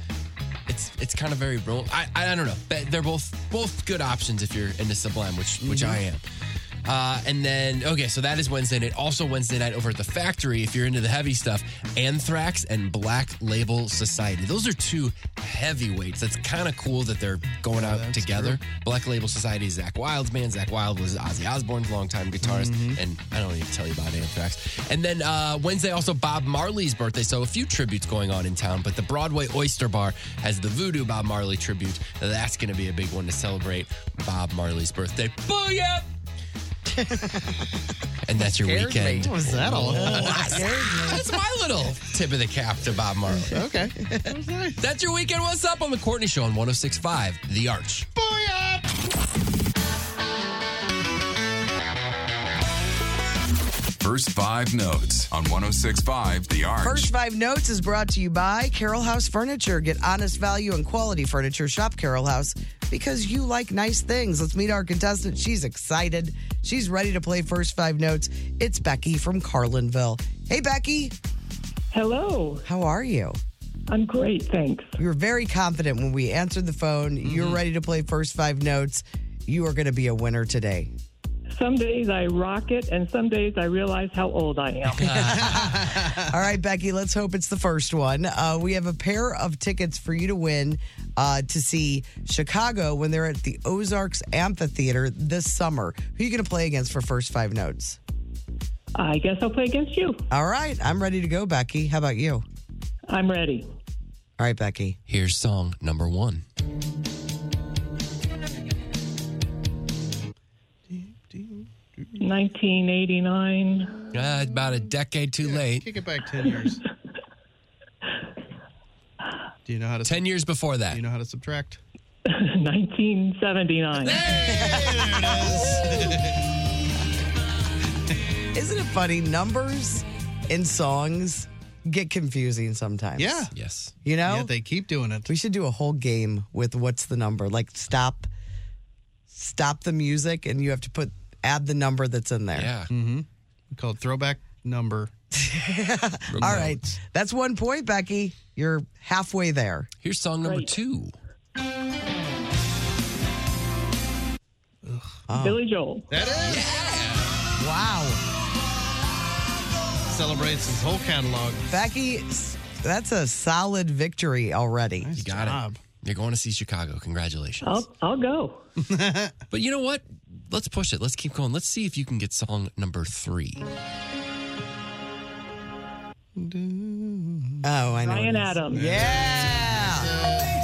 S3: it's it's kind of very bro. I I don't know. But They're both both good options if you're into Sublime, which which
S1: Mm-hmm.
S14: Mhm.
S3: I am. Uh, and then okay, so that is Wednesday night. Also Wednesday night over at the factory, if you're into the heavy stuff, Anthrax and Black Label Society. Those are two heavyweights. That's kind of cool that they're going out together. Black Label Society is Zach Wild's band. Zach Wild was Ozzy Osbourne's longtime guitarist, and I don't need to tell you about Anthrax. And then uh, Wednesday also Bob Marley's birthday, so a few tributes going on in town. But the Broadway Oyster Bar has the Voodoo Bob Marley tribute. That's going to be a big one to celebrate Bob Marley's birthday. Booyah! and that's your
S6: Scared me.
S3: weekend.
S6: What was that all
S3: Oh,
S6: about?
S3: that's- That's my little tip of the cap to Bob Marley. Okay. That's your weekend. What's up on the Courtney Show on 1065 The Arch.
S4: First five notes on 1065 The Arch.
S2: First Five Notes is brought to you by Carroll House Furniture. Get honest value and quality furniture. Shop Carroll House because you like nice things. Let's meet our contestant. She's excited. She's ready to play First Five Notes. It's Becky from Carlinville. Hey, Becky.
S15: Hello.
S2: How are you?
S15: I'm great, thanks.
S2: You were very confident when we answered the phone. You're ready to play First Five Notes. You are going to be a winner today.
S15: Some days I rock it, and some days I realize how old I am.
S2: All right, Becky, let's hope it's the first one. Uh, we have a pair of tickets for you to win uh, to see Chicago when they're at the Ozarks Amphitheater this summer. Who are you going to play against for first five notes?
S15: I guess I'll play against you.
S2: All right, I'm ready to go, Becky. How about you?
S15: I'm ready.
S2: All right, Becky.
S3: Here's song number one.
S15: Nineteen eighty nine.
S3: Uh, about a decade too late.
S1: Kick it back ten years.
S3: Do you know how to? Ten years before that. Do you know
S1: how to subtract?
S15: 1979.
S2: Isn't it funny? Numbers in songs get confusing sometimes.
S1: Yeah.
S3: Yes.
S2: You know?
S1: Yet they keep doing it.
S2: We should do a whole game with what's the number. Like stop stop the music and you have to put add the number that's in there.
S3: Yeah.
S1: Mm-hmm. Called throwback number.
S2: All right. That's one point, Becky. You're halfway there.
S3: Here's song number two.
S15: Billy Joel.
S1: That is.
S2: Wow.
S1: Celebrates his whole catalog.
S2: Becky, s- that's a solid victory already.
S3: You got it. You're going to see Chicago. Congratulations.
S15: I'll, I'll go.
S3: But you know what? Let's push it. Let's keep going. Let's see if you can get song number three.
S2: Oh, I know.
S15: Ryan
S2: it is.
S15: Adams.
S2: Yeah.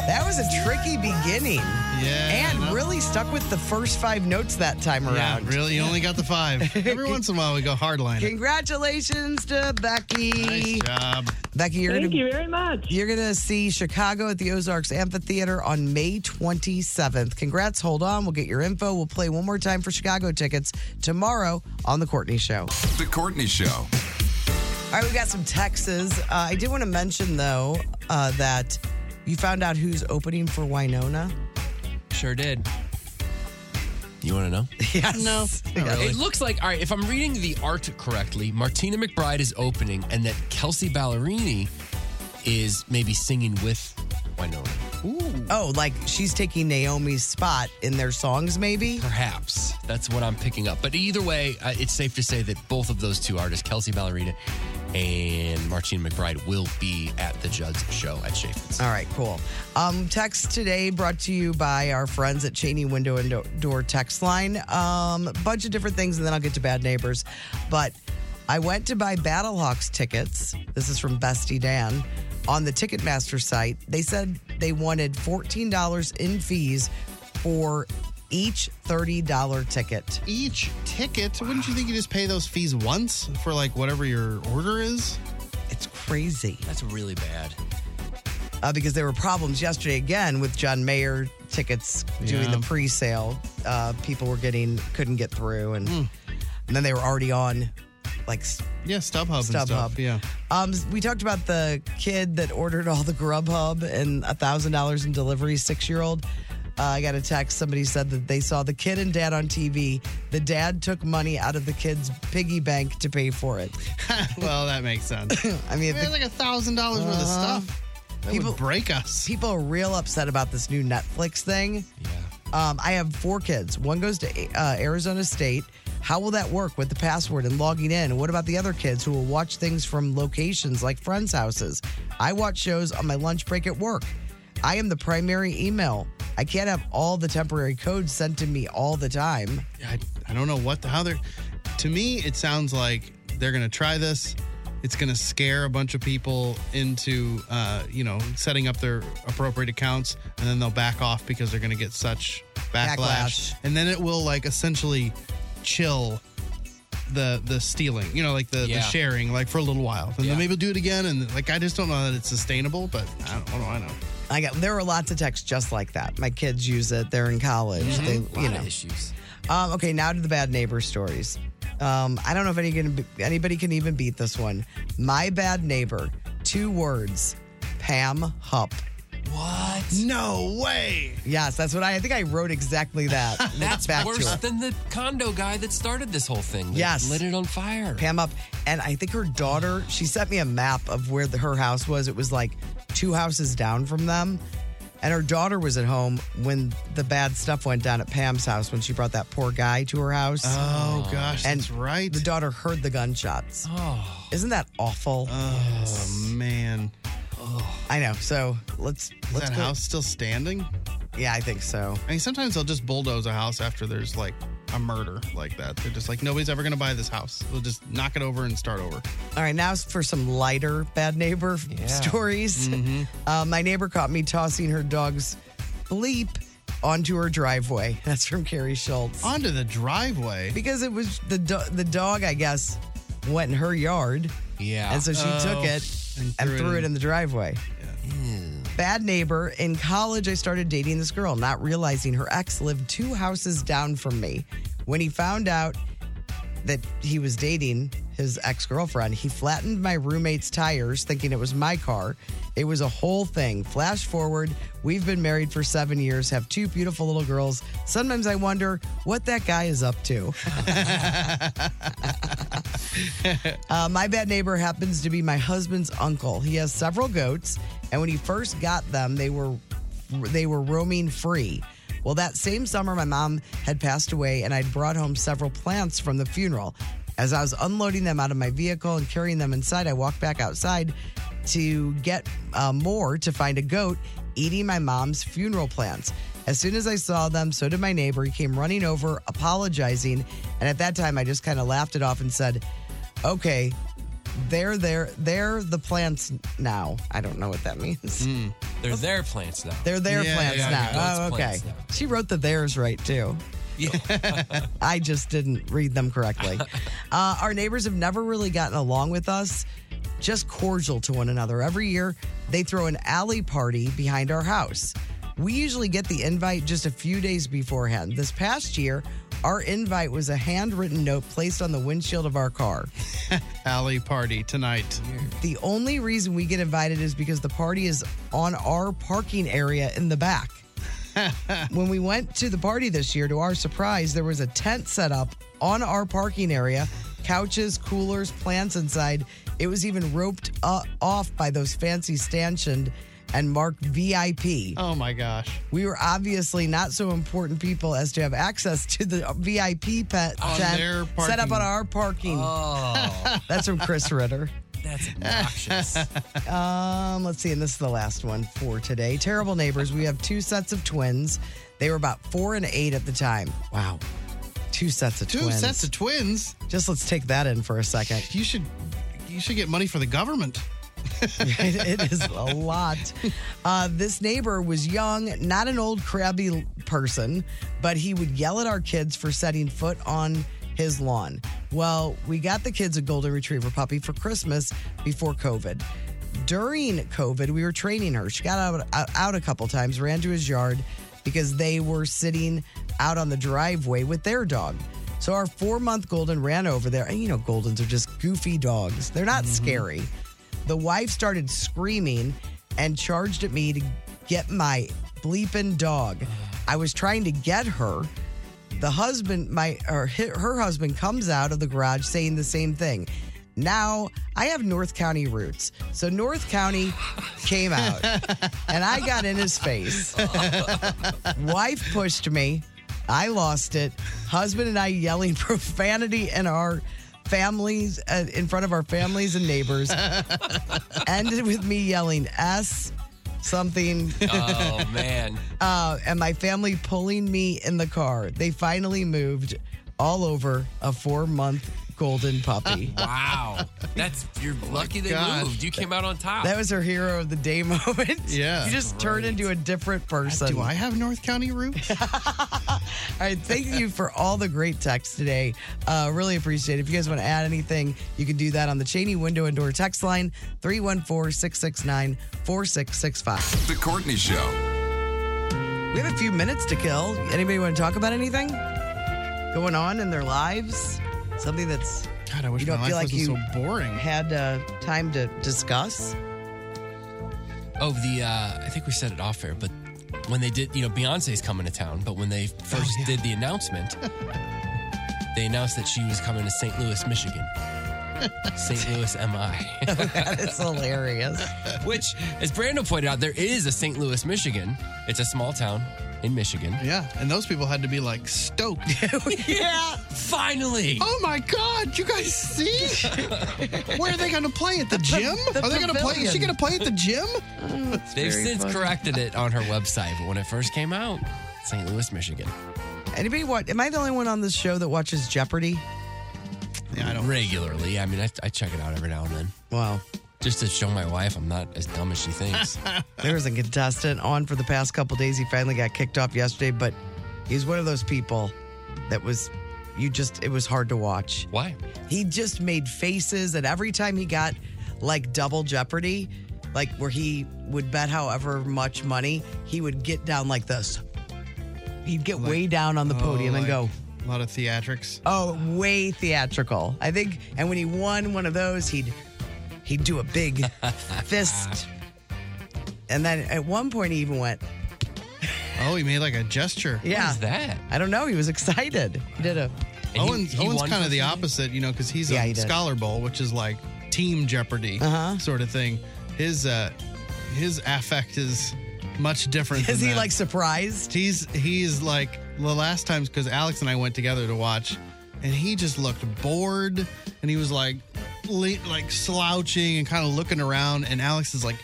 S2: That was a tricky beginning. Yeah. And really stuck with the first five notes that time
S1: Yeah,
S2: around.
S1: really? You only got the five. Every once in a while, we go hardline. it.
S2: Congratulations to Becky.
S1: Nice job.
S2: Becky, you're
S1: Thank
S2: gonna,
S1: you
S15: very much.
S2: You're going to see Chicago at the Ozarks Amphitheater on May 27th. Congrats. Hold on. We'll get your info. We'll play one more time for Chicago tickets tomorrow on The Courtney Show.
S4: The Courtney Show.
S2: All right, we've got some texts. Uh, I do want to mention, though, uh, that you found out who's opening for Winona.
S3: Sure did. You want to know?
S2: Yes.
S3: No. It looks like, all right, if I'm reading the art correctly, Martina McBride is opening and that Kelsey Ballerini is maybe singing with Winona.
S2: Oh, like she's taking Naomi's spot in their songs, maybe?
S3: Perhaps. That's what I'm picking up. But either way, uh, it's safe to say that both of those two artists, Kelsey Ballerina and Martina McBride, will be at the Judd's show at Schaefer's.
S2: All right, cool. Um, text today brought to you by our friends at Cheney Window and Do- Door Text Line. Um, bunch of different things, and then I'll get to bad neighbors. But I went to buy Battlehawks tickets. This is from Bestie Dan on the Ticketmaster site. They said they wanted $14 in fees for each $30 ticket.
S1: Each ticket? Wouldn't you think you just pay those fees once for like whatever your order is?
S2: It's crazy.
S3: That's really bad.
S2: Uh, because there were problems yesterday again with John Mayer tickets doing
S1: Yeah.
S2: the pre-sale. Uh, people were getting couldn't get through, and, and then they were already on like s-
S1: Yeah, StubHub.
S2: StubHub.
S1: And stuff. Yeah.
S2: Um, we talked about the kid that ordered all the Grubhub and thousand dollars in delivery. Six year old. Uh, I got a text. Somebody said that they saw the kid and dad on TV. The dad took money out of the kid's piggy bank to pay for it.
S1: well, that makes sense.
S2: I mean,
S1: Man,
S2: if the
S1: it's like a thousand dollars worth of
S2: Uh-huh.
S1: stuff. That would break us.
S2: People are real upset about this new Netflix thing. Yeah. Um, I have four kids. One goes to uh, Arizona State. How will that work with the password and logging in? And What about the other kids who will watch things from locations like friends' houses? I watch shows on my lunch break at work. I am the primary email. I can't have all the temporary codes sent to me all the time.
S1: I, I don't know what the how they're. To me, it sounds like they're gonna try this. It's gonna scare a bunch of people into, uh, you know, setting up their appropriate accounts, and then they'll back off because they're gonna get such backlash.
S2: Backlash.
S1: And then it will like essentially chill the the stealing, you know, like the,
S3: Yeah.
S1: the sharing, like for a little while, and then maybe do it again. And like I just don't know that it's sustainable, but I don't, what do I know?
S2: I got there are lots of texts just like that. My kids use it. They're in college.
S3: Mhm.
S2: They,
S3: Lot
S2: you
S3: of
S2: know,
S3: issues.
S2: Um, okay, now to the bad neighbor stories. Um, I don't know if any can be, anybody can even beat this one. My bad neighbor. Two words. Pam Hupp.
S3: What?
S1: No way.
S2: Yes, that's what I. I think I wrote exactly that.
S3: That's
S2: back to
S3: worse
S2: her.
S3: than the condo guy that started this whole thing. that
S2: Yes.
S3: Lit it on fire.
S2: Pam up. And I think her daughter, she sent me a map of where the, her house was. It was like two houses down from them. And her daughter was at home when the bad stuff went down at Pam's house when she brought that poor guy to her house.
S3: Uh.
S1: Oh, gosh,
S2: And
S1: that's right.
S2: the daughter heard the gunshots.
S3: Oh.
S2: Isn't that awful?
S1: Oh man.
S2: I know. So let's
S1: Is
S2: let's
S1: that
S2: go-
S1: house still standing?
S2: Yeah, I think so.
S1: I mean, sometimes they'll just bulldoze a house after there's like a murder like that. They're just like, nobody's ever going to buy this house. We'll just knock it over and start over.
S2: All right, now for some lighter bad neighbor stories.
S1: Mm-hmm.
S2: Uh, my neighbor caught me tossing her dog's bleep onto her driveway. That's from Carrie Schultz.
S1: Onto the driveway?
S2: Because it was the, do- the dog, I guess, went in her yard.
S3: Yeah.
S2: And so she
S3: Oh.
S2: took it and threw, it, in. the driveway. Bad neighbor. In college, I started dating this girl, not realizing her ex lived two houses down from me. When he found out that he was dating his ex girlfriend, he flattened my roommate's tires, thinking it was my car. It was a whole thing. Flash forward, we've been married for seven years, have two beautiful little girls. Sometimes I wonder what that guy is up to. Uh, my bad neighbor happens to be my husband's uncle. He has several goats, and when he first got them, they were they were roaming free. Well, that same summer, my mom had passed away, and I'd brought home several plants from the funeral. As I was unloading them out of my vehicle and carrying them inside, I walked back outside to get uh, more to find a goat eating my mom's funeral plants. As soon as I saw them, so did my neighbor. He came running over, apologizing. And at that time, I just kind of laughed it off and said, okay, they're there. They're the plants now. I don't know what that means.
S3: They're their plants now.
S2: They're their
S3: Mm, Yeah,
S2: plants
S3: yeah,
S2: now.
S3: yeah.
S2: Oh,
S3: Those
S2: okay.
S3: plants now.
S2: She wrote the theirs right too. I just didn't read them correctly. Uh, our neighbors have never really gotten along with us, just cordial to one another. Every year, they throw an alley party behind our house. We usually get the invite just a few days beforehand. This past year, our invite was a handwritten note placed on the windshield of our car.
S1: Alley party tonight.
S2: The only reason we get invited is because the party is on our parking area in the back. when we went to the party this year, to our surprise, there was a tent set up on our parking area, couches, coolers, plants inside. It was even roped uh, off by those fancy stanchioned and marked VIP.
S1: Oh my gosh.
S2: We were obviously not so important people as to have access to the VIP pet
S1: On
S2: tent
S1: their
S2: set up
S1: parking.
S2: on our parking.
S3: Oh.
S2: That's from Chris Ritter.
S3: That's obnoxious.
S2: Um, let's see, and this is the last one for today. Terrible neighbors. We have two sets of twins. They were about four and eight at the time. Wow. Two sets of
S1: Two
S2: twins.
S1: sets of twins.
S2: Just let's take that in for a second.
S1: You should you should get money for the government.
S2: it, it is a lot. Uh, this neighbor was young, not an old crabby l- person, but he would yell at our kids for setting foot on his lawn. Well, we got the kids a golden retriever puppy for Christmas before COVID. During COVID, we were training her. She got out, out, out a couple times, ran to his yard because they were sitting out on the driveway with their dog. So our four month golden ran over there. And you know, goldens are just goofy dogs, they're not scary. The wife started screaming and charged at me to get my bleeping dog. I was trying to get her. The husband, my or hi- her husband, comes out of the garage saying the same thing. Now I have North County roots, so North County came out, and I got in his face. Wife pushed me. I lost it. Husband and I yelling profanity in our families, uh, in front of our families and neighbors. Ended with me yelling S something.
S3: Oh, man.
S2: Uh, and my family pulling me in the car. They finally moved all over a four month golden puppy.
S3: Wow. That's you're lucky they
S2: Oh gosh.
S3: moved. You came out on top.
S2: That was her hero of the day moment.
S3: Yeah.
S2: You just turn into a different person.
S1: Ah, Do I have North County roots?
S2: All right. Thank you for all the great texts today. Uh, really appreciate it. If you guys want to add anything, you can do that on the Cheney window and door text line 314 669 4665.
S4: The Courtney Show.
S2: We have a few minutes to kill. Anybody want to talk about anything going on in their lives? Something that's
S1: God, I wish
S2: you don't
S1: my
S2: feel
S1: life
S2: like you
S1: wasn't so boring.
S2: Had uh, time to discuss.
S3: Oh, the uh, I think we said it off air, but when they did, you know, Beyonce's coming to town. But when they
S2: Oh,
S3: first did the announcement, they announced that she was coming to St. Louis, Michigan. St. Louis, MI.
S2: that is hilarious.
S3: Which, as Brando pointed out, there is a St. Louis, Michigan. It's a small town in Michigan.
S1: Yeah, and those people had to be like stoked.
S3: yeah, finally.
S1: Oh my God! You guys see? Where are they going to play at the gym?
S2: the
S1: are they going to play? Is she going to
S2: pavilion.
S1: play at the gym?
S2: very
S3: They've since
S2: funny.
S3: corrected it on her website, but when it first came out, St. Louis, Michigan.
S2: Anybody watch? Am I the only one on this show that watches Jeopardy?
S1: Yeah, I don't
S3: regularly. I mean, I, I check it out every now and then.
S2: Wow.
S3: Just to show my wife I'm not as dumb as she thinks.
S2: There was a contestant on for the past couple days. He finally got kicked off yesterday, but he's one of those people that was you just it was hard to watch.
S3: Why?
S2: He just made faces and every time he got like double jeopardy, like where he would bet however much money, he would get down like this. He'd get way down on the podium and go,
S1: Oh, A lot of theatrics.
S2: Oh, way theatrical. I think. And when he won one of those, he'd he'd do a big fist. And then at one point, he even went,
S1: Oh, he made like a gesture.
S2: "Yeah, I don't know. He was excited. He did a.
S1: Owen's, Owen's kind of the opposite, you know, because he's
S2: Yeah,
S1: a
S2: he Uh-huh. did.
S1: Scholar Bowl, which is like team Jeopardy sort of thing. His uh, his affect is much different.
S2: Is
S1: than
S2: he
S1: that.
S2: like surprised?
S1: He's he's like the last times because Alex and I went together to watch, and he just looked bored, and he was like, le- like slouching and kind of looking around, and Alex is like,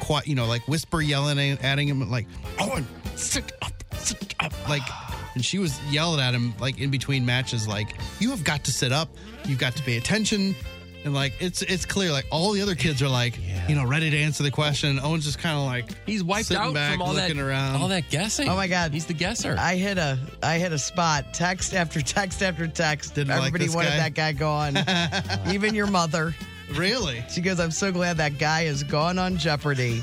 S1: quite you know, like whisper yelling at at him like, Owen, sit up, sit up, like. And she was yelling at him like in between matches, like you have got to sit up, you've got to pay attention, and like it's it's clear like all the other kids are like you know ready to answer the question. and Owen's just kind of like
S3: He's wiped
S1: sitting
S3: out
S1: back,
S3: from all that
S1: looking around.
S3: all that guessing.
S2: Oh my God!
S3: He's the guesser.
S2: I hit a I hit a spot. Text after text after text.
S1: Didn't like
S2: Everybody
S1: this
S2: wanted
S1: guy?
S2: that guy gone. even your mother.
S1: Really?
S2: She goes, I'm so glad that guy is gone on Jeopardy.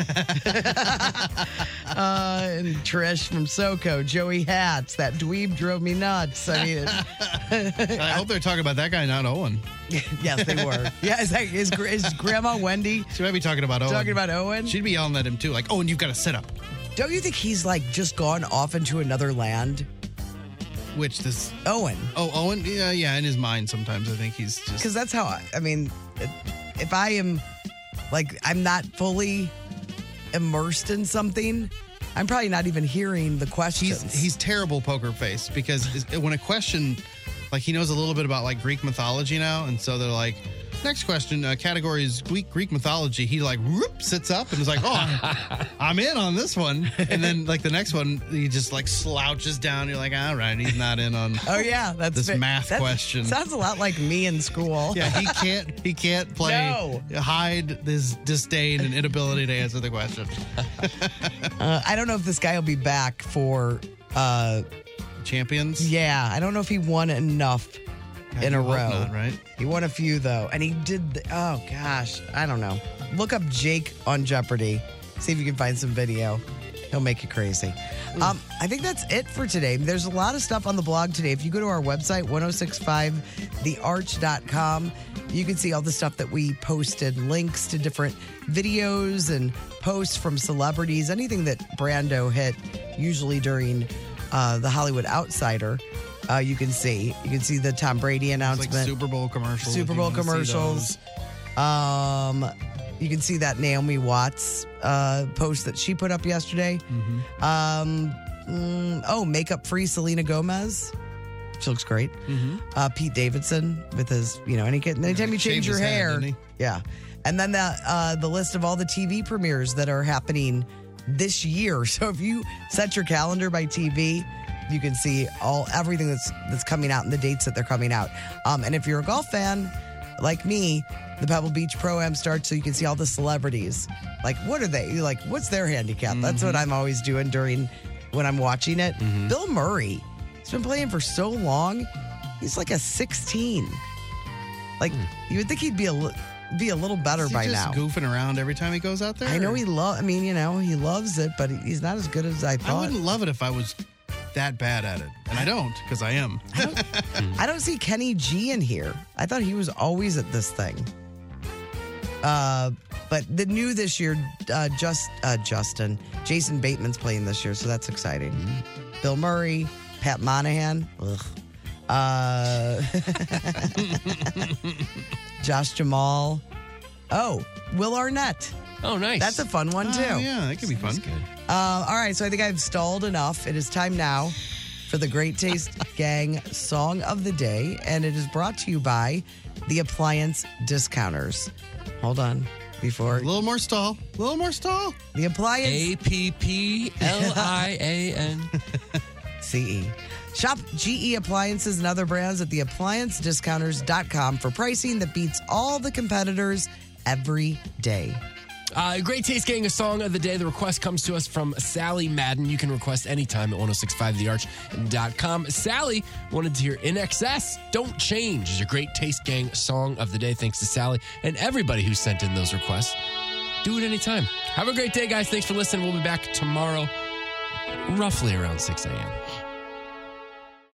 S2: uh, and Trish from SoCo, Joey Hats, that dweeb drove me nuts. I mean,
S1: I hope they're talking about that guy, not Owen.
S2: yes, they were. Yeah, is, that, is, gr- is Grandma Wendy
S1: She might be talking about Owen.
S2: talking about Owen?
S1: She'd be yelling at him too, like, Owen, you've got to sit up.
S2: Don't you think he's like just gone off into another land?
S1: Which this.
S2: Owen.
S1: Oh, Owen? Yeah, yeah, in his mind sometimes. I think he's just.
S2: Because that's how I, I mean, if I am like, I'm not fully immersed in something, I'm probably not even hearing the questions.
S1: He's, he's terrible poker face because is- when a question, like, he knows a little bit about like Greek mythology now. And so they're like, Next question uh, category is Greek, Greek mythology. He like whoop sits up and is like, oh, I'm in on this one. And then like the next one, he just like slouches down. You're like, all right, he's not in on.
S2: Oh yeah, that's
S1: this
S2: fa-
S1: math
S2: that
S1: question.
S2: Sounds a lot like me in school.
S1: Yeah, he can't. He can't play.
S2: No.
S1: Hide his disdain and inability to answer the question.
S2: Uh, I don't know if this guy will be back for uh,
S1: champions.
S2: Yeah, I don't know if he won enough in
S1: you
S2: a
S1: hope
S2: row.
S1: not, right?
S2: He won a few though, and he did. The, oh gosh, I don't know. Look up Jake on Jeopardy. See if you can find some video. He'll make you crazy. Um, I think that's it for today. There's a lot of stuff on the blog today. If you go to our website, 1065thearch.com, you can see all the stuff that we posted links to different videos and posts from celebrities, anything that Brando hit usually during uh, the Hollywood Outsider. Uh, you can see. You can see the Tom Brady announcement.
S1: Super Bowl commercials, if
S2: Super
S1: you
S2: Bowl
S1: wanna see
S2: commercials. Um, you can see that Naomi Watts uh, post that she put up yesterday.
S1: Mm-hmm.
S2: Um, mm, oh, makeup free Selena Gomez. She looks great.
S1: Mm-hmm.
S2: Uh, Pete Davidson with his, you know, any kid. Anytime you
S1: shaved
S2: change your
S1: his head,
S2: hair,
S1: didn't he?
S2: yeah. And then the uh, the list of all the TV premieres that are happening this year. So if you set your calendar by TV, you can see all everything that's that's coming out and the dates that they're coming out. Um, and if you're a golf fan like me, the Pebble Beach Pro Am starts, so you can see all the celebrities. Like, what are they? You're like, what's their handicap? That's what I'm always doing during when I'm watching it. Bill Murray, he's been playing for so long, he's like a 16. Like, you would think he'd be a li- be a little better
S1: Is he
S2: by
S1: just
S2: now.
S1: goofing around every time he goes out there?
S2: I know
S1: or-
S2: he love. I mean, you know, he loves it, but he's not as good as I
S1: I
S2: thought.
S1: wouldn't love it if I was that bad at it, and I don't because I am.
S2: I don't see Kenny G in here. I thought he was always at this thing. Uh, but the new this year, uh, just uh, Justin, Jason Bateman's playing this year, so that's exciting. Bill Murray, Pat Monahan, ugh. Uh, Josh Jamal. Oh, Will Arnett.
S3: Oh, nice.
S2: That's a fun one
S1: Oh,
S2: too.
S1: yeah, that could be fun.
S2: Uh, all right, so I think I've stalled enough. It is time now for the Great Taste Gang Song of the Day, and it is brought to you by the Appliance Discounters. Hold on, before a
S1: little more stall, a little more stall.
S2: The Appliance
S3: A P P L I A N.
S2: CE. E. Shop GE appliances and other brands at theappliancediscounters.com for pricing that beats all the competitors every day.
S3: Uh, Great Taste Gang, a song of the day. The request comes to us from Sally Madden. You can request anytime at 1065thearch.com. Sally wanted to hear In Excess, Don't Change is your Great Taste Gang song of the day. Thanks to Sally and everybody who sent in those requests. Do it anytime. Have a great day, guys. Thanks for listening. We'll be back tomorrow, roughly around 6 a.m.